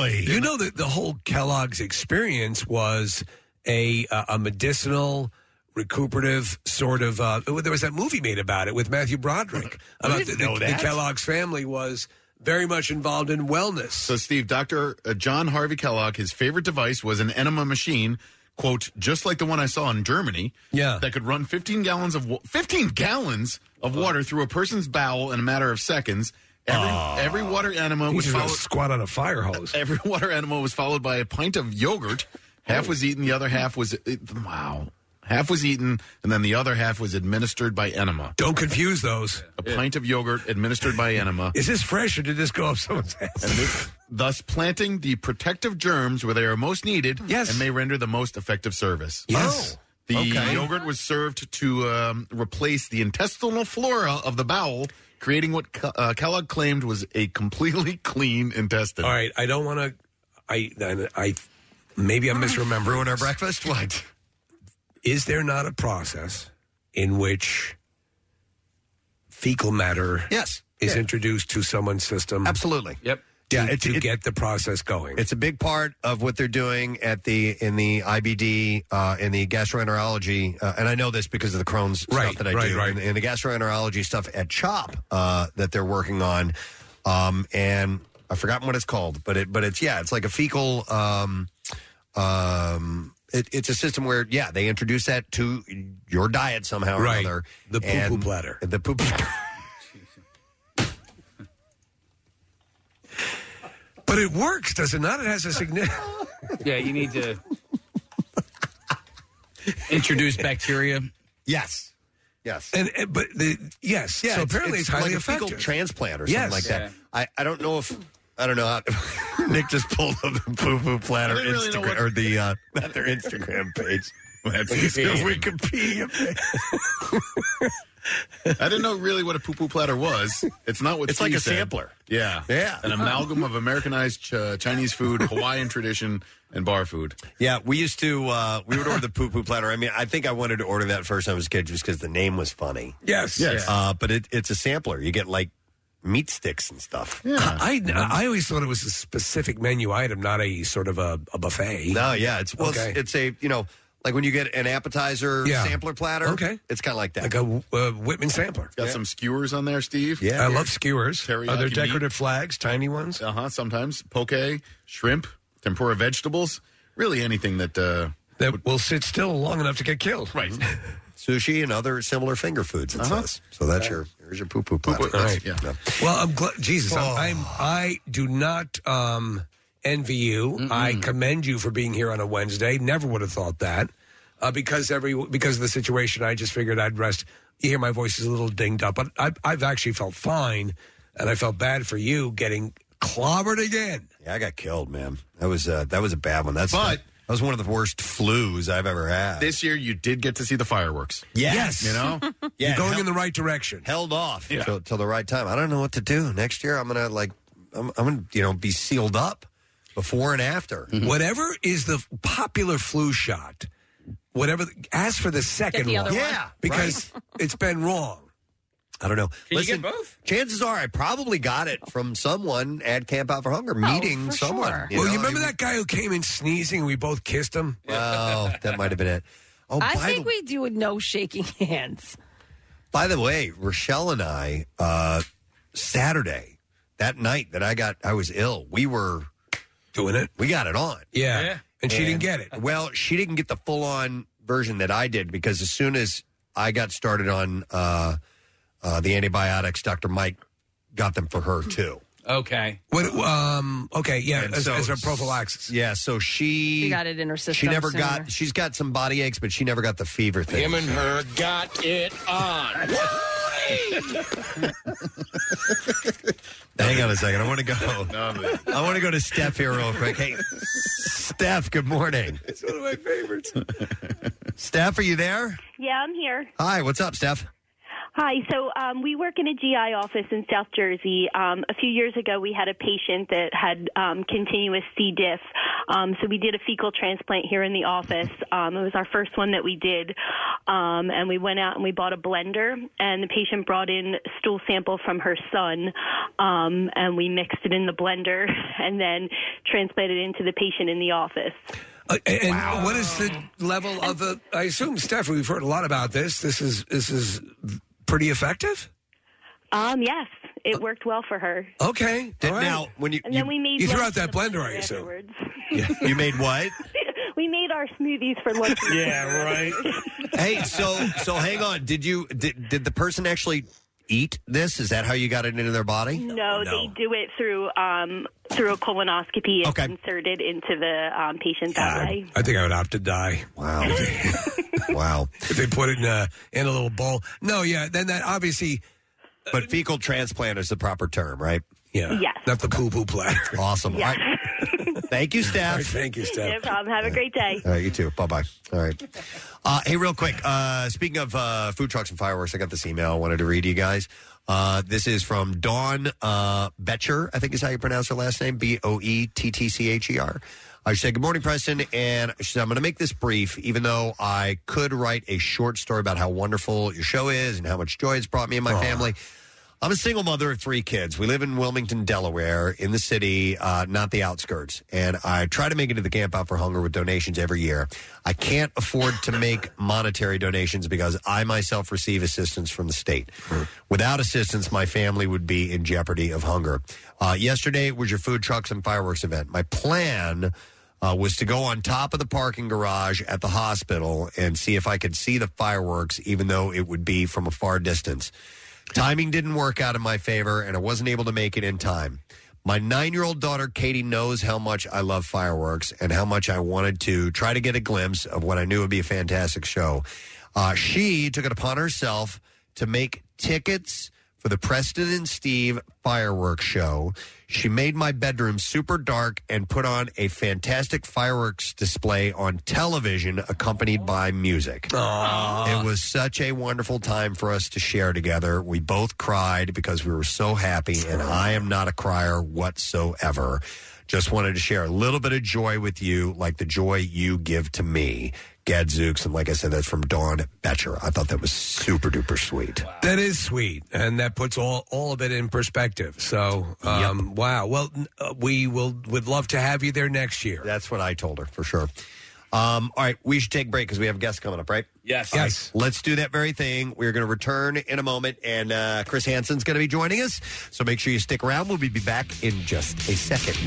uh, You know that the whole Kellogg's experience was a uh, a medicinal, recuperative sort of. Uh, there was that movie made about it with Matthew Broderick about
didn't
the,
know
the-
that.
the Kellogg's family was very much involved in wellness. So,
Steve, Dr. uh, John Harvey Kellogg, his favorite device was an enema machine, quote, just like the one I saw in Germany. Yeah. That could run 15 gallons of wa- 15 gallons of water through a person's bowel in a matter of seconds. Every,
Ah.
every water enema
He's
was
just gonna
followed
squat on a fire hose.
Every water enema was followed by a pint of yogurt.
Oh.
Half was eaten, the other half was wow. Half was eaten, and then the other half was administered by enema.
Don't confuse those.
A pint of yogurt administered by enema.
Is this fresh or did this go up someone's ass?
And this, thus planting the protective germs where they are most needed yes. and may render the most effective service. Oh,
Yes.
The
Okay.
yogurt was served to um, replace the intestinal flora of the bowel, creating what Ke- uh, Kellogg claimed was a completely clean intestine.
All right, I don't want to. I, I I maybe I'm misremembering.
Ruin our breakfast. What
is there not a process in which fecal matter
yes
is
Yeah.
introduced to someone's system?
Absolutely.
Yep.
To,
Yeah, it-
to
it-
get the process going.
It's a big part of what they're doing at the in the IBD uh, in the gastroenterology, uh, and I know this because of the Crohn's
Right,
stuff that I
right,
do,
right.
And, and the gastroenterology stuff at CHOP uh, that they're working on, um, and I've forgotten what it's called, but it but it's yeah, it's like a fecal. Um, um, it, it's a system where yeah, they introduce that to your diet somehow or
Right.
another.
The poo-poo
and-
bladder.
The poo.
But it works, does it not? It has a significant.
Yeah, you need to introduce bacteria.
Yes. Yes.
And, and- but the yes,
Yeah,
so apparently it's, highly
like
effective.
a fecal transplant or something
Yes.
like that. I, I don't know if I don't know how Nick just pulled up the poo poo platter
I didn't really know
Instagram
what-
or the uh, not their Instagram page.
That's
Wikipedia. page.
I didn't know really what a poo poo platter was. It's not what
It's
Steve
like a
said.
sampler.
Yeah,
Yeah.
An amalgam of Americanized ch- Chinese food, Hawaiian tradition, and bar food.
Yeah, we used to uh, we would order the poo poo platter. I mean, I think I wanted to order that first time I was a kid just because the name was funny.
Yes. Yes.
Uh, but it, it's a sampler. You get like meat sticks and stuff.
I, I I always thought it was a specific menu item, not a sort of a, a buffet.
No, yeah, it's well,
Okay.
it's, it's a you know like when you get an appetizer
Yeah.
sampler platter.
Okay.
it's kind of like that.
like a uh, Whitman sampler.
Got some skewers on there, Steve.
I love skewers.
Teriyaki
Are there
meat.
decorative flags, tiny ones?
Uh huh. Sometimes poke, shrimp, tempura vegetables. Really, anything that uh,
that will sit still long enough to get killed. Mm-hmm.
Right.
sushi and other similar finger foods. It says so. That's your here's your poo poo platter.
All right.
Yeah.
Well, I'm glad. Jesus, I'm, I'm. I do not um, envy you. I commend you for being here on a Wednesday. Never would have thought that uh, because every because of the situation. I just figured I'd rest. You hear my voice is a little dinged up, but I, I've actually felt fine, and I felt bad for you getting clobbered again.
Yeah, I got killed, man. That was uh, that was a bad one. That's but that was one of the worst flus I've ever had.
this year you did get to see the fireworks.
Yes.
You know?
Yeah,
You're going
hel-
in the right direction.
Held off till, till the right time. I don't know what to do next year. I'm gonna like I'm, I'm gonna you know be sealed up before and after.
Mm-hmm. Whatever is the popular flu shot, whatever. Ask for the second
the
one.
other one. Yeah,
because it's been wrong.
I don't know.
you
Listen,
get both?
Chances are, I probably got it from someone at Camp Out Oh, for Hunger, meeting someone.
well,
know?
you remember
I-
that guy who came in sneezing and we both kissed him?
Wow, that might have been it. Oh,
I
by the
think we do a no shaking hands.
By the way, Rochelle and I, uh, Saturday, that night that I got, I was ill, we were
doing it.
We got it on.
Yeah. And she didn't get it.
Well, she didn't get the full on version that I did because as soon as I got started on uh, uh, the antibiotics, Dr. Mike got them for her too.
Okay.
What? Um. Okay. Yeah.
And
As,
so-
as a prophylaxis.
Yeah. So she
She got it in her system.
She never
sooner.
got. She's got some body aches, but she never got the fever thing.
Him and her got it on.
Hang on a second. I want to go. I want to go to Steph here real quick. Hey, Steph. Good morning.
It's one of my favorites.
Steph, are you there?
Yeah, I'm here.
Hi. What's up, Steph?
Hi. So um, we work in a GI office in South Jersey. Um, a few years ago, we had a patient that had um, continuous C. diff. Um, so we did a fecal transplant here in the office. Um, it was our first one that we did. Um, and we went out and we bought a blender, and the patient brought in stool sample from her son, um, and we mixed it in the blender and then transplanted it into the patient in the office.
Uh, and and what is the level of the? I assume, Steph, we've heard a lot about this. This is this is pretty effective.
Um, yes, it worked well for her.
Okay.
Did- Now, when you
And then we made
you threw
lunch
out that
for the
blender, I assume.
afterwards.
you made what?
We made our smoothies for lunch.
hey, so so hang on. Did you did did the person actually eat this? Is that how you got it into their body?
No, they do it through um, through a colonoscopy. It's inserted into the um, patient that way.
I think I would opt to die.
Wow. wow.
If they put it in a in a little bowl. No, yeah, then that obviously
But fecal transplant is the proper term, right?
Yeah.
Yes.
Not the poo poo platter.
Awesome. All right. Thank you, Steph.
thank you,
No problem. Have a great day.
All right, you too. Bye bye. All right. Uh, hey, real quick. Uh, speaking of uh, food trucks and fireworks, I got this email I wanted to read to you guys. Uh, this is from Dawn uh, Betcher, I think is how you pronounce her last name B O E T T C H E R. Uh, she said, Good morning, Preston. And she said, I'm going to make this brief, even though I could write a short story about how wonderful your show is and how much joy it's brought me and my family. I'm a single mother of three kids. We live in Wilmington, Delaware, in the city, uh, not the outskirts. And I try to make it to the Camp Out for Hunger with donations every year. I can't afford to make monetary donations because I myself receive assistance from the state. Without assistance, my family would be in jeopardy of hunger. Uh, yesterday was your food trucks and fireworks event. My plan uh, was to go on top of the parking garage at the hospital and see if I could see the fireworks, even though it would be from a far distance. Timing didn't work out in my favor, and I wasn't able to make it in time. My nine year old daughter, Katie, knows how much I love fireworks and how much I wanted to try to get a glimpse of what I knew would be a fantastic show. Uh, she took it upon herself to make tickets for the Preston and Steve fireworks show. She made my bedroom super dark and put on a fantastic fireworks display on television accompanied by music. It was such a wonderful time for us to share together. We both cried because we were so happy, and I am not a crier whatsoever. Just wanted to share a little bit of joy with you, like the joy you give to me. Gadzooks, and like I said, that's from Dawn Betcher. I thought that was super duper sweet.
That is sweet, and that puts all all of it in perspective. So, um, wow. Well, n- uh, we will would love to have you there next year.
That's what I told her for sure. Um, all right, we should take a break because we have guests coming up, right?
Yes.
Yes. let's do that very thing. We're going to return in a moment, and uh, Chris Hansen's going to be joining us. So make sure you stick around. We'll be back in just a second.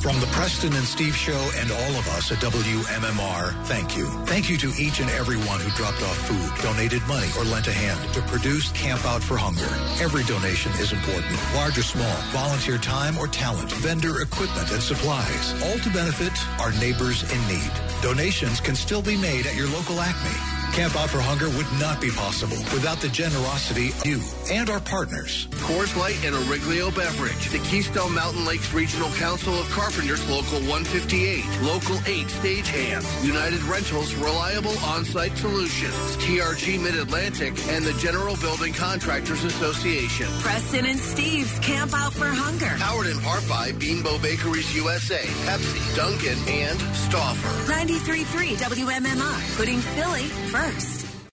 From the Preston and Steve Show and all of us at WMMR, thank you. Thank you to each and everyone who dropped off food, donated money, or lent a hand to produce Camp Out for Hunger. Every donation is important, large or small, volunteer time or talent, vendor equipment and supplies, all to benefit our neighbors in need. Donations can still be made at your local Acme. Camp Out for Hunger would not be possible without the generosity of you and our partners.
Coors Light and Origlio Beverage. The Keystone Mountain Lakes Regional Council of Carpenters Local 158. Local 8 Stagehands. United Rentals Reliable On-Site Solutions. TRG Mid-Atlantic and the General Building Contractors Association.
Preston and Steve's Camp Out for Hunger.
Powered in part by Beanbo Bakeries USA, Pepsi, Duncan, and Stauffer.
93.3 WMMR, putting Philly first.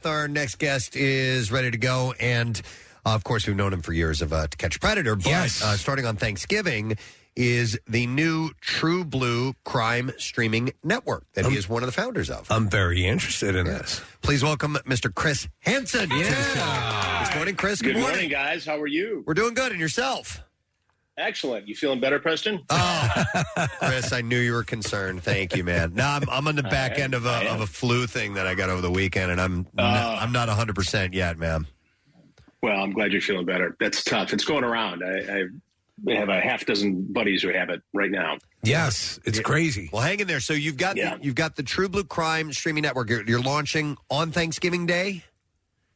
Our next guest is ready to go, and uh, of course, we've known him for years of uh, To Catch a Predator. But uh, starting on Thanksgiving is the new True Blue crime streaming network that he is one of the founders of.
Um, I'm very interested in this.
Please welcome Mr. Chris Hansen. to the show. This morning, Chris. Good,
Good morning, guys. How are you?
We're doing good, and yourself? Uh,
Excellent. You feeling better, Preston?
Oh, Chris, I knew you were concerned. Thank you, man. No, I'm, I'm on the back end of a, of a flu thing that I got over the weekend, and I'm n- I'm not 100 percent yet, man.
Well, I'm glad you're feeling better. That's tough. It's going around. I, I have a half dozen buddies who have it right now.
Yes, it's crazy. Well, hang in there. So you've got the, you've got the True Blue Crime streaming network. You're, you're launching on Thanksgiving Day.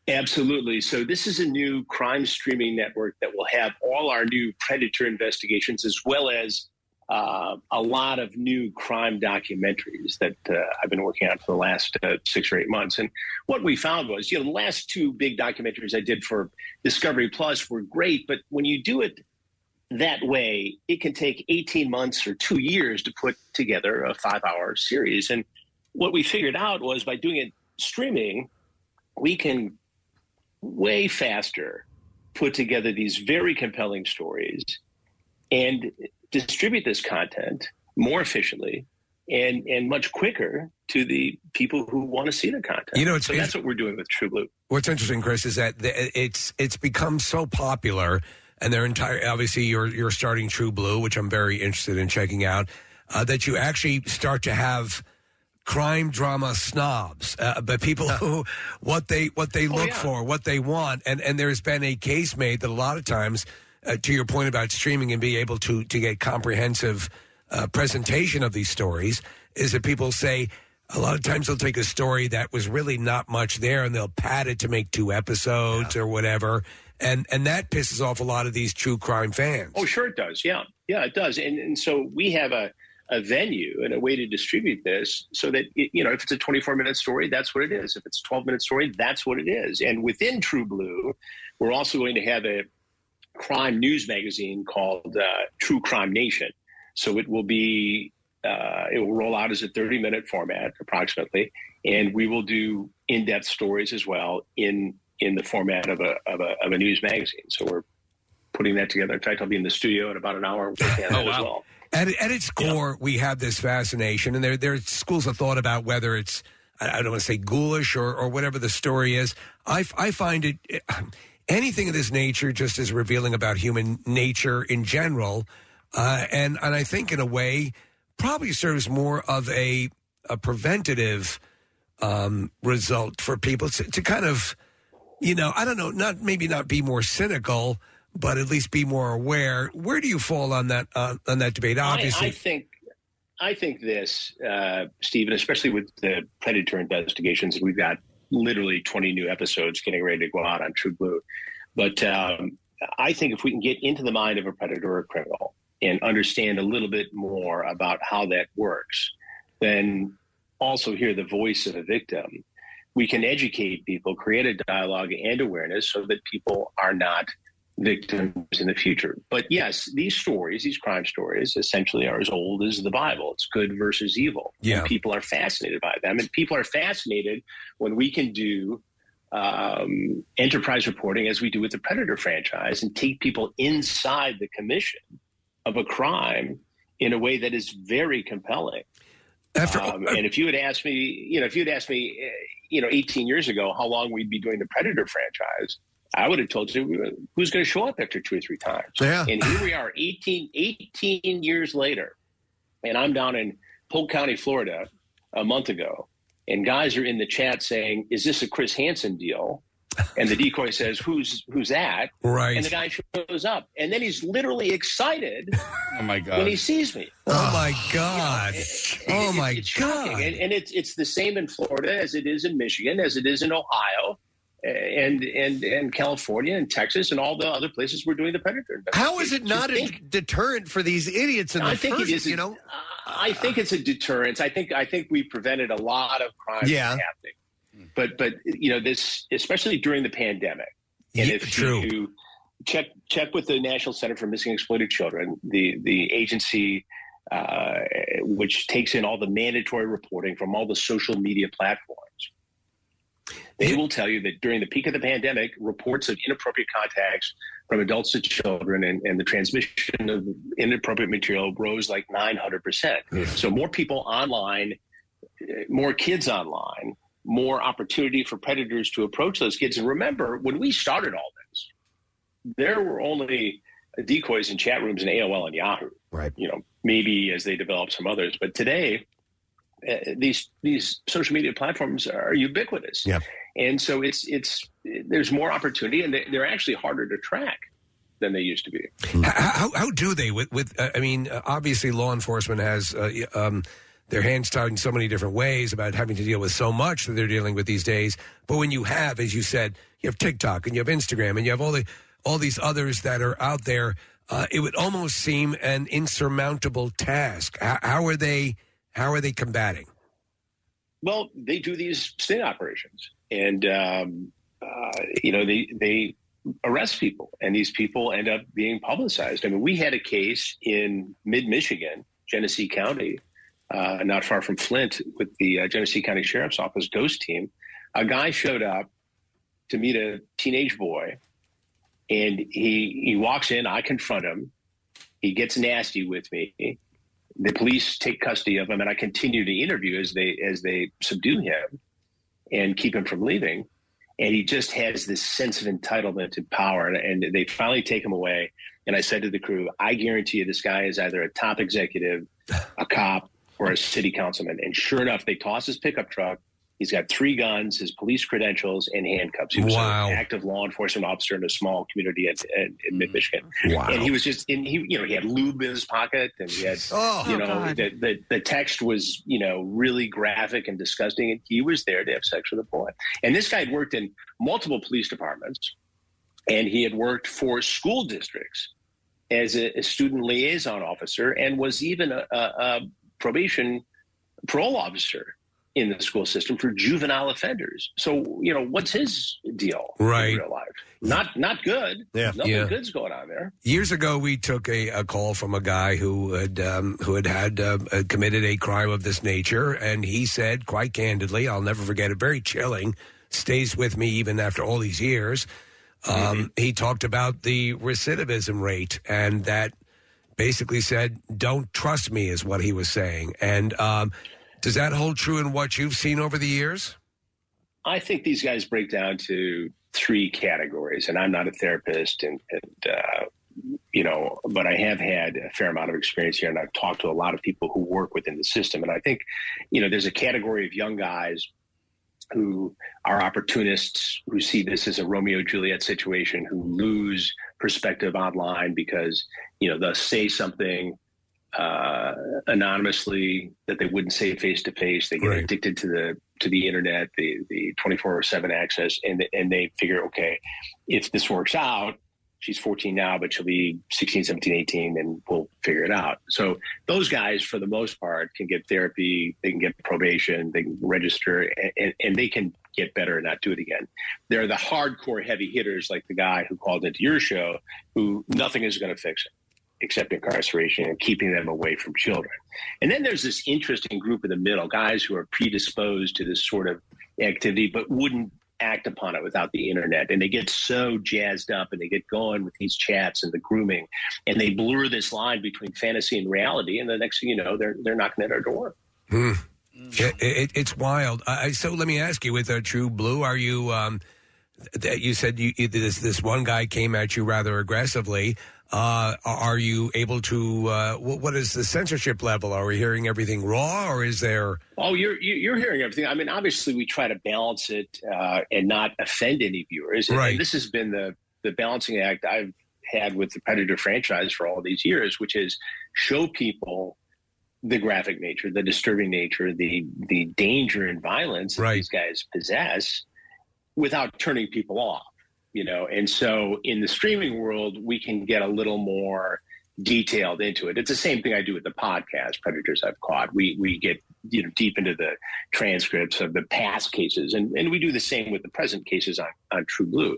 Absolutely. So this is a new crime streaming network that will have all our new predator investigations, as well as uh, a lot of new crime documentaries that uh, I've been working on for the last uh, six or eight months. And what we found was, you know, the last two big documentaries I did for Discovery Plus were great, but when you do it that way, it can take 18 months or two years to put together a five hour series. And what we figured out was by doing it streaming, we can way faster put together these very compelling stories and distribute this content more efficiently and, and much quicker to the people who want to see the content.
You know, it's-
so that's what we're doing with True Blue.
What's interesting, Chris, is that the, it's it's become so popular, and their entire obviously you're you're starting True Blue, which I'm very interested in checking out. Uh, that you actually start to have crime drama snobs, uh, but people who what they what they look for, what they want, and and there's been a case made that a lot of times, uh, to your point about streaming and being able to to get comprehensive uh, presentation of these stories, is that people say. A lot of times they'll take a story that was really not much there and they'll pad it to make two episodes or whatever. And and that pisses off a lot of these true crime fans.
Oh, sure it does. Yeah. Yeah, it does. And, and so we have a, a venue and a way to distribute this so that, it, you know, if it's a 24 minute story, that's what it is. If it's a 12 minute story, that's what it is. And within True Blue, we're also going to have a crime news magazine called uh, True Crime Nation. So it will be, uh, it will roll out as a 30 minute format approximately. And we will do in depth stories as well in, in the format of a, of a, of a news magazine. So we're, putting that together. In fact, I'll be in the studio in about an hour. Working
Oh,
on that as well.
At, at its core, we have this fascination, and there there are schools of thought about whether it's I I don't want to say ghoulish or, or whatever the story is. I, f- I find it eh, anything of this nature just is revealing about human nature in general, uh, and and I think in a way probably serves more of a a preventative um, result for people to, to kind of you know I don't know not maybe not be more cynical. But at least be more aware. Where do you fall on that uh, on that debate? Obviously,
I, I think I think this, uh, Stephen, especially with the predator investigations, we've got literally 20 new episodes getting ready to go out on True Blue. But um, I think if we can get into the mind of a predator or criminal and understand a little bit more about how that works, then also hear the voice of a victim. We can educate people, create a dialogue and awareness so that people are not victims in the future. But yes, these stories, these crime stories, essentially are as old as the Bible. It's good versus evil.
Yeah.
And people are fascinated by them. And people are fascinated when we can do um, enterprise reporting as we do with the Predator franchise and take people inside the commission of a crime in a way that is very compelling. Um, and if you had asked me, you know, if you had asked me, eh, you know, 18 years ago, how long we'd be doing the Predator franchise, I would have told you who's going to show up after two or three times.
Yeah.
And here we are, 18, 18 years later, and I'm down in Polk County, Florida, a month ago, and guys are in the chat saying, "Is this a Chris Hansen deal?" And the decoy says, "Who's who's that?"
Right.
And the guy shows up, and then he's literally excited
Oh my
when he sees me.
Oh my God! Oh my
shocking.
God!
And, and it's it's the same in Florida as it is in Michigan, as it is in Ohio, and and and California and Texas and all the other places we're doing the predator.
How is it not
Just
a
think-
deterrent for these idiots in the
I think
first?
it is.
you know,
I think it's a deterrence. I think I think we prevented a lot of crime
Yeah.
from happening. But but you know this, especially during the pandemic, and
Yeah,
if
true.
you check check with the National Center for Missing and Exploited Children, the the agency. Uh, which takes in all the mandatory reporting from all the social media platforms. They will tell you that during the peak of the pandemic, reports of inappropriate contacts from adults to children and, and the transmission of inappropriate material rose like 900%. So, more people online, eh, more kids online, more opportunity for predators to approach those kids. And remember, when we started all this, there were only the decoys in chat rooms and AOL and Yahoo.
Right.
You know, maybe as they develop some others, but today uh, these these social media platforms are ubiquitous.
Yeah.
And so it's it's there's more opportunity, and they, they're actually harder to track than they used to be.
How, how, how do they with with? Uh, I mean, uh, obviously, law enforcement has uh, y- um, their hands tied in so many different ways about having to deal with so much that they're dealing with these days. But when you have, as you said, you have TikTok and you have Instagram and you have all the all these others that are out there, uh, it would almost seem an insurmountable task. How, how are they? How are they combating?
Well, they do these sting operations, and um, uh, you know they they arrest people, and these people end up being publicized. I mean, we had a case in mid Michigan, Genesee County, uh, not far from Flint, with the uh, Genesee County Sheriff's Office ghost team. A guy showed up to meet a teenage boy, and he he walks in. I confront him. He gets nasty with me the police take custody of him and I continue to interview as they as they subdue him and keep him from leaving. And he just has this sense of entitlement and power. And, and they finally take him away. And I said to the crew, I guarantee you this guy is either a top executive, a cop, or a city councilman. And sure enough, they toss his pickup truck. He's got three guns, his police credentials, and handcuffs. He was
Wow.
an active law enforcement officer in a small community in, in, in
Mm-hmm.
mid Michigan.
Wow.
And he was just in he you know, he had lube in his pocket and he had
Oh.
you
Oh,
know,
God.
the, the, the text was, you know, really graphic and disgusting. And he was there to have sex with a boy. And this guy had worked in multiple police departments and he had worked for school districts as a, a student liaison officer and was even a, a, a probation parole officer in the school system for juvenile offenders. So, you know, what's his deal
Right.
in real life? Not, not good.
Yeah.
Nothing
Yeah.
good's going on there.
Years ago, we took a, a call from a guy who had um, who had had uh, uh, committed a crime of this nature, and he said quite candidly, "I'll never forget it. Very chilling. Stays with me even after all these years." Um, He talked about the recidivism rate, and that basically said, "Don't trust me," is what he was saying. And um, does that hold true in what you've seen over the years?
I think these guys break down to three categories, and I'm not a therapist, and, and uh, you know, but I have had a fair amount of experience here, and I've talked to a lot of people who work within the system, and I think, you know, there's a category of young guys who are opportunists who see this as a Romeo and Juliet situation, who lose perspective online because you know they'll say something uh, anonymously that they wouldn't say face to face. They get
Right.
addicted to the to the internet, the the twenty four seven access, and and they figure, okay, if this works out. She's 14 now, but she'll be 16, 17, 18, and we'll figure it out. So, those guys, for the most part, can get therapy, they can get probation, they can register, and, and, and they can get better and not do it again. They're the hardcore heavy hitters, like the guy who called into your show, who nothing is going to fix it except incarceration and keeping them away from children. And then there's this interesting group in the middle, guys who are predisposed to this sort of activity, but wouldn't act upon it without the internet. And they get so jazzed up and they get going with these chats and the grooming, and they blur this line between fantasy and reality. And the next thing you know, they're they're knocking at our door.
Hmm. It, it, it's wild. I, I- so let me ask you: With uh, True Blue, are you? Um, th- you said you, you, this this one guy came at you rather aggressively. Uh, are you able to? Uh, wh- what is the censorship level? Are we hearing everything raw, or is there?
Oh, you're you- you're hearing everything. I mean, obviously, we try to balance it uh, and not offend any viewers. And-
Right.
And this has been the the balancing act I've had with the Predator franchise for all these years, which is show people the graphic nature, the disturbing nature, the the danger and violence that these guys possess, without turning people off. You know, and so in the streaming world, we can get a little more detailed into it. It's the same thing I do with the podcast, Predators I've Caught. We we get you know deep into the transcripts of the past cases, and and we do the same with the present cases on on True Blue.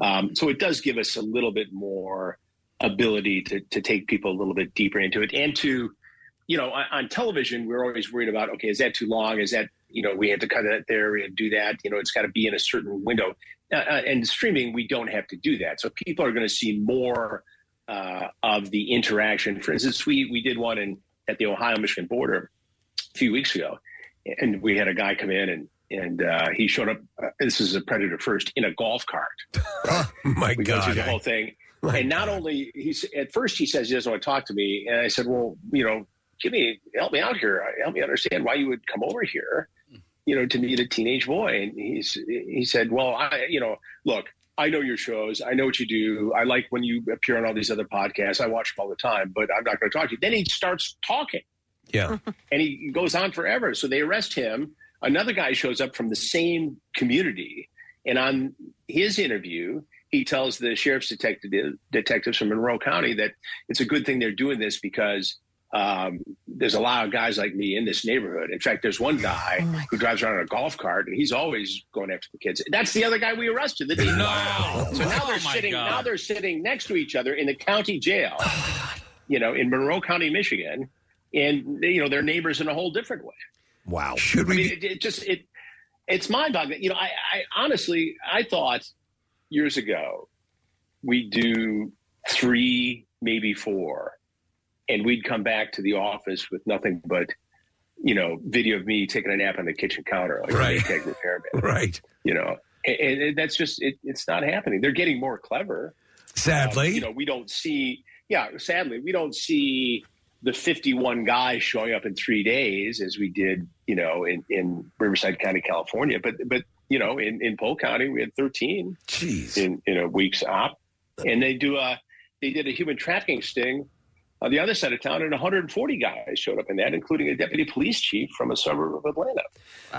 Um, so it does give us a little bit more ability to to take people a little bit deeper into it and to you know, on, on television, we're always worried about, okay, is that too long? Is that, you know, we had to cut that there, we had to do that. You know, it's got to be in a certain window. Uh, uh, and streaming, we don't have to do that. So people are going to see more uh, of the interaction. For instance, we, we did one in, at the Ohio Michigan border a few weeks ago, and we had a guy come in and and uh, he showed up. Uh, this is a predator first in a golf cart.
My
we go
God.
through the whole thing, and not only he's at first he says he doesn't want to talk to me, and I said, well, you know, give me help me out here, help me understand why you would come over here, you know, to meet a teenage boy. And he's he said, well, I you know, look, I know your shows, I know what you do, I like when you appear on all these other podcasts, I watch them all the time, but I'm not going to talk to you. Then he starts talking
Yeah.
and he goes on forever. So they arrest him. Another guy shows up from the same community, and on his interview, he tells the sheriff's detective detectives from Monroe County that it's a good thing they're doing this because um, there's a lot of guys like me in this neighborhood. In fact, there's one guy who drives around in a golf cart, and he's always going after the kids. That's the other guy we arrested. The day wow! So now they're
Oh, my
sitting.
God.
Now they're sitting next to each other in the county jail. you know, in Monroe County, Michigan, and you know, they're neighbors in a whole different way.
Wow.
Should we? I mean, it, it just it it's mind boggling. You know, I, I honestly I thought years ago we'd do three, maybe four, and we'd come back to the office with nothing but you know video of me taking a nap on the kitchen counter like
Right.
a maytag repairman.
Right.
You know, and, and, and that's just it, it's not happening. They're getting more clever.
Sadly.
Um, you know, we don't see. Yeah, sadly, we don't see the 51 guys showing up in three days as we did, you know, in, in Riverside County, California. But but you know, in in Polk County, we had 13.
Jeez.
In in a week's op, and they do a they did a human trafficking sting. On the other side of town, and 140 guys showed up in that, including a deputy police chief from a suburb of Atlanta.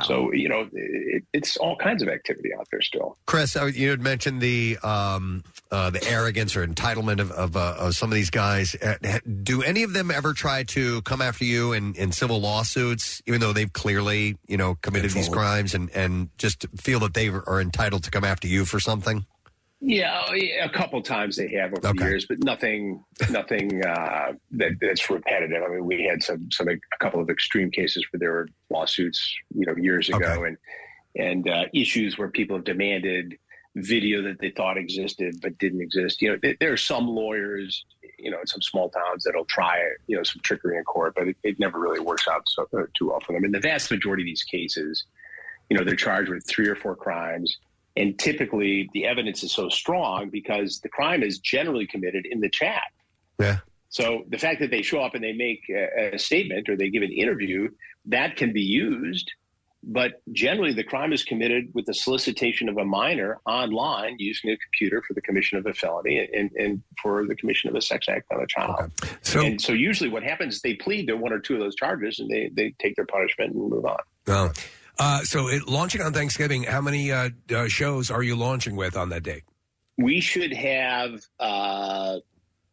So, you know, it, it's all kinds of activity out there still.
Chris, uh, you had mentioned the um, uh, the arrogance or entitlement of of, uh, of some of these guys. Uh, ha- Do any of them ever try to come after you in, in civil lawsuits, even though they've clearly you know committed these crimes and, and just feel that they are entitled to come after you for something?
Yeah, a couple times they have over the years, but nothing, nothing uh, that that's repetitive. I mean, we had some, some a couple of extreme cases where there were lawsuits, you know, years ago, and and uh, issues where people have demanded video that they thought existed but didn't exist. You know, there, there are some lawyers, you know, in some small towns that'll try, you know, some trickery in court, but it, it never really works out so, uh, too well for them. In the vast majority of these cases, you know, they're charged with three or four crimes. And typically the evidence is so strong because the crime is generally committed in the chat.
Yeah.
So the fact that they show up and they make a, a statement or they give an interview, that can be used. But generally, the crime is committed with the solicitation of a minor online using a computer for the commission of a felony and, and for the commission of a sex act on a child. and so usually what happens is they plead to one or two of those charges and they, they take their punishment and move on.
Oh. Uh, so it, launching on Thanksgiving, how many uh, uh, shows are you launching with on that day?
we should have uh,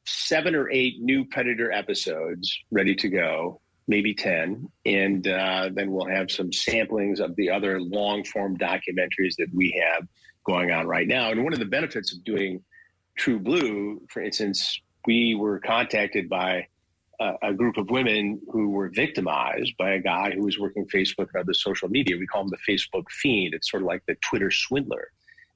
seven or eight new Predator episodes ready to go, maybe 10. And uh, then we'll have some samplings of the other long form documentaries that we have going on right now. And one of the benefits of doing True Blue, for instance, we were contacted by a, a group of women who were victimized by a guy who was working Facebook and other social media. We call him the Facebook fiend. It's sort of like the Twitter swindler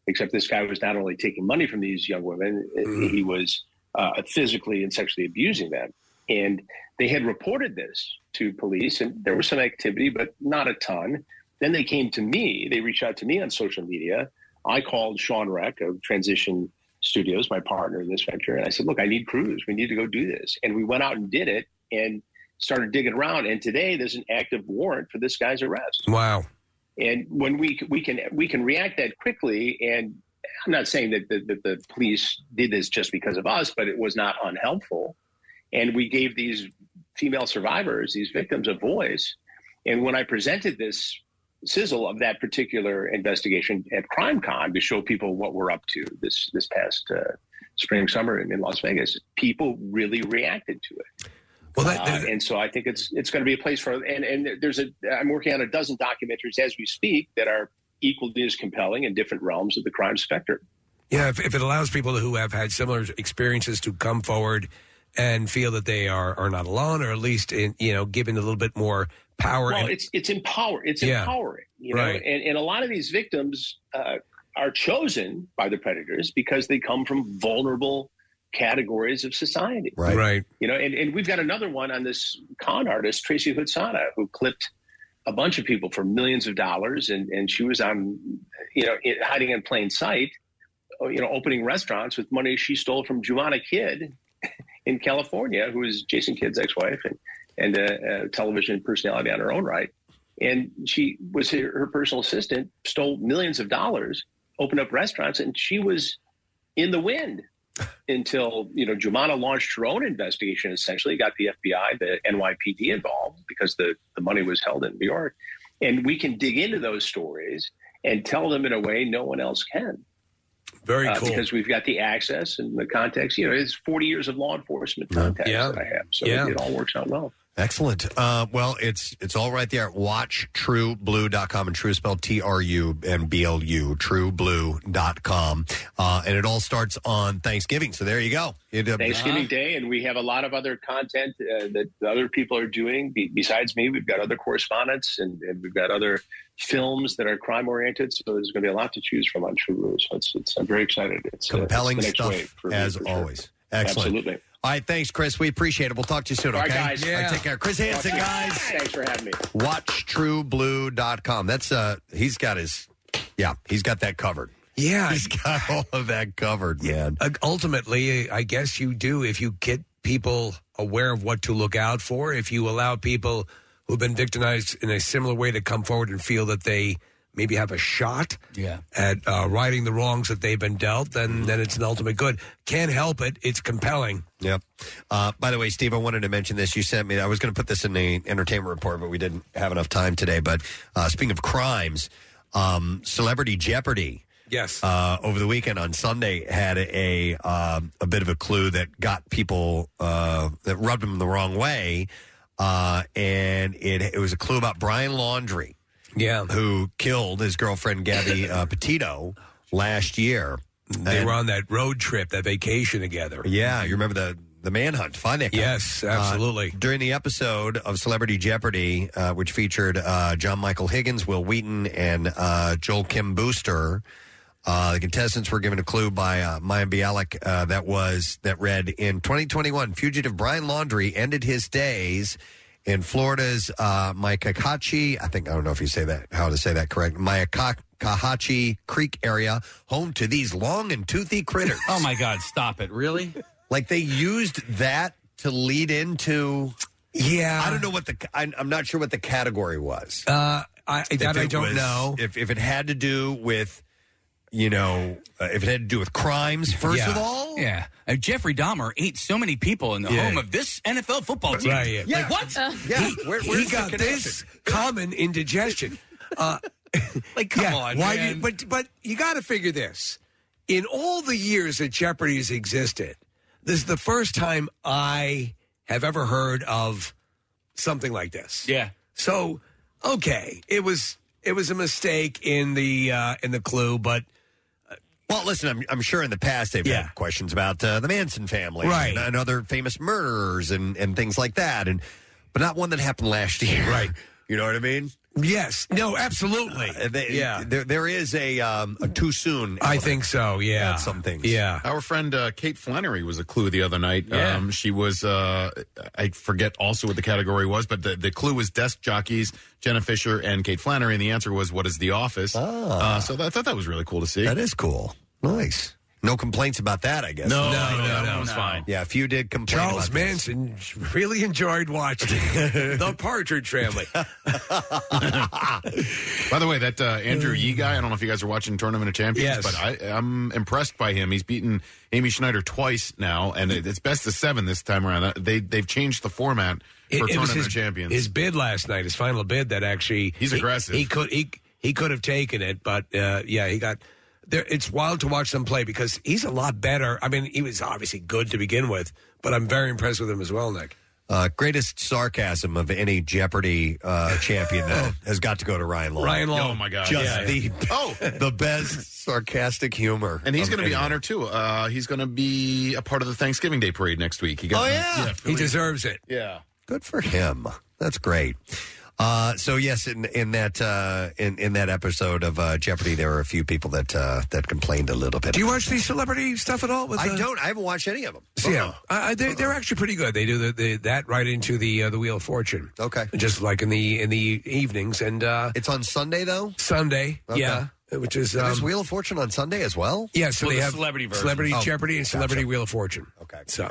except this guy was not only taking money from these young women, he was uh, physically and sexually abusing them. And they had reported this to police, and there was some activity, but not a ton. Then they came to me, they reached out to me on social media. I called Sean Reck of Transition Studios, my partner in this venture, and I said, Look, I need crews. We need to go do this. And we went out and did it and started digging around. And today there's an active warrant for this guy's arrest
Wow.
and when we we can we can react that quickly and i'm not saying that the, that the police did this just because of us but it was not unhelpful and we gave these female survivors these victims a voice and when i presented this sizzle of that particular investigation at crimecon to show people what we're up to this this past uh, spring summer in, in las vegas people really reacted to it
well,
Uh, and so I think it's it's going to be a place for and and there's a I'm working on a dozen documentaries as we speak that are equally as compelling in different realms of the crime spectrum.
Yeah, if, if it allows people who have had similar experiences to come forward and feel that they are, are not alone, or at least in, you know given a little bit more power.
Well,
and-
it's it's empower it's
Yeah.
empowering, you know,
Right.
and and a lot of these victims uh, are chosen by the predators because they come from vulnerable categories of society.
right. right.
You know, and, and we've got another one on this con artist, Tracy Hutsana, who clipped a bunch of people for millions of dollars. And, and she was on, you know, it, hiding in plain sight oh, you know, opening restaurants with money she stole from Juana Kidd in California, who is Jason Kidd's ex-wife and and a, a television personality on her own right. And she was her, her personal assistant, stole millions of dollars, opened up restaurants, and she was in the wind until you know Jumana launched her own investigation. Essentially, got the FBI, the NYPD involved because the the money was held in New York, and we can dig into those stories and tell them in a way no one else can.
Very
Uh,
cool.
because we've got the access and the context. You know, it's 40 years of law enforcement context
Yeah.
that I have. So
Yeah.
it, it all works out well.
Excellent. Uh, well, it's it's all right there at watchtrueblue.com and true spelled T R U and B L U, trueblue.com. Uh, and it all starts on Thanksgiving. So there you go. It, uh,
Thanksgiving Day, and we have a lot of other content uh, that the other people are doing be- besides me. We've got other correspondents, and, and we've got other films that are crime oriented. So there's going to be a lot to choose from on True Blue. So it's, it's, I'm very excited. It's uh, it's
compelling
the next wave
stuff,
for me,
as
for sure.
always. Excellent.
Absolutely.
All right. Thanks, Chris. We appreciate it. We'll talk to you soon,
All
okay?
right, guys.
All right, take care. Chris Hansen, guys.
Thanks for having me.
watchtrueblue.com. That's uh he's got his yeah, he's got that covered.
Yeah.
He's got all of that covered, man.
Uh, ultimately, I guess you do if you get people aware of what to look out for, if you allow people who've been victimized in a similar way to come forward and feel that they maybe have a shot
Yeah.
at uh, righting the wrongs that they've been dealt, then then it's an ultimate good. Can't help it. It's compelling.
Yep. Uh, by the way, Steve, I wanted to mention this. You sent me. I was going to put this in the entertainment report, but we didn't have enough time today. But uh, speaking of crimes, um, Celebrity Jeopardy.
Yes.
Uh, over the weekend on Sunday, had a um, a bit of a clue that got people uh, that rubbed them the wrong way, uh, and it it was a clue about Brian Laundry,
yeah,
who killed his girlfriend Gabby uh, Petito last year.
They
And-
were on that road trip, that vacation together.
yeah, you remember the the manhunt? Find that guy.
Yes,
Uh,
absolutely.
during the episode of Celebrity Jeopardy, uh, which featured uh, John Michael Higgins, Will Wheaton, and uh, Joel Kim Booster, uh, the contestants were given a clue by uh, Maya Bialik uh, that was that read in 2021, fugitive Brian Laundry ended his days. In Florida's uh, Myakkachi, I think I don't know if you say that how to say that correct. Myakkachi Creek area, home to these long and toothy critters.
Oh my God! Stop it! Really?
Like they used that to lead into.
Yeah,
I don't know what the I, I'm not sure what the category was.
Uh, I,
If
that I
it
don't
was-
know.
if if it had to do with, you know, uh, if it had to do with crimes first
Yeah.
of all.
Yeah. Uh, Jeffrey Dahmer ate so many people in the
Yeah.
home of this NFL football team.
Right, yeah.
Like, what?
Yeah,
He,
where-
he
where's the
got this common indigestion. Uh,
like, come
on,
Why?
man.
Did, but but you got to figure this. In all the years that Jeopardy has existed, this is the first time I have ever heard of something like this.
Yeah.
So okay, it was it was a mistake in the uh, in the clue, but uh,
Well, listen, I'm, I'm sure in the past they've had questions about uh, the Manson family
Right.
and, and other famous murderers and, and things like that, and but not one that happened last year. Right. You know what I mean?
Yes. No. Absolutely.
Uh, they-
Yeah.
There, there is a, um, a too soon.
I think so. Yeah.
At some things.
Yeah.
Our friend uh, Kate Flannery was a clue the other night.
Yeah.
Um, she was, uh, I forget also what the category was, but the, the clue was desk jockeys, Jenna Fisher and Kate Flannery, and the answer was, What is the office?
Ah.
Uh, so that, I thought that was really cool to see. That
is cool. Nice. No complaints about that, I guess.
No, No, no, no, no, that was no. fine.
Yeah, a few did complain.
Charles
about
Manson really enjoyed watching The Partridge Family.
By the way, that uh, Andrew Yee guy, I don't know if you guys are watching Tournament of Champions,
Yes.
but I, I'm impressed by him. He's beaten Amy Schneider twice now, and it, it's best of seven this time around. Uh, They, they've changed the format for Tournament
his,
of Champions.
his bid last night, his final bid that actually
He's
he-
aggressive.
He, could he he could have taken it, but uh, yeah, he got there. It's wild to watch them play because he's a lot better. I mean, he was obviously good to begin with, but I'm very impressed with him as well, Nick.
Uh, greatest sarcasm of any Jeopardy uh, champion that has got to go to Ryan Long.
Ryan Long. Oh, my God.
Just
Yeah,
the
yeah. Oh.
the best sarcastic humor.
And he's
of
going to be
anyone.
honored too. Uh, he's going to be a part of the Thanksgiving Day parade next week. He got,
Oh, yeah.
Philly-
He deserves it.
Yeah,
Good for him. That's great. Uh, so yes, in in that uh, in in that episode of uh, Jeopardy, there were a few people that uh, that complained a little bit.
Do you watch the celebrity stuff at all? With
I
uh,
don't. I haven't watched any of them.
So, yeah, I, I, they're, they're actually pretty good. They do the, the, that right into the uh, the Wheel of Fortune.
Okay,
just like in the in the evenings, and uh,
it's on Sunday though.
Sunday,
Okay.
yeah. which is
Is
um,
Wheel of Fortune on Sunday as well?
yeah. So they have Celebrity Jeopardy, and Celebrity Wheel of Fortune.
Oh, Okay. So,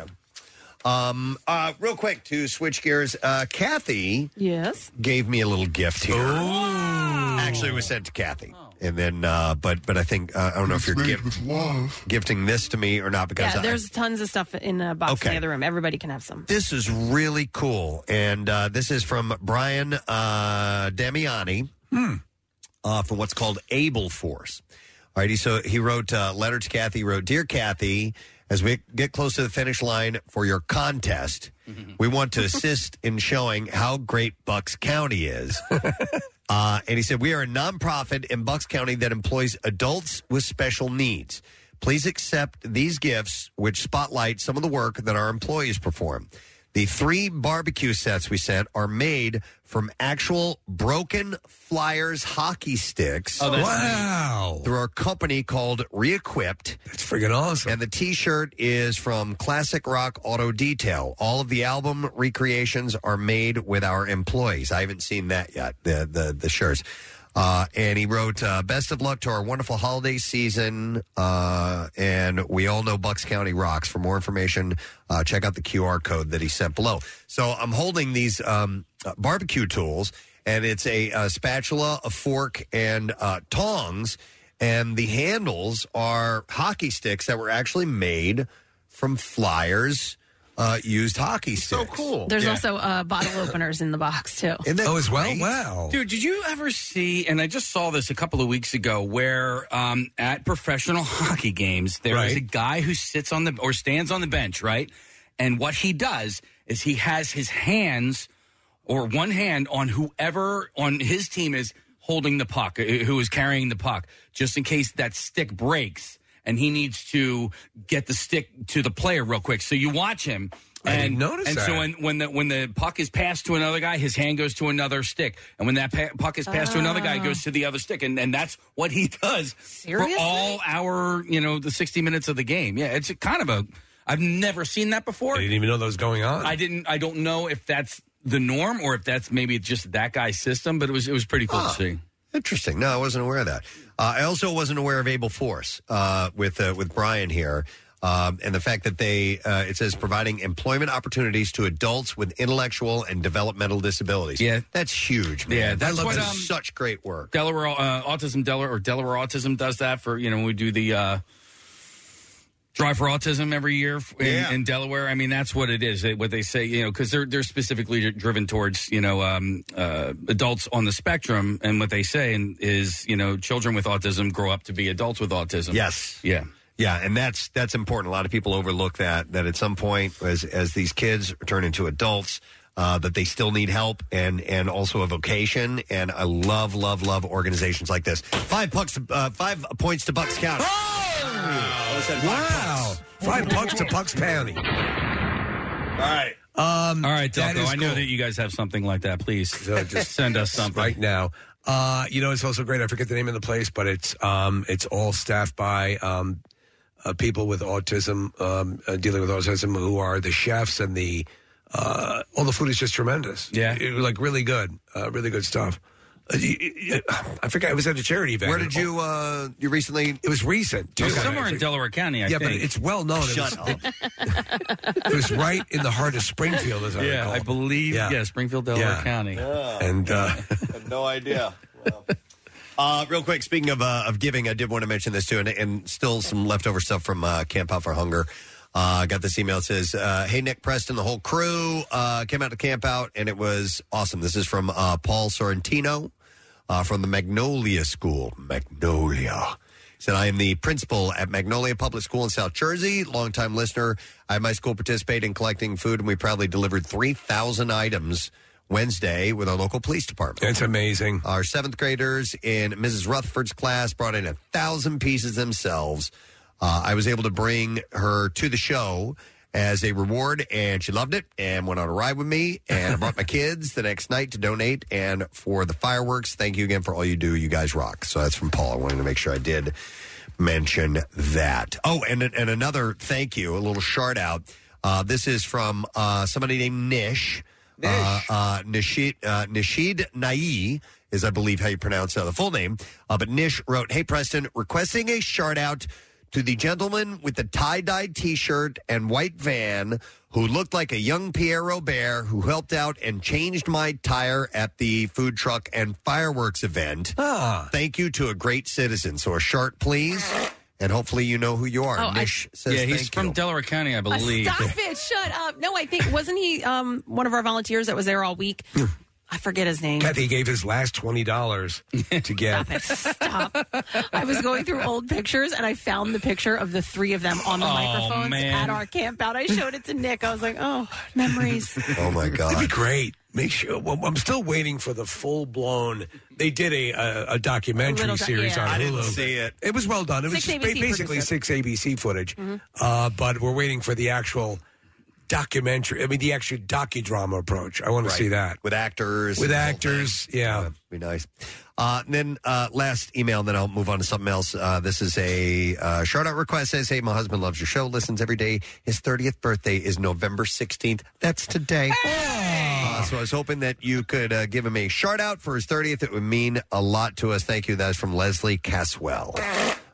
um, uh, real quick to switch gears, uh, Kathy
Yes.
gave me a little gift here. Actually, it was sent to Kathy, and then uh, but but I think uh, I don't know if you're gift, gifting this to me or not because
Yeah,
I,
there's tons of stuff in a box in
Okay.
the other room. Everybody can have some.
This is really cool. And uh, this is from Brian uh, Damiani
Hmm.
uh, from what's called Able Force. All righty, so he wrote uh, letter to Kathy. He wrote, "Dear Kathy, as we get close to the finish line for your contest, we want to assist in showing how great Bucks County is." Uh, and he said, We are a nonprofit in Bucks County that employs adults with special needs. Please accept these gifts, which spotlight some of the work that our employees perform. The three barbecue sets we sent are made from actual broken Flyers hockey sticks.
Oh, that's
wow. Through our company called Reequipped. That's
friggin' awesome.
And the t shirt is from Classic Rock Auto Detail. All of the album recreations are made with our employees. I haven't seen that yet, the, the, the shirts. Uh, and he wrote, uh, "Best of luck to our wonderful holiday season." Uh, and we all know Bucks County rocks. For more information, uh, check out the QR code that he sent below. So I'm holding these um, uh, barbecue tools, and it's a, uh spatula, a fork, and uh, tongs. And the handles are hockey sticks that were actually made from Flyers uh, used hockey sticks. So cool!
There's also uh, bottle openers in the box too.
Oh,
Uh,
Dude, did you ever see? And I just saw this a couple of weeks ago, where um, at professional hockey games there is
Right.
a guy who sits on the or stands on the bench, right? And what he does is he has his hands or one hand on whoever on his team is holding the puck, uh, who is carrying the puck, just in case that stick breaks and he needs to get the stick to the player real quick. So you watch him.
I
and,
didn't notice
and
that.
so when when the when the puck is passed to another guy, his hand goes to another stick, and when that pa- puck is passed to another guy, it
Ah.
goes to the other stick, and, and that's what he does
Seriously?
for all our you know the sixty minutes of the game. Yeah, it's kind of a I've never seen that before. I didn't
even know that was going on.
I didn't. I don't know if that's the norm or if that's maybe just that guy's system, but it was it was pretty cool
Ah.
to see.
Interesting. No, I wasn't aware of that. Uh, I also wasn't aware of Able Force uh, with uh, with Brian here, um, and the fact that they uh, it says providing employment opportunities to adults with intellectual and developmental disabilities. Yeah, that's huge. Man.
Yeah, that's
I love
what,
that.
um,
such great work.
Delaware uh, Autism Delaware or Delaware Autism does that for you know when we do the uh, Drive for Autism every year f- in,
Yeah.
in Delaware. I mean that's what it is. They- What they say you know because they're they're specifically dri- driven towards you know um, uh, adults on the spectrum and what they say and is you know children with autism grow up to be adults with autism.
Yes.
Yeah.
Yeah, and that's that's important. A lot of people overlook that that at some point, as as these kids turn into adults, uh, that they still need help and and also a vocation. And I love love love organizations like this. Five bucks, uh, five points to Bucks County.
Wow. Five bucks to Puck's County.
All right.
Um,
All right,
that
Delco.
is
I know
cool.
that you guys have something like that. Please uh, just send us something
right now. Uh, you know, it's also great. I forget the name of the place, but it's um, it's all staffed by um, uh, people with autism, um, uh, dealing with autism, who are the chefs and the uh, all the food is just tremendous. Yeah, like really good, uh, really good stuff. Uh, y- y- y- I forget. I was at a charity event.
Where did you uh, you recently?
It was recent.
It was
too.
somewhere in Delaware County. I
yeah,
think.
but it's well known. It
Shut
was, It, was right in the heart of Springfield, as I
yeah,
recall.
I believe.
Yeah.
Yeah, Springfield, Delaware
Yeah.
County.
And uh,
had no idea. Uh, real quick, speaking of uh, of giving, I did want to mention this too, and, and still some leftover stuff from uh, Camp Out for Hunger. Uh, I got this email. It says, uh, "Hey Nick Preston, the whole crew uh, came out to camp out, and it was awesome." This is from uh, Paul Sorrentino uh, from the Magnolia School. Magnolia. He Said, I am the principal at Magnolia Public School in South Jersey, longtime listener. I had my school participate in collecting food, and we proudly delivered 3,000 items Wednesday with our local police department.
It's amazing.
Our seventh graders in Mrs. Rutherford's class brought in a thousand pieces themselves. Uh, I was able to bring her to the show as a reward, and she loved it and went on a ride with me. And I brought my kids the next night to donate and for the fireworks. Thank you again for all you do. You guys rock. So that's from Paul. I wanted to make sure I did mention that. Oh, and and another thank you, a little shout out. Uh, this is from uh, somebody named Nish. Uh, uh, Nashid, uh, Nashid Nai is, I believe, how you pronounce uh, the full name. Uh, but Nish wrote, Hey, Preston, requesting a shout out to the gentleman with the tie dye t shirt and white van who looked like a young Pierre Robert who helped out and changed my tire at the food truck and fireworks event.
Ah.
Thank you to a great citizen. So a shart, please. And hopefully you know who you are.
Oh, I-
Nish says
yeah, he's
thank
from
you.
Delaware County, I
Uh,
believe.
Stop it! Shut up! No, I think wasn't he um, one of our volunteers that was there all week? I forget his name.
Kathy gave his last twenty dollars to get.
Stop. I was going through old pictures and I found the picture of the three of them on the
Oh,
microphones
man.
at our camp out. I showed it to Nick. I was like, oh, memories.
Oh my god,
it'd be great. Make sure. Well, I'm still waiting for the full blown. They did a a, a documentary
A little doc-
series
yeah.
on
I
Hulu.
didn't see it.
It was well done. It was
Six
just ba-
ABC
basically
produced
six ABC footage, uh, but we're waiting for the actual documentary. I mean, the actual docudrama approach. I want
Right.
to see that
with actors,
with
and the whole
actors. Yeah,
be nice. Uh, and then uh, last email, and then I'll move on to something else. Uh, this is a uh, shout out request. Says, "Hey, my husband loves your show. Listens every day. His thirtieth birthday is November sixteenth. That's today." Uh,
Ah.
so I was hoping that you could uh, give him a shout out for his 30th. It would mean a lot to us. Thank you. That is from Leslie Caswell.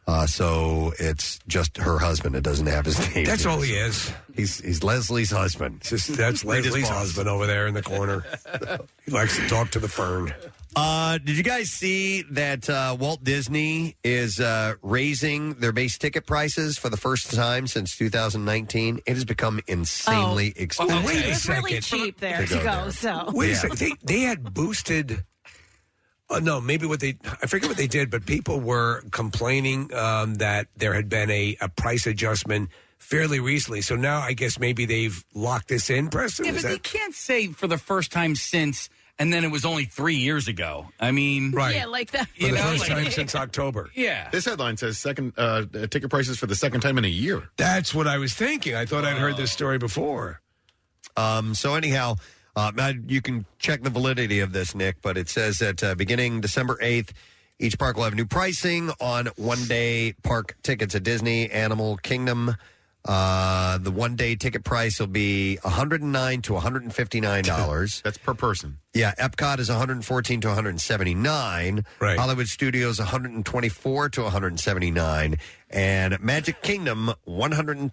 Uh, so it's just her husband. It doesn't have his name.
That's all he is.
He's he's Leslie's husband.
Just, that's
Right, his
Leslie's
boss.
husband over there in the corner. he likes to talk to the fern.
Uh, did you guys see that uh, Walt Disney is uh, raising their base ticket prices for the first time since 2019? It has become insanely expensive.
Well, wait a second.
Oh, really cheap there
To
to
go
go.
there.
Oh.
So
Wait
Yeah.
a second. They, they had boosted. Uh, no, maybe what they I forget what they did, but people were complaining um, that there had been a, a price adjustment fairly recently. So now I guess maybe they've locked this in. Preston,
Yeah,
is
but
that-
they can't say for the first time since, and then it was only three years ago. I mean,
Right.
yeah, like that.
You know, like-
October.
Yeah.
This headline says second uh, ticket prices for the second time in a year.
That's what I was thinking. I thought I'd heard this story before.
Um, so anyhow, uh, now you can check the validity of this, Nick. But it says that uh, beginning December eighth, each park will have new pricing on one-day park tickets at Disney Animal Kingdom. Uh, the one-day ticket price will be one hundred and nine to one hundred and fifty-nine dollars.
That's per person.
Yeah, Epcot is 114 to 179. Right. Hollywood Studios 124 to 179, and Magic Kingdom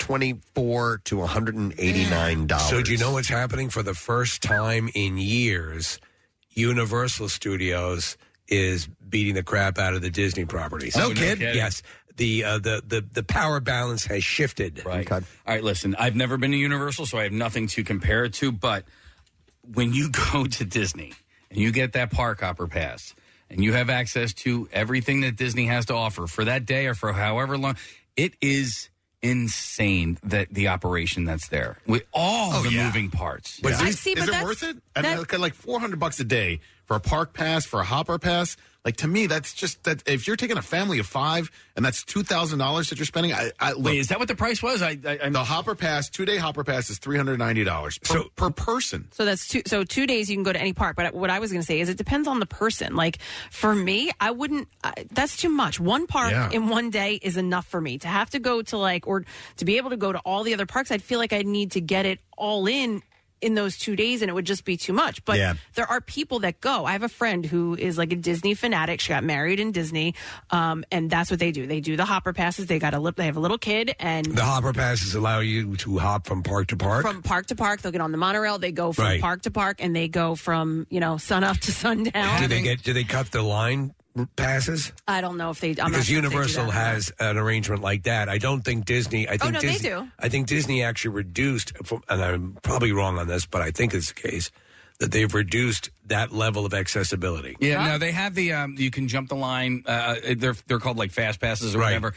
124 to 189 dollars.
So do you know what's happening for the first time in years? Universal Studios is beating the crap out of the Disney properties.
No Oh, no kid. kidding.
Yes. The, uh, the the the power balance has shifted.
Right. All right, listen, I've never been to Universal, so I have nothing to compare it to. But when you go to Disney and you get that park hopper pass and you have access to everything that Disney has to offer for that day or for however long, it is insane that the operation that's there with all
Oh,
the moving parts.
But
Yeah.
is, it- is it worth it? I mean, okay, like four hundred bucks a day for a park pass, for a hopper pass. Like to me, that's just that. If you're taking a family of five and that's two thousand dollars that you're spending, I, I look,
Wait, is that what the price was? I, I, I'm...
the hopper pass, two day hopper pass is three hundred ninety dollars per, per person.
So that's two. So two days you can go to any park. But what I was going to say is it depends on the person. Like for me, I wouldn't. Uh, that's too much. One park
Yeah.
in one day is enough for me. To have to go to like or to be able to go to all the other parks, I'd feel like I'd need to get it all in in those two days, and it would just be too much. But
Yeah.
there are people that go. I have a friend who is like a Disney fanatic. She got married in Disney, um, and that's what they do. They do the hopper passes. They got a li- they have a little kid, and
The hopper passes allow you to hop from park to park.
from park to park. They'll get on the monorail. They go from
Right.
park to park, and they go from you know sun up to sundown.
do they get do they cut the line passes?
I don't know if they. I'm not
because
sure if they do
Universal
that. Oh,
has an arrangement like that. I don't think Disney. I think
no, they
Disney,
do.
I think Disney actually reduced, from, and I'm probably wrong on this, but I think it's the case that they've reduced that level of accessibility.
Yeah, no, they have the um, you can jump the line. Uh, they're they're called like fast passes or
Right.
whatever.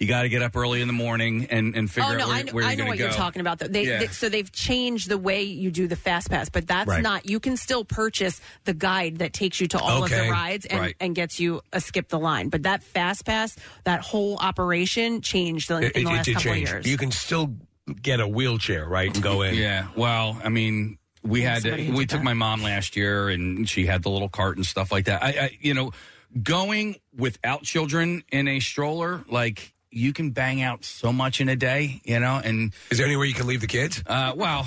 You got to get up early in the morning and and figure
oh no,
out where,
I know,
where
I
you're
know
going to
what
go.
you're talking about. though. They,
Yeah.
they- so they've changed the way you do the fast pass, but that's
Right.
not. You can still purchase the guide that takes you to all of
Okay.
the rides and,
Right.
and gets you a skip the line. But that fast pass, that whole operation changed in,
It,
in
it-
the
it
last
did
couple
change.
of years.
You can still get a wheelchair, right, and go in.
Yeah. Well, I mean, we had
Somebody who
we
did
took
that.
my mom last year, and she had the little cart and stuff like that. I, I you know, going without children in a stroller, like you can bang out so much in a day, you know. And
is there anywhere you can leave the kids?
Uh, well,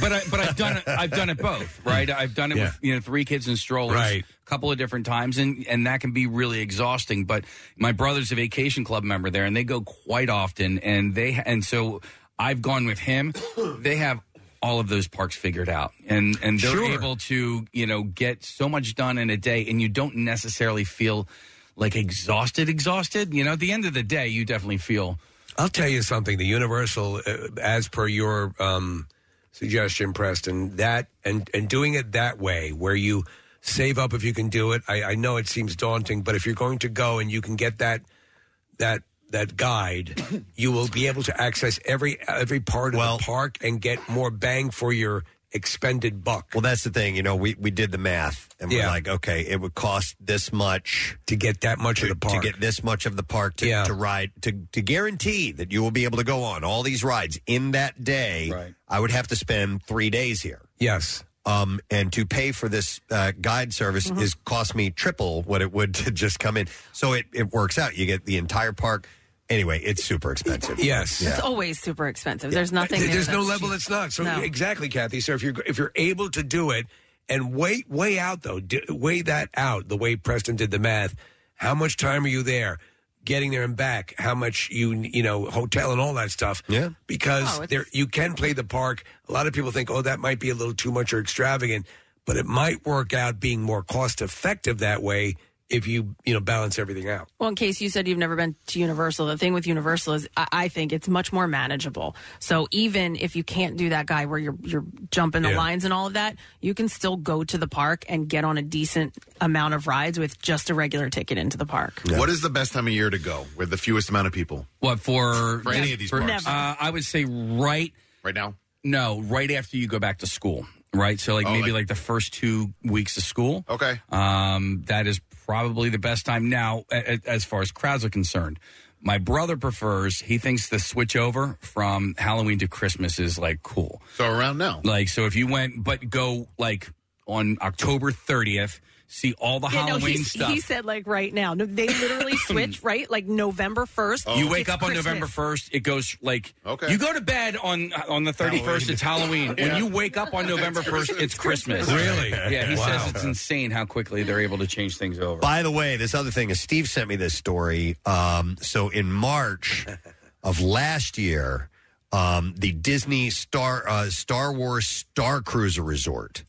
but I, but I've done it. I've done it both, right? I've done it
Yeah.
with you know three kids in strollers,
Right.
A couple of different times, and and that can be really exhausting. But my brother's a vacation club member there, and they go quite often, and they and so I've gone with him. They have all of those parks figured out, and and they're
Sure.
able to you know get so much done in a day, and you don't necessarily feel like exhausted, exhausted. You know, at the end of the day, you definitely feel.
I'll tell you something. The Universal, uh, as per your um, suggestion, Preston, that and and doing it that way, where you save up if you can do it. I, I know it seems daunting, but if you're going to go and you can get that that that guide, you will be able to access every every part of the park and get more bang for your expended buck.
Well, that's the thing. You know, we, we did the math and we're like, okay, it would cost this much
to get that much
of the park, to get this much of the park to, to ride, to, to guarantee that you will be able to go on all these rides in that day. I would have to spend three days here.
Yes.
Um, and to pay for this uh, guide service is cost me triple what it would to just come in. So it, it works out. You get the entire park. Anyway, it's super expensive.
Yes.
It's always super expensive. There's nothing. there
There's no
that's
level
cheap.
that's not. So
No.
exactly, Kathy. So if you're if you're able to do it and weigh weigh out though, d- weigh that out the way Preston did the math. How much time are you there? Getting there and back, how much you you know hotel and all that stuff. Yeah, because
Oh, it's-
there you can play the park. A lot of people think, oh, that might be a little too much or extravagant, but it might work out being more cost effective that way if you you know balance everything out.
Well, in case you said you've never been to Universal, the thing with Universal is I, I think it's much more manageable. So even if you can't do that guy where you're you're jumping the
Yeah.
lines and all of that, you can still go to the park and get on a decent amount of rides with just a regular ticket into the park.
What is the best time of year to go with the fewest amount of people?
What for?
For any of these
for-
parks.
Uh, I would say right
right now.
No, right after you go back to school. Right, so like
Oh,
maybe
like-
like, the first two weeks of school.
Okay,
um, that is probably the best time now a- a- as far as crowds are concerned. My brother prefers; he thinks the switch over from Halloween to Christmas is like cool.
So around now,
like so, if you went but go like on October thirtieth, see all the
Yeah, no,
Halloween
he,
stuff.
he said like right now. No, they literally switch right like November first.
Oh,
You wake up on November first. It goes like
okay.
You go to bed on uh, on the thirty first. It's Halloween.
Yeah.
When you wake up on November first, it's Christmas.
Really?
Yeah. He
Wow.
says it's insane how quickly they're able to change things over.
By the way, this other thing is Steve sent me this story. Um, so in March of last year, um, the Disney Star uh, Star Wars Star Cruiser Resort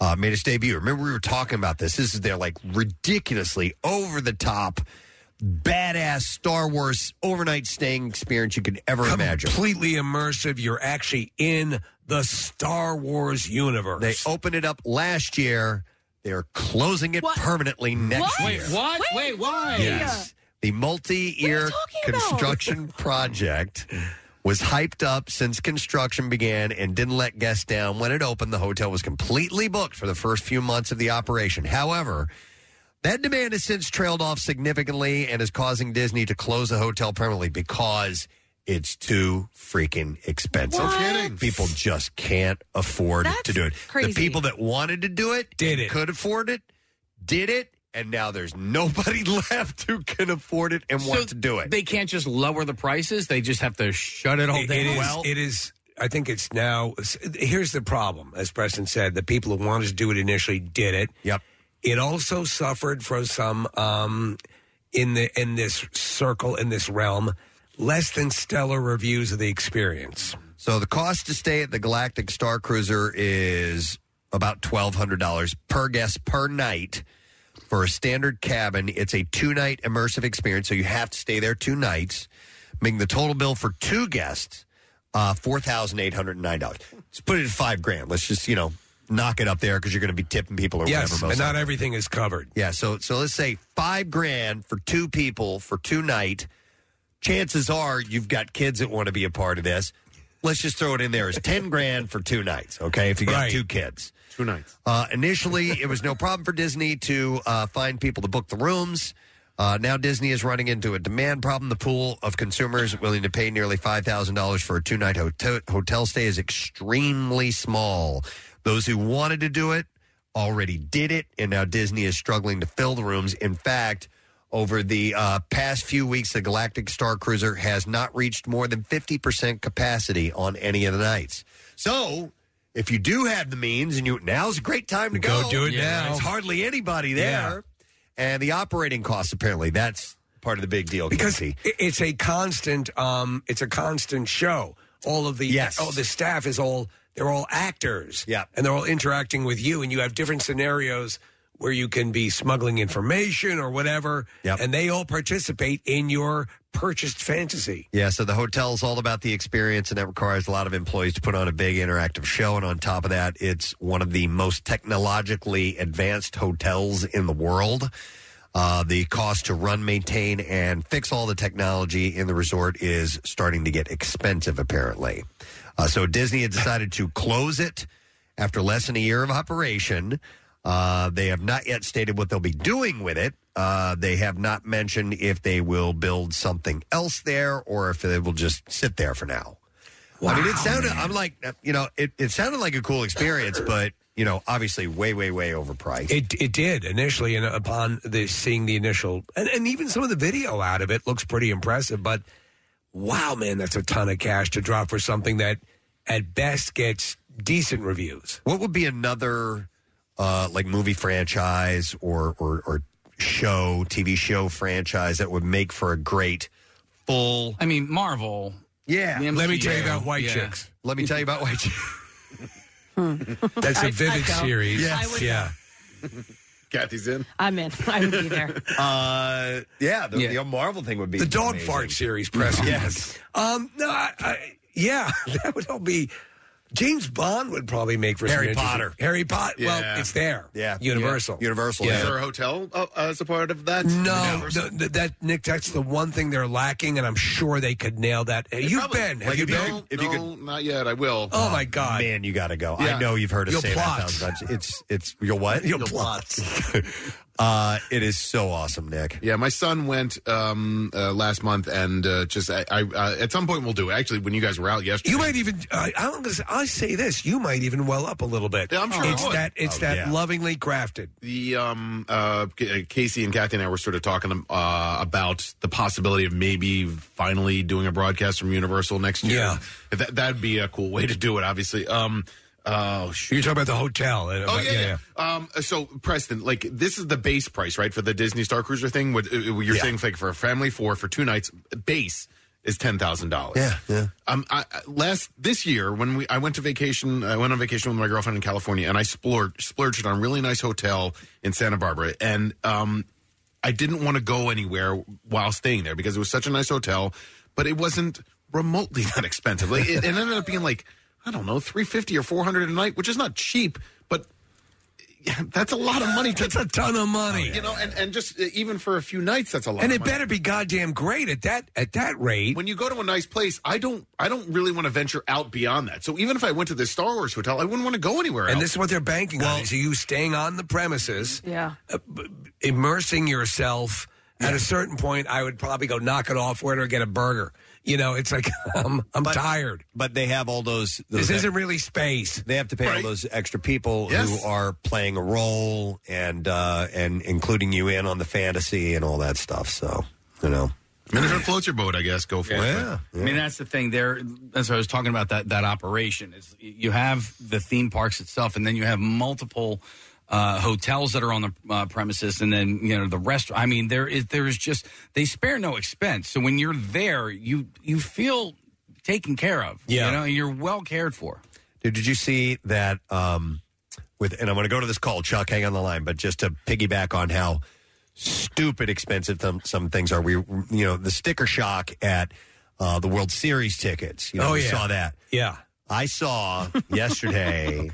uh, made its debut. Remember, we were talking about this. This is their like ridiculously over the top. Badass Star Wars overnight staying experience you could ever imagine.
Completely immersive. You're actually in the Star Wars universe.
They opened it up last year. They're closing it permanently next
What?
year.
Wait, what? Wait, Wait, why?
Yes. The multi-year construction project was hyped up since construction began and didn't let guests down. When it opened, the hotel was completely booked for the first few months of the operation. However, that demand has since trailed off significantly and is causing Disney to close the hotel permanently because it's too freaking expensive.
No kidding.
People just can't afford to do it.
crazy.
The people that wanted to do it did it, could afford it, did it, and now there's nobody left who can afford it and
So
want to do it.
They can't just lower the prices. They just have to shut it all
It-
down.
It is, it is. I think it's now. Here's the problem, as Preston said, the people who wanted to do it initially did it.
Yep.
It also suffered from some um, in the in this circle in this realm less than stellar reviews of the experience.
So the cost to stay at the Galactic Star Cruiser is about twelve hundred dollars per guest per night for a standard cabin. It's a two night immersive experience, so you have to stay there two nights, making the total bill for two guests uh, four thousand eight hundred nine dollars. Let's put it at five grand. Let's just you know knock it up there because you're going to be tipping people or
yes,
whatever.
and
most
not
likely.
everything is covered.
Yeah, so so let's say five grand for two people for two night. Chances are you've got kids that want to be a part of this. Let's just throw it in there as ten grand for two nights, okay? If you got
Right.
two kids.
two nights.
Uh, initially, it was no problem for Disney to uh, find people to book the rooms. Uh, now Disney is running into a demand problem. The pool of consumers willing to pay nearly five thousand dollars for a two-night hotel hotel stay is extremely small. Those who wanted to do it already did it, and now Disney is struggling to fill the rooms. In fact, Over the uh, past few weeks, the Galactic Star Cruiser has not reached more than 50% capacity on any of the nights. So, if you do have the means and you now's a great time to go,
Go do it now.
There's hardly anybody there. And the operating costs, apparently, that's part of the big deal.
because
Casey.
i- it's a constant um it's a constant show all of the
Yes.
all the staff is all they're all actors
Yeah.
and they're all interacting with you and you have different scenarios where you can be smuggling information or whatever and they all participate in your purchased fantasy
Yeah, so the hotel's all about the experience, and that requires a lot of employees to put on a big interactive show. And on top of that, it's one of the most technologically advanced hotels in the world. Uh, the cost to run, maintain, and fix all the technology in the resort is starting to get expensive, apparently. Uh, so Disney had decided to close it after less than a year of operation. Uh, they have not yet stated what they'll be doing with it. Uh, they have not mentioned if they will build something else there or if they will just sit there for now. I mean, it sounded. I'm like, uh, you know, it, it sounded like a cool experience, but you know, obviously, way, way, way overpriced.
It it did initially, and upon the seeing the initial, and, and even some of the video out of it looks pretty impressive. But wow, man, that's a ton of cash to drop for something that at best gets decent reviews.
What would be another uh, like movie franchise or, or or show, TV show franchise that would make for a great full?
I mean, Marvel.
Yeah.
The
Let me tell you
MCU.
about White
Yeah.
Chicks.
Let me tell you about White Chicks.
Oh, That's
I-
a
I'd
vivid
go.
series.
Yes. I would
yeah.
Kathy's in.
I'm in. I would be there.
Uh, yeah, the, the Marvel thing would be
the dog
amazing.
fart series. Press
Yes.
Um. No. I, I, yeah. That would all be. James Bond would probably make for some
Harry
interesting-
Potter.
Harry Potter. Well,
Yeah.
it's there.
Yeah.
Universal.
Yeah. Universal,
Is there a hotel uh, as a part of that?
No, th- th- that Nick, that's the one thing they're lacking, and I'm sure they could nail that. Uh, You've been, have you been?
If you could, not yet. I will.
Oh my God,
man, you got to go. I know you've heard us
You'll
say
plot.
that a thousand times. It's it's your what?
Your
plot. uh, it is so awesome, Nick.
Yeah, my son went um, uh, last month, and uh, just I, I uh, at some point we'll do it. Actually, when you guys were out yesterday,
You might even. I, I'm gonna. say- I say this. You might even well up a little bit.
Yeah, I'm sure it
it's
would.
that. It's
Oh,
that
yeah.
lovingly crafted.
the um uh K- uh, Casey and Kathy and I were sort of talking uh, about the possibility of maybe finally doing a broadcast from Universal next year.
Yeah.
that that'd be a cool way to do it. Obviously, um. Oh,
You're talking about the hotel. Uh, and
Oh
about-
yeah, yeah. Um, so Preston, like this is the base price, right, for the Disney Star Cruiser thing. What uh, uh, you're saying, like for a family four for two nights, base is ten thousand dollars. Yeah,
yeah.
Um, I, I- last this year when we I went to vacation, I went on vacation with my girlfriend in California, and I splurged splurged on a really nice hotel in Santa Barbara, and um, I didn't want to go anywhere while staying there because it was such a nice hotel, but it wasn't remotely that expensive. Like it, it ended up being like I don't know, three fifty or four hundred a night, which is not cheap, but that's a lot of money. To, that's
a ton of money.
You know, and, and just uh, even for a few nights, that's a lot.
And
of
it
money.
better be goddamn great at that at that rate.
When you go to a nice place, I don't I don't really want to venture out beyond that. So even if I went to the Star Wars hotel, I wouldn't want to go anywhere
And
else.
this is what they're banking on: is you staying on the premises,
Yeah.
immersing yourself. At a certain point, I would probably go knock it off, where to get a burger. You know, it's like I'm, I'm tired.
But they have all those.
this
those-
isn't really space.
They have to pay all those extra people
Yes.
who are playing a role and uh, and including you in on the fantasy and all that stuff. So you know,
I mean, if it floats your boat, I guess go for
it.
I mean that's the thing. There, as I was talking about that that operation is you have the theme parks itself, and then you have multiple uh, hotels that are on the uh, premises, and then you know the restaurant. I mean, there is there is just they spare no expense. So when you're there, you you feel taken care of.
Yeah.
you know, and you're well cared for.
Dude, did you see that? Um, with and I'm going to go to this call, Chuck. Hang on the line, but just to piggyback on how stupid expensive some, some things are. We, you know, the sticker shock at uh, the World Series tickets. You know,
Oh,
we
yeah.
saw that.
Yeah.
I saw yesterday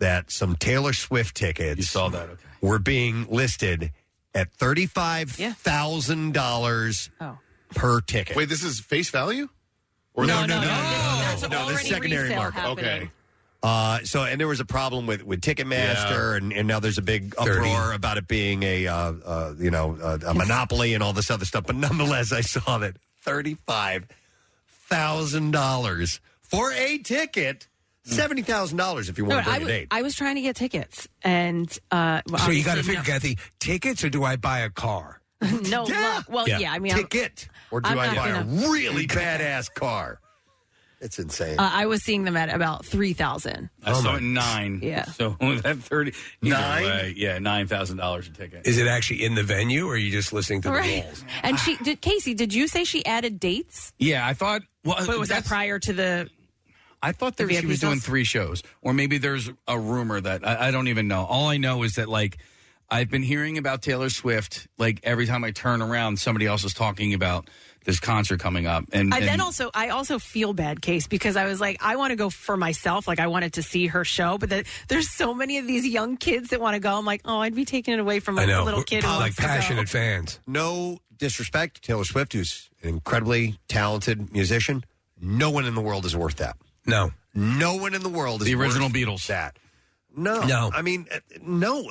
that some Taylor Swift tickets you saw
that,
were being listed at $35,000
Oh.
per ticket.
Wait, this is face value?
no, no, no,
no,
no, this is secondary market.
Okay.
Uh, so, and there was a problem with with Ticketmaster, and, and now there's a big uproar about it being a uh, uh, you know uh, a monopoly and all this other stuff. But nonetheless, I saw that thirty five thousand dollars for a ticket, seventy thousand dollars if you
No,
want to
I,
bring a
w-
date.
I was trying to get tickets, and uh, well,
so you got to
obviously,
figure, Kathy, tickets or do I buy a car?
no luck. Well, yeah. I mean, I'm-
ticket, or do
I'm
I
not
buy
gonna-
a really badass car? It's insane. Oh
Uh, I was seeing them at about three thousand.
I saw it nine.
Yeah.
So that thirty either
Nine?
way, yeah, nine thousand dollars a ticket.
Is it actually in the venue, or are you just listening to the
Right.
walls?
And she did. Casey, did you say she added dates?
Yeah, I thought. Well,
But was that prior to the?
I thought there
The
she
VIP
was doing
sauce?
three shows, or maybe there's a rumor that I, I don't even know. All I know is that like I've been hearing about Taylor Swift. Like every time I turn around, somebody else is talking about this concert coming up, and,
I
and
then also I also feel bad, Case, because I was like, I want to go for myself. Like I wanted to see her show, but that there's so many of these young kids that want to go. I'm like, oh, I'd be taking it away from like, a little kid who wants to go.
fans.
No disrespect to Taylor Swift, who's an incredibly talented musician. No one in the world is worth that.
No.
No one in the world is
The original
worth
Beatles.
That. No.
No.
I mean, uh, no.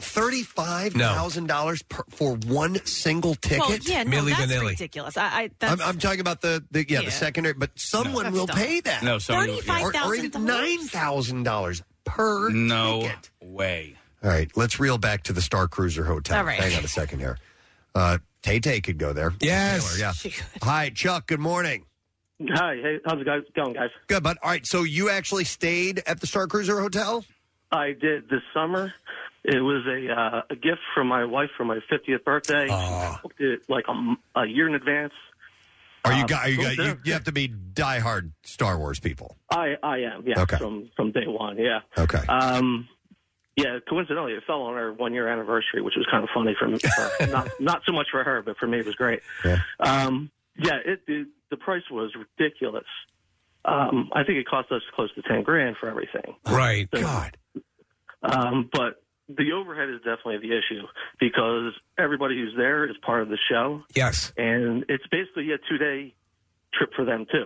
$35,000 per for one single ticket?
Well, yeah, no, that's ridiculous. I, I
I'm,
that's
I'm talking about the, the yeah,
Yeah.
the secondary, but someone
That's
will
dumb.
pay that.
No, someone will- yeah.
Or- or even $9,000 per
no way.
All right, let's reel back to the Star Cruiser Hotel.
All right.
Hang on a second here. Uh, Tay Tay could go there.
Yes.
Taylor, yeah. Hi, Chuck. Good morning.
Hi. Hey, how's it guys going, guys?
Good, but all right. So you actually stayed at the Star Cruiser Hotel?
I did this summer. It was a uh, a gift from my wife for my 50th birthday. I booked it like a, m- a year in advance.
Are you
Um,
gu- are you,
cool
gu- you
there.
you have to be diehard Star Wars people?
I I am yeah
Okay.
from from day one yeah
okay
um yeah coincidentally it fell on our one year anniversary which was kind of funny for me for- not not so much for her but for me it was great
yeah
um yeah it, it the price was ridiculous um I think it cost us close to ten grand for everything
Right.
God.
Um, but the overhead is definitely the issue because everybody who's there is part of the show,
Yes.
and it's basically a two day trip for them too.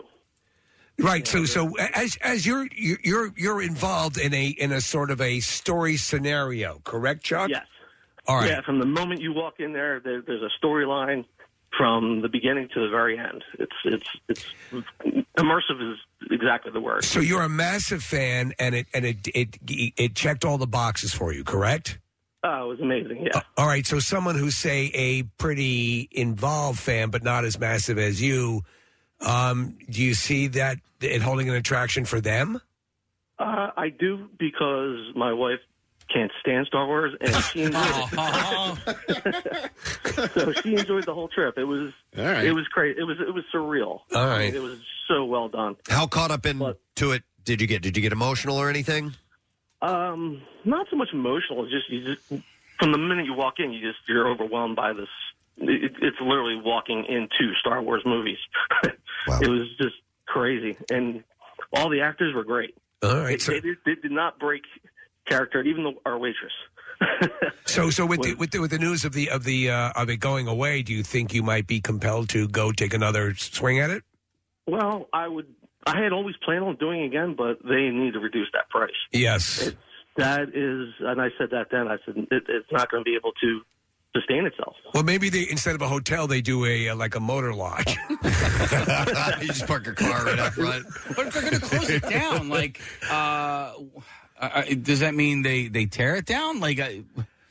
Right. So so as as you're you're you're- you're involved in a in a sort of a story scenario, correct, Chuck?
Yes.
All right.
Yeah, from the moment you walk in there, there there's a storyline from the beginning to the very end. It's it's it's immersive is exactly the word.
So you're a massive fan, and it and it it it checked all the boxes for you, correct?
Oh, it was amazing. Yeah.
All right. So someone who's say a pretty involved fan, but not as massive as you, um, do you see that it holding an attraction for them?
Uh, I do because my wife can't stand Star Wars, and she enjoyed it. so she enjoyed the whole trip. It was
All right.
it was great. It was it was surreal.
All
I mean,
right.
it was so well done.
How caught up into it did you get? Did you get emotional or anything?
Um, not so much emotional. It's just you just from the minute you walk in, you just you're overwhelmed by this. It, it's literally walking into Star Wars movies. It was just crazy, and all the actors were great.
All right,
they,
so-
they did- they did not break character. Even the, our waitress.
So so with the, with the, with the news of the of the uh, of it going away, do you think you might be compelled to go take another swing at it?
Well, I would. I had always planned on doing it again, but they need to reduce that price.
Yes.
It's, that is, and I said that then. I said it, it's not going to be able to sustain itself.
Well, maybe they instead of a hotel, they do a uh, like a motor lodge.
you just park your car right up front.
But if they're going to close it down, like, uh, uh, does that mean they they tear it down? Like, I,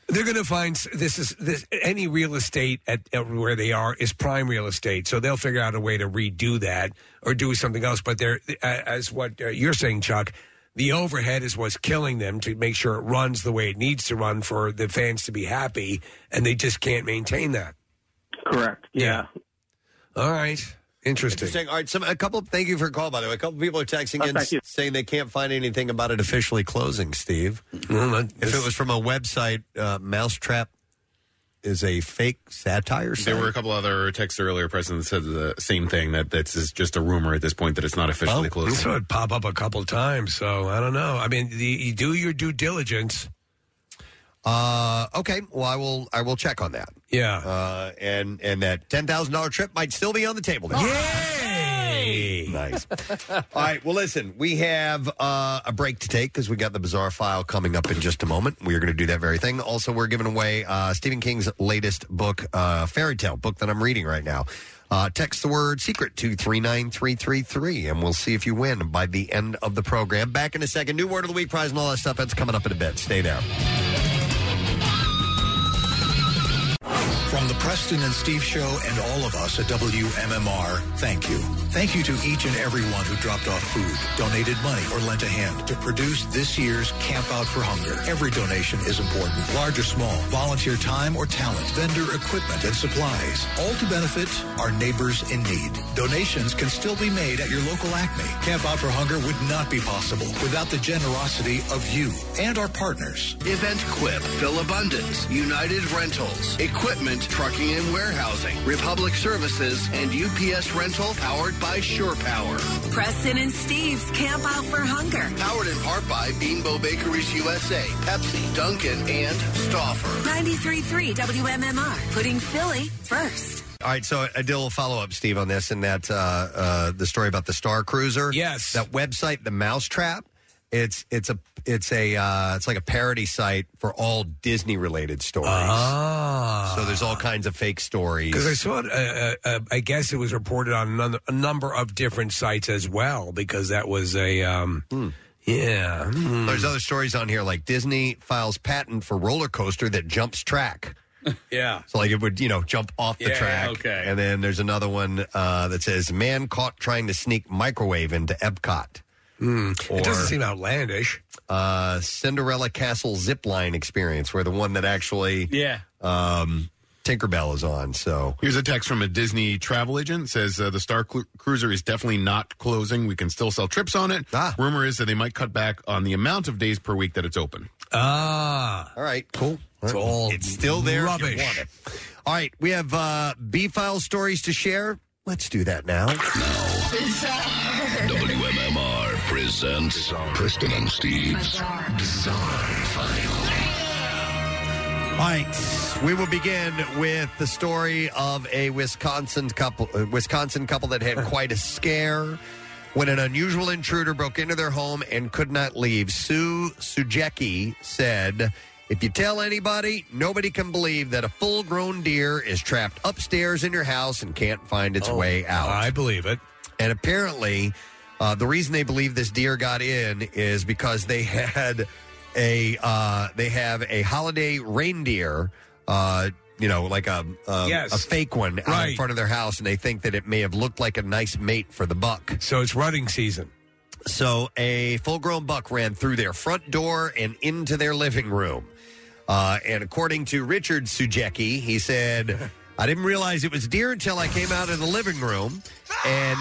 They're going to find s- this is this any real estate at, at where they are is prime real estate, so they'll figure out a way to redo that or do something else. But they're a- as what uh, you're saying, Chuck. The overhead is what's killing them to make sure it runs the way it needs to run for the fans to be happy, and they just can't maintain that.
Correct.
Yeah. All right. Interesting.
Interesting. All right. Some a couple. Thank you for the call. By the way, a couple people are texting
Oh,
in
thank
s- saying they can't find anything about it officially closing. Steve, if it was from a website, uh, Mousetrap is a fake satire. Site.
There were a couple other texts earlier, President, that said the same thing that that's is just a rumor at this point that it's not officially
I
closed.
saw it pop up a couple times, so I don't know. I mean, the, you do your due diligence.
Uh, okay. Well, I will. I will check on that.
Yeah.
Uh, and and that ten thousand dollar trip might still be on the table. Now.
Yay!
Nice. All right. Well, listen, we have uh, a break to take because we got the bizarre file coming up in just a moment. We are going to do that very thing. Also, we're giving away uh, Stephen King's latest book, uh, Fairy Tale, book that I'm reading right now. Uh, text the word secret to 39333, and we'll see if you win by the end of the program. Back in a second. New word of the week prize and all that stuff. That's coming up in a bit. Stay there.
From the Preston and Steve Show and all of us at WMMR, thank you. Thank you to each and everyone who dropped off food, donated money, or lent a hand to produce this year's Camp Out for Hunger. Every donation is important, large or small, volunteer time or talent, vendor equipment and supplies, all to benefit our neighbors in need. Donations can still be made at your local Acme. Camp Out for Hunger would not be possible without the generosity of you and our partners.
Event Quip, Phil Abundance, United Rentals, Equipment, Trucking and Warehousing, Republic Services, and UPS Rental powered by Sure Power.
Preston and Steve's Camp Out for Hunger.
Powered in part by Beanbo Bakeries USA, Pepsi, Duncan, and Stauffer.
93.3 WMMR, putting Philly first.
All right, so I did a little follow up, Steve, on this, and that uh, uh, the story about the Star Cruiser. Yes, that website, the Mousetrap. It's it's a it's a uh, it's like a parody site for all Disney related stories.
Ah.
So there's all kinds of fake stories.
Because I saw it, uh, uh, uh, I guess it was reported on another, a number of different sites as well, because that was a. Um, Yeah. Hmm.
Hmm. There's other stories on here like Disney files patent for roller coaster that jumps track.
Yeah.
So like it would, you know, jump off the
Yeah,
track.
okay.
And then there's another one uh, that says man caught trying to sneak microwave into Epcot. Hmm.
it doesn't seem outlandish.
Uh, Cinderella Castle zip line experience, where the one that actually
yeah
um, Tinkerbell is on. So
Here's a text from a Disney travel agent. It says uh, the Star Cru- Cruiser is definitely not closing. We can still sell trips on it.
Ah.
Rumor is that they might cut back on the amount of days per week that it's open.
Ah.
All right. Cool.
It's all
it's still there. if you
Rubbish.
want it. All right, we have uh, B file stories to share. Let's do that now.
WMMR presents Preston and Steve's Bizarre File.
All right, we will begin with the story of a Wisconsin couple. uh, Wisconsin couple that had quite a scare when an unusual intruder broke into their home and could not leave. Sue Sujecki said, "If you tell anybody, nobody can believe that a full-grown deer is trapped upstairs in your house and can't find its way out." I
believe it.
And apparently, uh, the reason they believe this deer got in is because they had a uh, they have a holiday reindeer. Uh, you know, like a a,
Yes.
a fake one out in
Right.
front of their house, and they think that it may have looked like a nice mate for the buck.
So it's running season.
So a full-grown buck ran through their front door and into their living room. Uh, and according to Richard Sujecki, he said, "I didn't realize it was deer until I came out in the living room, and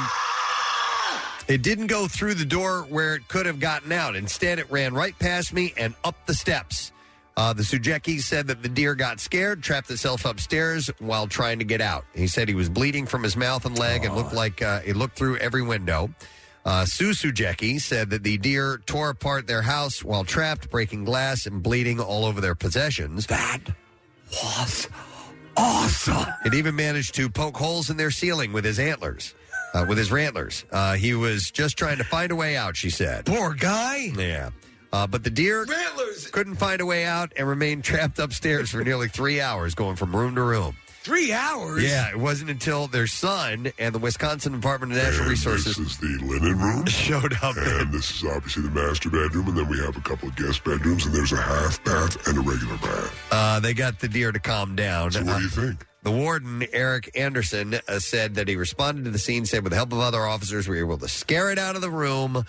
it didn't go through the door where it could have gotten out. Instead, it ran right past me and up the steps." Uh, the Sujeki said that the deer got scared, trapped itself upstairs while trying to get out. He said he was bleeding from his mouth and leg and looked like uh, it looked through every window. Uh, Sue Sujeki said that the deer tore apart their house while trapped, breaking glass and bleeding all over their possessions. That was awesome. It even managed to poke holes in their ceiling with his antlers. Uh, with his antlers, Uh, he was just trying to find a way out, she said.
Poor guy.
Yeah. Uh, but the deer couldn't find a way out and remained trapped upstairs for nearly three hours, going from room to room.
Three hours.
Yeah, it wasn't until their son and the Wisconsin Department of Natural Resources.
This is the linen room.
Showed up.
And this is obviously the master bedroom, and then we have a couple of guest bedrooms, and there's a half bath and a regular bath.
Uh, they got the deer to calm down.
So what do you
Uh,
think?
The warden, Eric Anderson, uh, said that he responded to the scene, said, with the help of other officers, we were able to scare it out of the room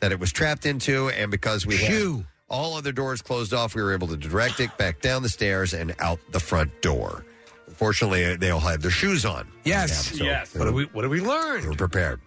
that it was trapped into, and because we had all other doors closed off, we were able to direct it back down the stairs and out the front door. Fortunately, uh, they all had their shoes on.
Yes.
Yeah, so-
yes. What do we What do we learn?
We're prepared.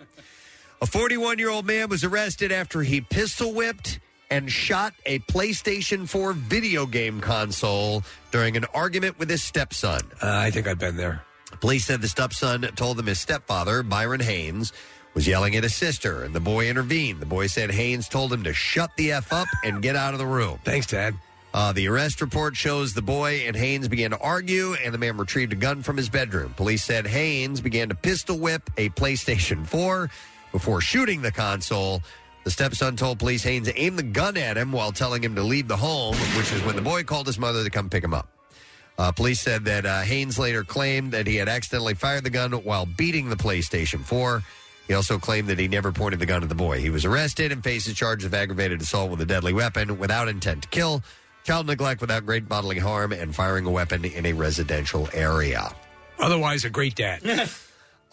A 41 year old man was arrested after he pistol whipped and shot a PlayStation 4 video game console during an argument with his stepson.
Uh, I think I've been there.
Police said the stepson told them his stepfather, Byron Haynes, was yelling at his sister, and the boy intervened. The boy said Haynes told him to shut the F up and get out of the room.
Thanks, Dad.
Uh, the arrest report shows the boy and Haynes began to argue, and the man retrieved a gun from his bedroom. Police said Haynes began to pistol whip a PlayStation 4 before shooting the console. The stepson told police Haynes aimed the gun at him while telling him to leave the home, which is when the boy called his mother to come pick him up. Uh, police said that uh, Haynes later claimed that he had accidentally fired the gun while beating the PlayStation 4. He also claimed that he never pointed the gun at the boy. He was arrested and faces charges of aggravated assault with a deadly weapon without intent to kill, child neglect without great bodily harm, and firing a weapon in a residential area.
Otherwise, a great dad.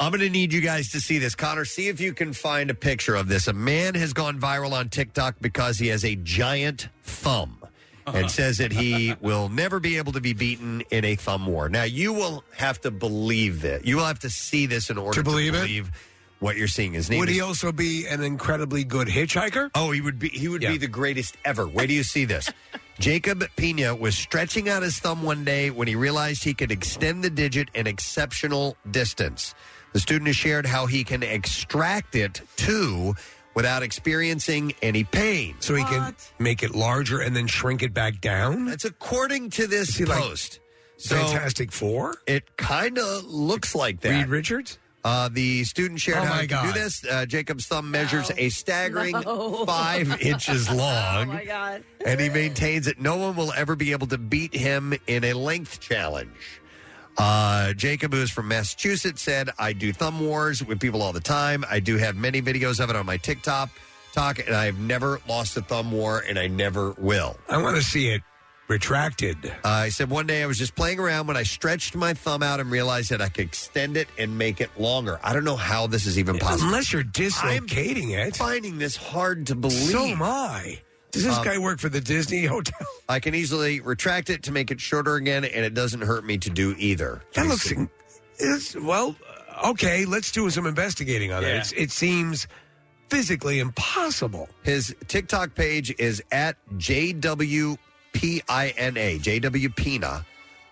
I'm going to need you guys to see this. Connor, see if you can find a picture of this. A man has gone viral on TikTok because he has a giant thumb and says that he will never be able to be beaten in a thumb war. Now, you will have to believe that. You will have to see this in order to believe,
believe it?
what you're seeing. His name
Would
is
he also be an incredibly good hitchhiker?
Oh, he would be. He would be the greatest ever. Where do you see this? Jacob Pena was stretching out his thumb one day when he realized he could extend the digit an exceptional distance. The student has shared how he can extract it too without experiencing any pain.
So he can make it larger and then shrink it back down?
That's according to this post. So-
Fantastic Four?
It kind of looks like that.
Reed Richards?
Uh, the student shared
Oh,
how
my
he can do
God.
this. Uh, Jacob's thumb measures a staggering
No.
five inches long.
Oh my god.
and he maintains that no one will ever be able to beat him in a length challenge. Uh, Jacob, who is from Massachusetts, said, I do thumb wars with people all the time. I do have many videos of it on my TikTok, talk, and I've never lost a thumb war, and I never will.
I want to see it retracted.
Uh, he said, One day I was just playing around when I stretched my thumb out and realized that I could extend it and make it longer. I don't know how this is even possible.
Unless you're dislocating
I'm
it.
finding this hard to believe.
So am I. Does this
Um,
guy work for the Disney Hotel?
I can easily retract it to make it shorter again, and it doesn't hurt me to do either.
That looks. Is, well, okay, let's do some investigating on
Yeah.
it. It's, it seems physically impossible.
His TikTok page is at JWPINA, JWPINA.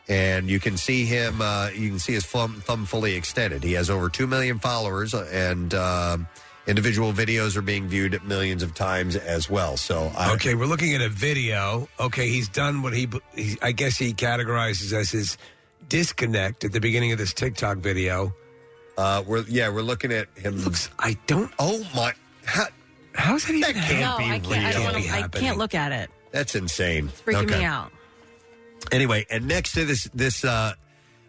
And you can see him, uh, you can see his thumb, thumb fully extended. He has over 2 million followers, uh, and uh, individual videos are being viewed millions of times as well. So, I,
Okay, we're looking at a video. Okay, he's done what he, he I guess he categorizes as his disconnect at the beginning of this TikTok video.
Uh, we're yeah, we're looking at him. Looks,
I don't.
Oh my! How,
how's that even? That
can't
no,
be
I
real.
can't. I, don't wanna, I can't look at it.
That's insane.
It's freaking
Okay.
me out.
Anyway, and next to this this uh,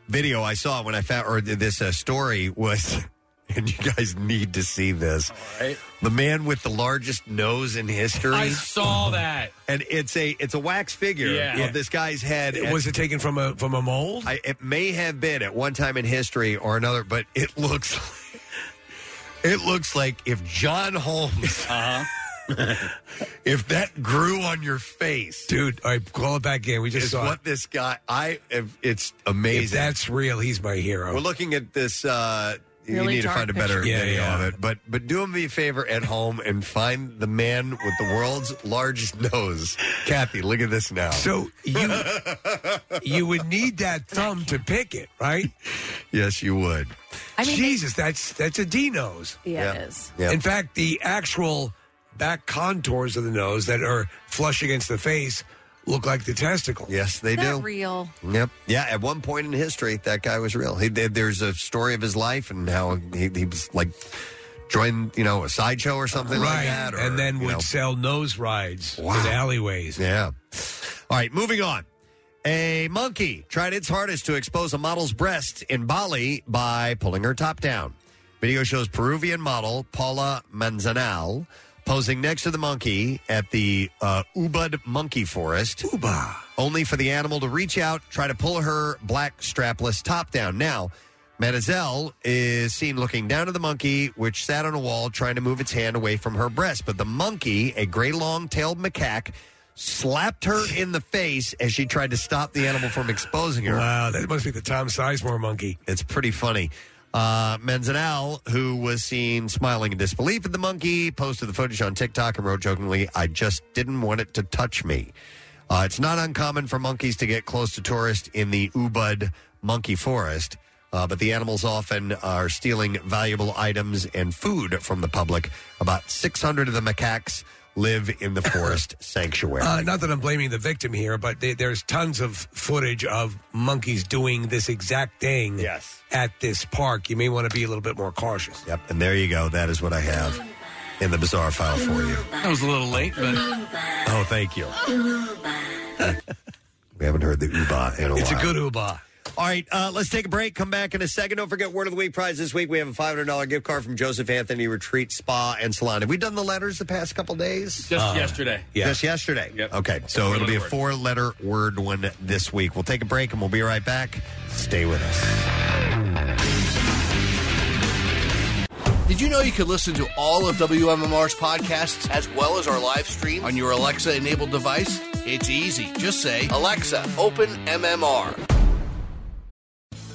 video I saw when I found or th- this uh, story was, and you guys need to see this. The man with the largest nose in history.
I saw that.
and it's a it's a wax figure
Yeah.
of
Yeah.
this guy's head.
Was it taken from a from a mold?
I, it may have been at one time in history or another, but it looks it looks like if John Holmes.
Uh-huh.
if that grew on your face,
dude. I call it back in. We just
is
saw
what
it.
this guy. I if- it's amazing.
If that's real, he's my hero.
We're looking at this. Uh, you
Really
need to
dark
find a better
picture. Yeah,
video
yeah.
of it, but but do me a favor at home and find the man with the world's largest nose, Kathy. Look at this now.
So you you would need that thumb to pick it, right?
yes, you would.
I mean,
Jesus, that's that's a D nose.
Yeah, it Yeah. is.
Yeah.
In fact, the actual back contours of the nose that are flush against the face look like the testicle.
Yes, they
Is that
do.
real?
Yep. Yeah. At one point in history, that guy was real. He, there- there's a story of his life and how he, he was like joined, you know, a sideshow or something like
right,
that. Or,
and then
you
would
know.
sell nose rides in alleyways.
Yeah. All right, moving on. A monkey tried its hardest to expose a model's breast in Bali by pulling her top down. Video shows Peruvian model Paula Manzanal posing next to the monkey at the uh, Ubud Monkey Forest.
Uba.
Only for the animal to reach out, try to pull her black strapless top down. Now, Manizel is seen looking down at the monkey, which sat on a wall trying to move its hand away from her breast. But the monkey, a gray long tailed macaque, slapped her in the face as she tried to stop the animal from exposing her.
Wow, that must be the Tom Sizemore monkey.
It's pretty funny. Uh, Manzanal, who was seen smiling in disbelief at the monkey, posted the footage on TikTok and wrote jokingly, I just didn't want it to touch me. Uh, it's not uncommon for monkeys to get close to tourists in the Ubud monkey forest, uh, but the animals often are stealing valuable items and food from the public. About 600 of the macaques live in the forest sanctuary.
Uh, not that I'm blaming the victim here, but they, there's tons of footage of monkeys doing this exact thing yes. at this park. You may want to be a little bit more cautious.
Yep, and there you go. That is what I have in the bizarre file for you.
That was a little late, but
oh, thank you. We haven't heard the Uba in a
It's a
while.
good Uba.
All right, uh, let's take a break. Come back in a second. Don't forget Word of the Week prize this week. We have a five hundred dollar gift card from Joseph Anthony Retreat Spa and Salon. Have we done the letters the past couple days? Uh,
just yesterday.
Just yesterday. Okay, so
Four
it'll be a
letter word.
four letter word one this week. We'll take a break and we'll be right back. Stay with us.
Did you know you could listen to all of WMMR's podcasts as well as our live stream on your Alexa enabled device? It's easy. Just say, Alexa, open MMR.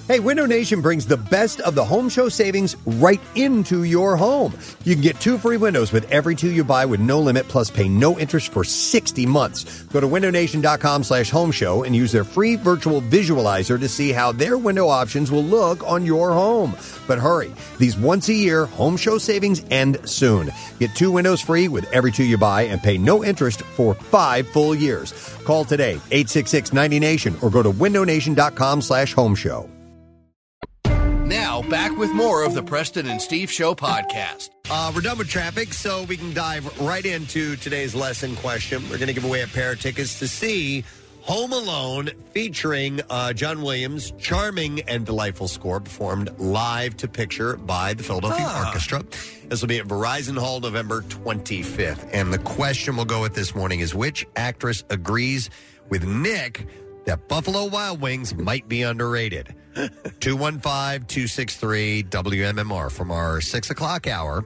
Hey, Window Nation brings the best of the home show savings right into your home. You can get two free windows with every two you buy with no limit, plus pay no interest for 60 months. Go to windownation.com slash home show and use their free virtual visualizer to see how their window options will look on your home. But hurry, these once a year home show savings end soon. Get two windows free with every two you buy and pay no interest for five full years. Call today, 866-90Nation or go to windownation.com slash home show.
Now, back with more of the Preston and Steve Show podcast.
Uh, we're done with traffic, so we can dive right into today's lesson question. We're going to give away a pair of tickets to see Home Alone featuring uh, John Williams' charming and delightful score performed live to picture by the Philadelphia Orchestra. This will be at Verizon Hall November 25th. And the question we'll go with this morning is which actress agrees with Nick that Buffalo Wild Wings might be underrated? 215-263-WMMR from our 6 o'clock hour.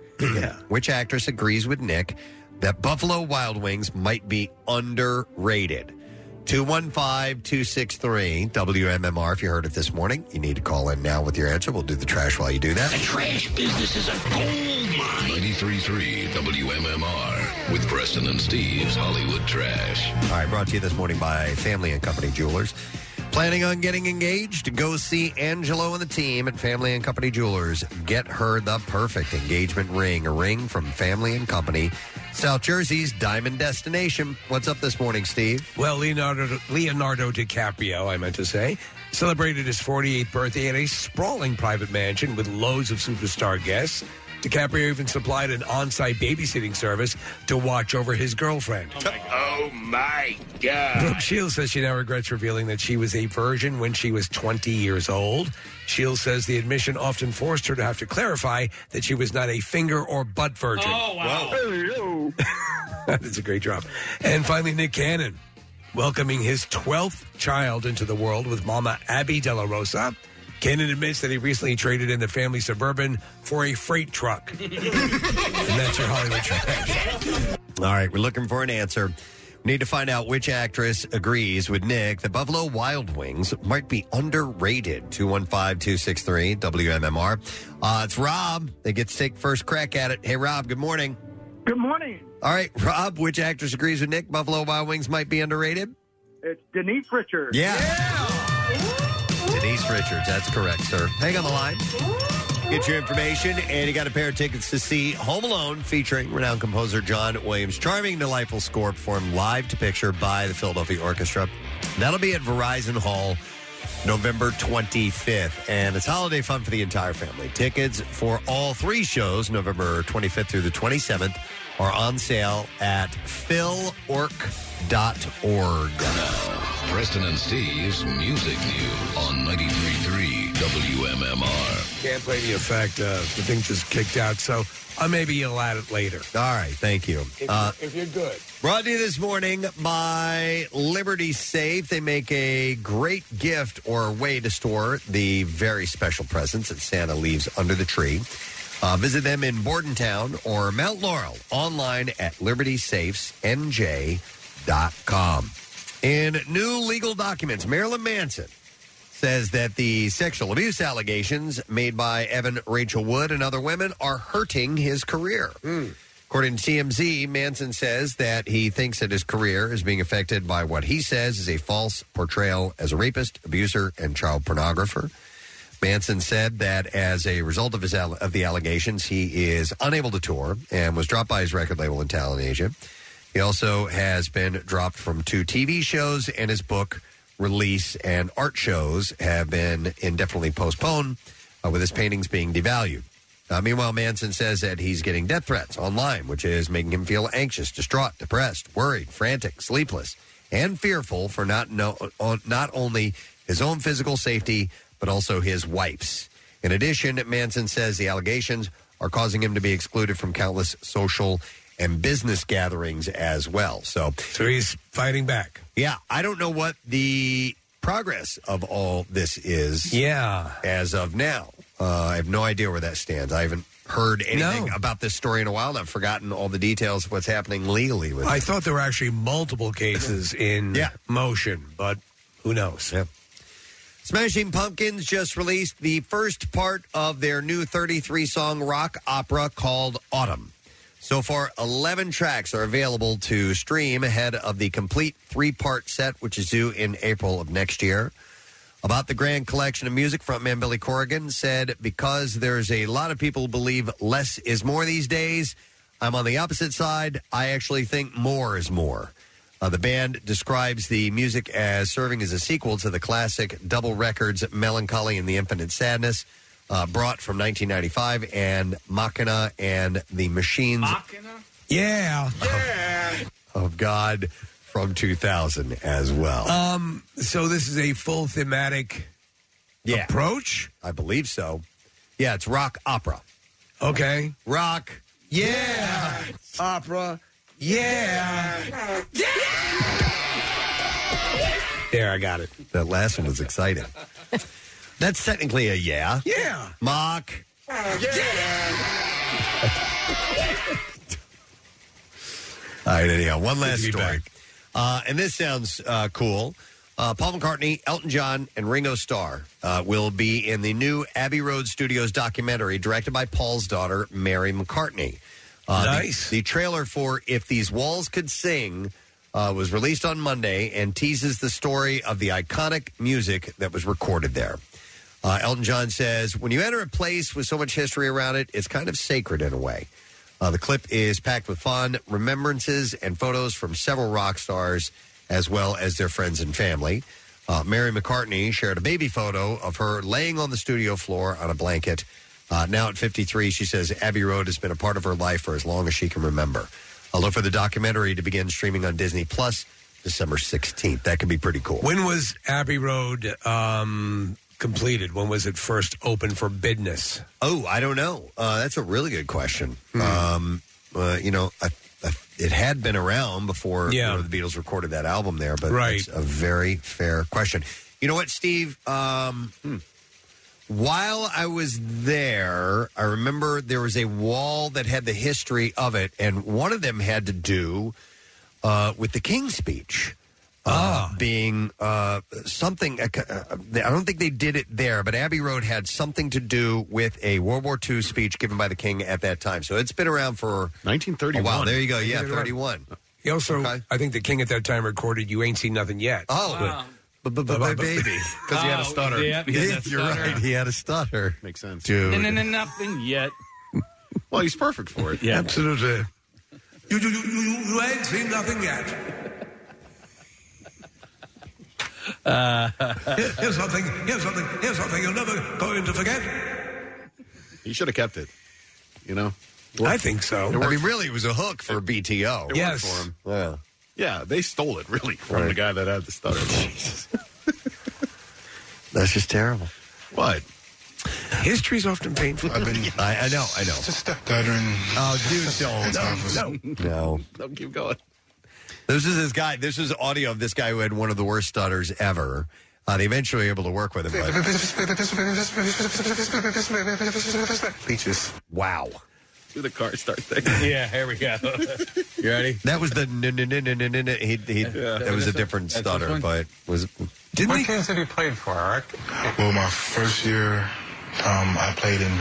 Which actress agrees with Nick that Buffalo Wild Wings might be underrated? 215-263-WMMR. If you heard it this morning, you need to call in now with your answer. We'll do the trash while you do that.
Trash business is a gold mine. 93.3 WMMR with Preston and Steve's Hollywood Trash.
All right, brought to you this morning by Family and Company Jewelers. Planning on getting engaged? Go see Angelo and the team at Family and Company Jewelers. Get her the perfect engagement ring, a ring from Family and Company, South Jersey's diamond destination. What's up this morning, Steve?
Well, Leonardo Leonardo DiCaprio, I meant to say, celebrated his 48th birthday at a sprawling private mansion with loads of superstar guests. DiCaprio even supplied an on-site babysitting service to watch over his girlfriend.
Oh my God.
Brooke Shields says she now regrets revealing that she was a virgin when she was 20 years old. Shields says the admission often forced her to have to clarify that she was not a finger or butt virgin.
Oh,
wow.
That's a great drop. And finally, Nick Cannon, welcoming his 12th child into the world with mama Abby De La Rosa. Cannon admits that he recently traded in the family Suburban for a freight truck. and that's your Hollywood trash.
All right, we're looking for an answer. We need to find out which actress agrees with Nick that Buffalo Wild Wings might be underrated. 215 263 WMMR. Uh, it's Rob that gets to take first crack at it. Hey, Rob, good morning.
Good morning.
All right, Rob, which actress agrees with Nick Buffalo Wild Wings might be underrated?
It's Denise Richards.
Yeah. Denise Richards, that's correct, sir. Hang on the line. Get your information, and you got a pair of tickets to see Home Alone featuring renowned composer John Williams. Charming, delightful score performed live to picture by the Philadelphia Orchestra. That'll be at Verizon Hall November 25th, and it's holiday fun for the entire family. Tickets for all three shows, November 25th through the 27th, are on sale at philorc.org.
Preston and Steve's Music News on 93.3 WMMR.
Can't play the effect. Uh, the thing just kicked out, so uh, maybe you'll add it later.
All right, thank you. Uh,
if you're good.
Brought to you this morning by Liberty Safe. They make a great gift or way to store the very special presents that Santa leaves under the tree. Uh, visit them in Bordentown or Mount Laurel online at libertysafesnj.com. In new legal documents, Marilyn Manson says that the sexual abuse allegations made by Evan Rachel Wood and other women are hurting his career. According to TMZ, Manson says that he thinks that his career is being affected by what he says is a false portrayal as a rapist, abuser, and child pornographer. Manson said that as a result of his al- of the allegations, he is unable to tour and was dropped by his record label in Talent He also has been dropped from two TV shows, and his book release and art shows have been indefinitely postponed, uh, with his paintings being devalued. Uh, meanwhile, Manson says that he's getting death threats online, which is making him feel anxious, distraught, depressed, worried, frantic, sleepless, and fearful for not no, on, not only his own physical safety but also his wife's. In addition, Manson says the allegations are causing him to be excluded from countless social and business gatherings as well. So,
so he's fighting back.
yeah, I don't know what the progress of all this is.
Yeah.
as of now. Uh, I have no idea where that stands. I haven't heard anything about this story in a while. and I've forgotten all the details of what's happening legally with
I
it.
thought there were actually multiple cases in motion, but who knows?
Smashing Pumpkins just released the first part of their new 33 song rock opera called Autumn. So far, 11 tracks are available to stream ahead of the complete three part set, which is due in April of next year. About the grand collection of music, frontman Billy Corrigan said, Because there's a lot of people who believe less is more these days, I'm on the opposite side. I actually think more is more. Uh, the band describes the music as serving as a sequel to the classic double records Melancholy and the Infinite Sadness, uh, brought from 1995, and Machina and the Machines
Yeah.
of God from 2000 as well.
Um, so this is a full thematic approach?
I believe so. Yeah, it's rock opera.
Okay.
Rock. Yeah.
Opera. Yeah. There, I got it.
That last one was exciting. That's technically a yeah.
Yeah.
Mock. All right, anyhow, one last story. Uh, and this sounds uh, cool. Uh, Paul McCartney, Elton John, and Ringo Starr uh, will be in the new Abbey Road Studios documentary directed by Paul's daughter, Mary McCartney. Uh, nice. The, the trailer for If These Walls Could Sing uh, was released on Monday and teases the story of the iconic music that was recorded there. Uh, Elton John says, When you enter a place with so much history around it, it's kind of sacred in a way. Uh, the clip is packed with fun remembrances and photos from several rock stars, as well as their friends and family. Uh, Mary McCartney shared a baby photo of her laying on the studio floor on a blanket. Uh, now at 53, she says Abbey Road has been a part of her life for as long as she can remember. i look for the documentary to begin streaming on Disney Plus December 16th. That could be pretty cool.
When was Abbey Road um, completed? When was it first open for business?
Oh, I don't know. Uh, that's a really good question.
Hmm.
Um, uh, you know, I, I, it had been around before you
Yeah.
know, the Beatles recorded that album there, but
Right.
it's a very fair question. You know what, Steve? Um, hmm. While I was there, I remember there was a wall that had the history of it, and one of them had to do uh, with the King's speech. Uh, Being uh, something, I don't think they did it there, but Abbey Road had something to do with a World War II speech given by the king at that time. So it's been around for
1931.
Oh, wow, there you go. Yeah, 31.
He also, I think the king at that time recorded "You Ain't Seen Nothing Yet."
Oh,
but-
baby,
because Oh, he had a stutter.
Yeah, Oh, he had that
You're
stutter.
right. He had a stutter.
Makes sense,
No,
dude.
no, no, nothing yet.
Well, he's perfect for it.
Yeah.
Absolutely. You, you, you, you, you ain't seen nothing yet. Here- here's something. Here's something. Here's something you're never going to forget.
He should have kept it. You know?
I think so.
I mean, really, it was a hook for BTO.
It
Yes.
worked for him.
Yeah.
Yeah, they stole it, really, from the guy that had the stutter.
That's just terrible.
What?
History's often painful.
I've been, I, I know, I know. Just a veteran. Oh, dude, don't. No, no.
No, keep going.
This is this guy. This is audio of this guy who had one of the worst stutters ever. Uh, they eventually were able to work with him. But
Peaches.
wow.
Do the car start thing.
Yeah, here we go.
You ready? That was the no no no no no no. He, he, That was a different
That's
stutter,
this one?
but was
Did what teams have you played for, Eric? Well, my first year, um, I played in.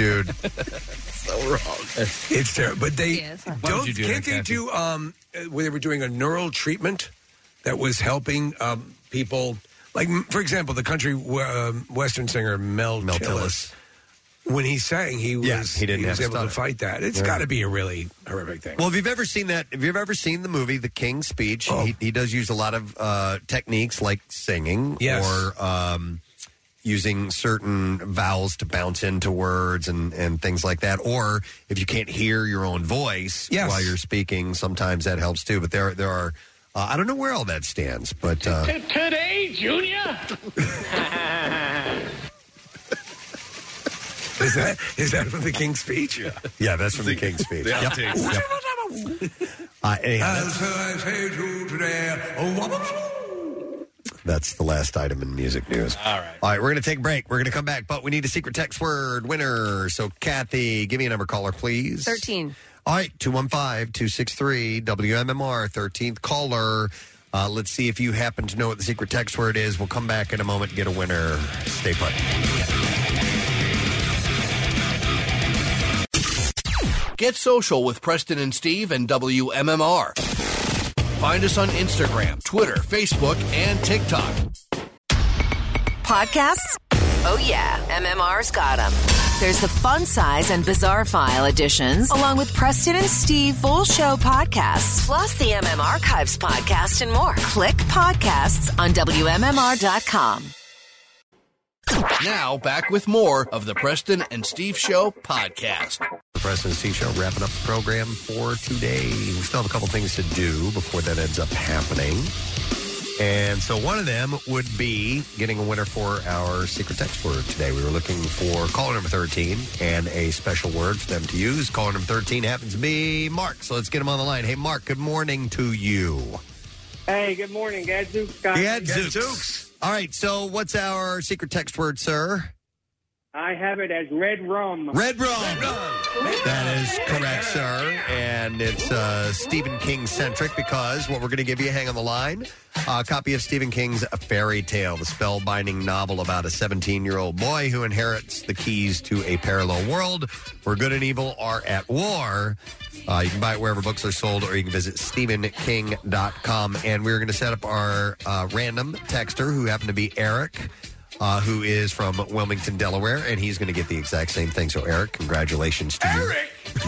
dude.
so wrong.
It's terrible. But they
Why would
don't.
you do
can't
that,
they
Kathy?
do? Um, uh, where they were doing a neural treatment that was helping um, people. Like m- for example, the country we- um, western singer Mel,
Mel
Tillis. When he sang, he was
Yeah, he didn't
was
have a
able to
stutter.
fight that. It's
Yeah.
got to be a really horrific thing.
Well, if you've ever seen that, if you've ever seen the movie The King's Speech,
Oh.
he, he does use a lot of uh, techniques like singing
Yes.
or um, using certain vowels to bounce into words and, and things like that. Or if you can't hear your own voice
Yes.
while you're speaking, sometimes that helps too. But there there are uh, I don't know where all that stands, but uh,
Today, Junior.
Is that is that from the King's Speech? Yeah.
yeah, that's from The King's Speech.
The
Yep.
outtakes.
Yep. Uh, anyhow,
As I say to you today, oh,
That's the last item in music news. All right. All right, we're going to take a break. We're going to come back, but we need a secret text word winner. So, Kathy, give me a number caller, please.
13.
All right, 215 263 WMMR, 13th caller. Uh, let's see if you happen to know what the secret text word is. We'll come back in a moment and get a winner. Stay put.
Get social with Preston and Steve and WMMR. Find us on Instagram, Twitter, Facebook, and TikTok.
Podcasts? Oh, yeah. MMR's got them. There's the Fun Size and Bizarre File editions, along with Preston and Steve full show podcasts, plus the MM Archives podcast and more. Click podcasts on WMMR.com.
Now, back with more of the Preston and Steve Show podcast.
The Preston and Steve Show wrapping up the program for today. We still have a couple things to do before that ends up happening. And so one of them would be getting a winner for our secret text word today. We were looking for caller number 13 and a special word for them to use. Caller number 13 happens to be Mark. So let's get him on the line. Hey, Mark, good morning to you.
Hey, good morning, Gadzooks guys.
Gadzooks. All right, so what's our secret text word, sir?
I have it as red rum.
Red rum. That is correct, sir. And it's uh, Stephen King centric because what we're going to give you, hang on the line, a copy of Stephen King's A Fairy Tale, the spellbinding novel about a 17 year old boy who inherits the keys to a parallel world where good and evil are at war. Uh, you can buy it wherever books are sold, or you can visit StephenKing.com. And we're going to set up our uh, random texter who happened to be Eric uh, who is from Wilmington, Delaware, and he's going to get the exact same thing. So, Eric, congratulations to you.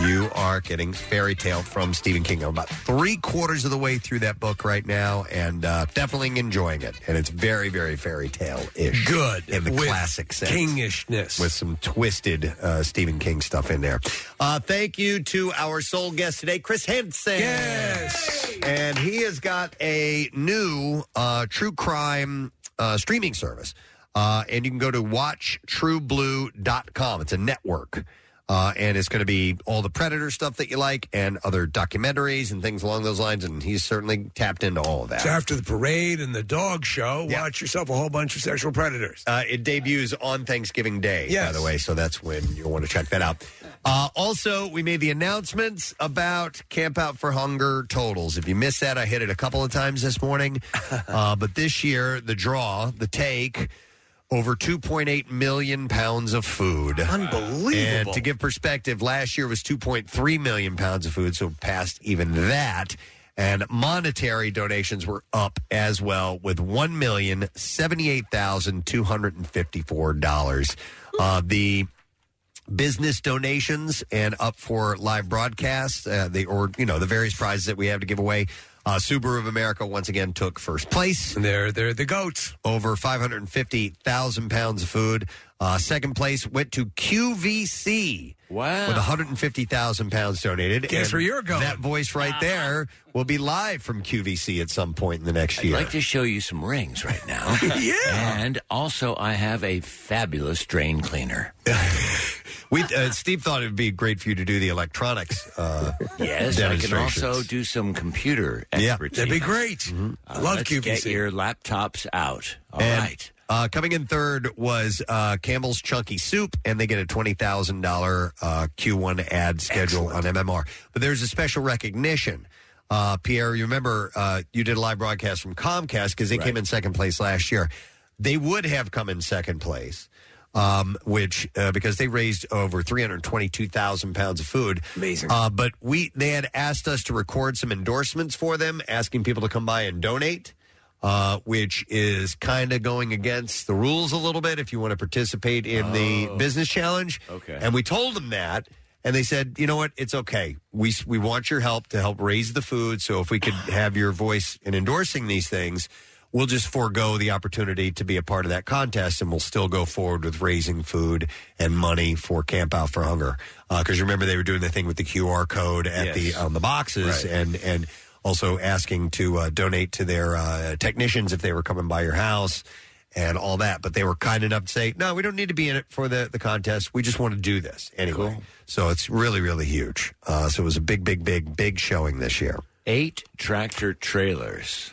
You are getting Fairy Tale from Stephen King. I'm about three quarters of the way through that book right now, and uh, definitely enjoying it. And it's very, very fairy tale ish.
Good.
in the
With
classic sense,
Kingishness
with some twisted uh, Stephen King stuff in there. Uh, thank you to our sole guest today, Chris Henson. Yes. And he has got a new uh, true crime uh, streaming service. Uh, and you can go to watchtrueblue.com. It's a network. Uh, and it's going to be all the Predator stuff that you like and other documentaries and things along those lines. And he's certainly tapped into all of that.
So after the parade and the dog show, watch yourself a whole bunch of sexual predators.
Uh, it debuts on Thanksgiving Day, by the way, so that's when you'll want to check that out. Uh, also, we made the announcements about Camp Out for Hunger totals. If you missed that, I hit it a couple of times this morning. Uh, but this year, the draw, the take, over 2.8 million pounds of food. Unbelievable. And to give perspective, last year was 2.3 million pounds of food, so past even that. And monetary donations were up as well, with one million seventy-eight thousand two hundred and fifty-four dollars. Uh, the business donations and up for live broadcasts. Uh, they or you know the various prizes that we have to give away. Uh, Subaru of America once again took first place.
They're they're the goats.
Over five hundred and fifty thousand pounds of food. Uh, second place went to QVC. Wow. With 150,000 pounds donated.
Guess
And
where you're going.
That voice right there will be live from QVC at some point in the next
I'd
year.
like to show you some rings right now.
Yeah.
And also, I have a fabulous drain cleaner.
We uh, Steve thought it would be great for you to do the electronics. Uh,
Yes, I can
demonstrations.
also do some computer
Yeah.
expertise.
That'd be great. Mhm. I
Uh,
love
let's Get
QVC.
your laptops out. All right.
And, Uh, coming in third was uh, Campbell's Chunky Soup, and they get a twenty thousand thousand dollar Q1 ad schedule on MMR. But there's a special recognition. Uh, Pierre, you remember uh, you did a live broadcast from Comcast because they came in second place last year. They would have come in second place, um, which uh, because they raised over three hundred twenty-two thousand pounds of food. Amazing. Uh, but we they had asked us to record some endorsements for them, asking people to come by and donate uh, which is kind of going against the rules a little bit if you want to participate in the business challenge.
Okay.
And we told them that. And they said, you know what? It's okay. We, we want your help to help raise the food. So if we could have your voice in endorsing these things, we'll just forego the opportunity to be a part of that contest and we'll still go forward with raising food and money for Camp Out for Hunger. Because remember, they were doing the thing with the QR code at the
Yes.
on the boxes
Right.
and and also asking to uh, donate to their uh, technicians if they were coming by your house and all that. But they were kind enough to say, no, we don't need to be in it for the, the contest. We just want to do this anyway. So it's really, really huge. Uh, so it was a big, big, big, big showing this year.
Eight tractor trailers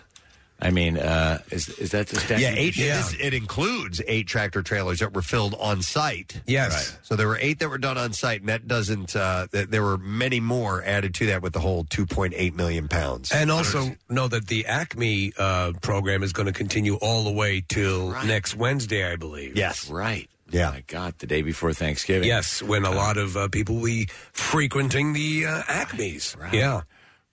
I mean, uh, is is that the statute?
Yeah, eight.
Yeah.
This, it includes eight tractor trailers that were filled on site.
Yes.
So there were eight that were done on site, and that doesn't. Uh, th- there were many more added to that with the whole 2.8 million pounds.
And also know that the Acme uh, program is going to continue all the way till next Wednesday, I believe.
Yes,
right.
Yeah,
my God, the day before Thanksgiving.
Yes, when a lot of uh, people will be frequenting the uh, Acmes. Right. Yeah.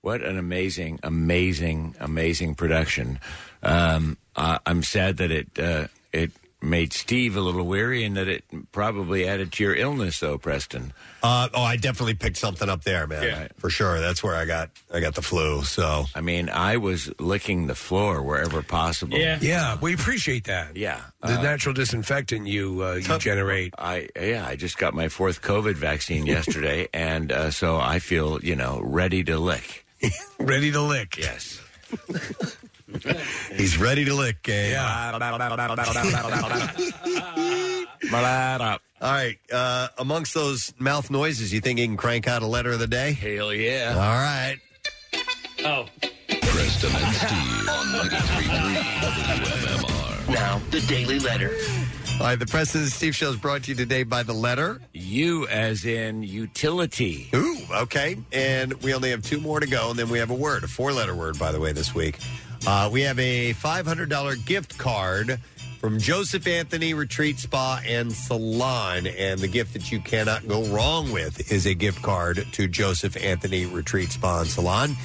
What an amazing, amazing, amazing production. Um, I, I'm sad that it uh, it made Steve a little weary, and that it probably added to your illness, though, Preston.
Uh, oh, I definitely picked something up there, man.
Yeah.
For sure. That's where I got I got the flu. So
I mean, I was licking the floor wherever possible.
Yeah, we appreciate that.
Yeah.
The
Uh,
natural disinfectant you uh, you generate.
I yeah, I just got my fourth COVID vaccine yesterday, and uh, so I feel you know ready to lick.
ready to lick.
Yes.
He's ready to lick. eh?
All
right. Uh, amongst those mouth noises, you think you can crank out a letter of the day?
Hell yeah.
All right.
Oh.
Preston and Steve on 93.3 WMMR.
Now, the Daily Letter. All right, the President Steve Show is brought to you today by the letter
U, as in utility.
Ooh, okay. And we only have two more to go, and then we have a word, a four-letter word, by the way, this week. Uh, we have a $500 gift card from Joseph Anthony Retreat Spa and Salon, and the gift that you cannot go wrong with is a gift card to Joseph Anthony Retreat Spa and Salon.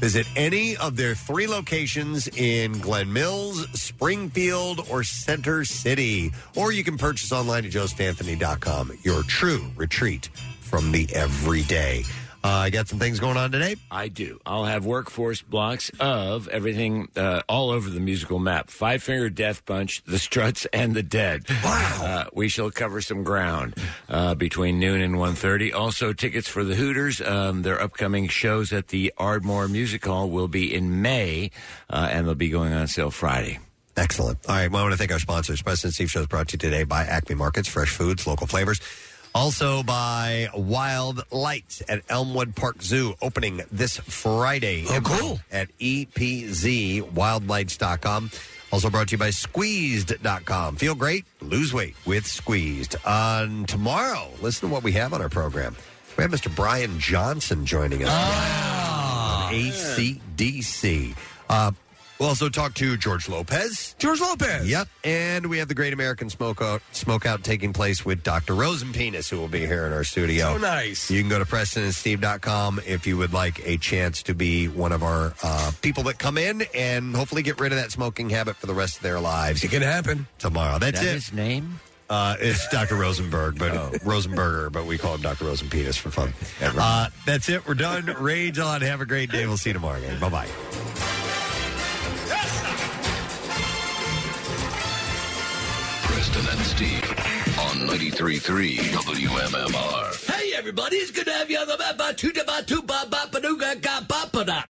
Visit any of their three locations in Glen Mills, Springfield, or Center City. Or you can purchase online at josephanthony.com. Your true retreat from the everyday. Uh, I got some things going on today.
I do. I'll have workforce blocks of everything uh, all over the musical map Five Finger Death Punch, The Struts, and The Dead. Wow. Uh, we shall cover some ground uh, between noon and 1.30. Also, tickets for the Hooters. Um, their upcoming shows at the Ardmore Music Hall will be in May, uh, and they'll be going on sale Friday.
Excellent. All right. Well, I want to thank our sponsors. President Steve Show is brought to you today by Acme Markets, fresh foods, local flavors. Also by Wild Lights at Elmwood Park Zoo, opening this Friday. Oh, cool. At EPZWildLights.com. Also brought to you by Squeezed.com. Feel great, lose weight with Squeezed. On tomorrow, listen to what we have on our program. We have Mr. Brian Johnson joining us. on ACDC. Uh, we'll also talk to George Lopez.
George Lopez.
Yep. And we have the Great American Smokeout Smokeout taking place with Dr. Rosenpenis, who will be here in our studio.
So nice.
You can go to PrestonandSteve.com if you would like a chance to be one of our uh, people that come in and hopefully get rid of that smoking habit for the rest of their lives.
It can happen
tomorrow. That's
That
it.
his name? Oh.
Uh, it's Dr. Rosenberg, but Rosenberger, but we call him Dr. Rosenpenis for fun. Uh, that's it. We're done. Rage on. Have a great day. We'll see you tomorrow, gang. Bye bye.
Preston and Steve on 93.3 WMMR.
Hey, everybody, it's good to have you on the map. Ba- two- ba- two- ba- ba- ba- doo- ga- ga- ba- ba- da.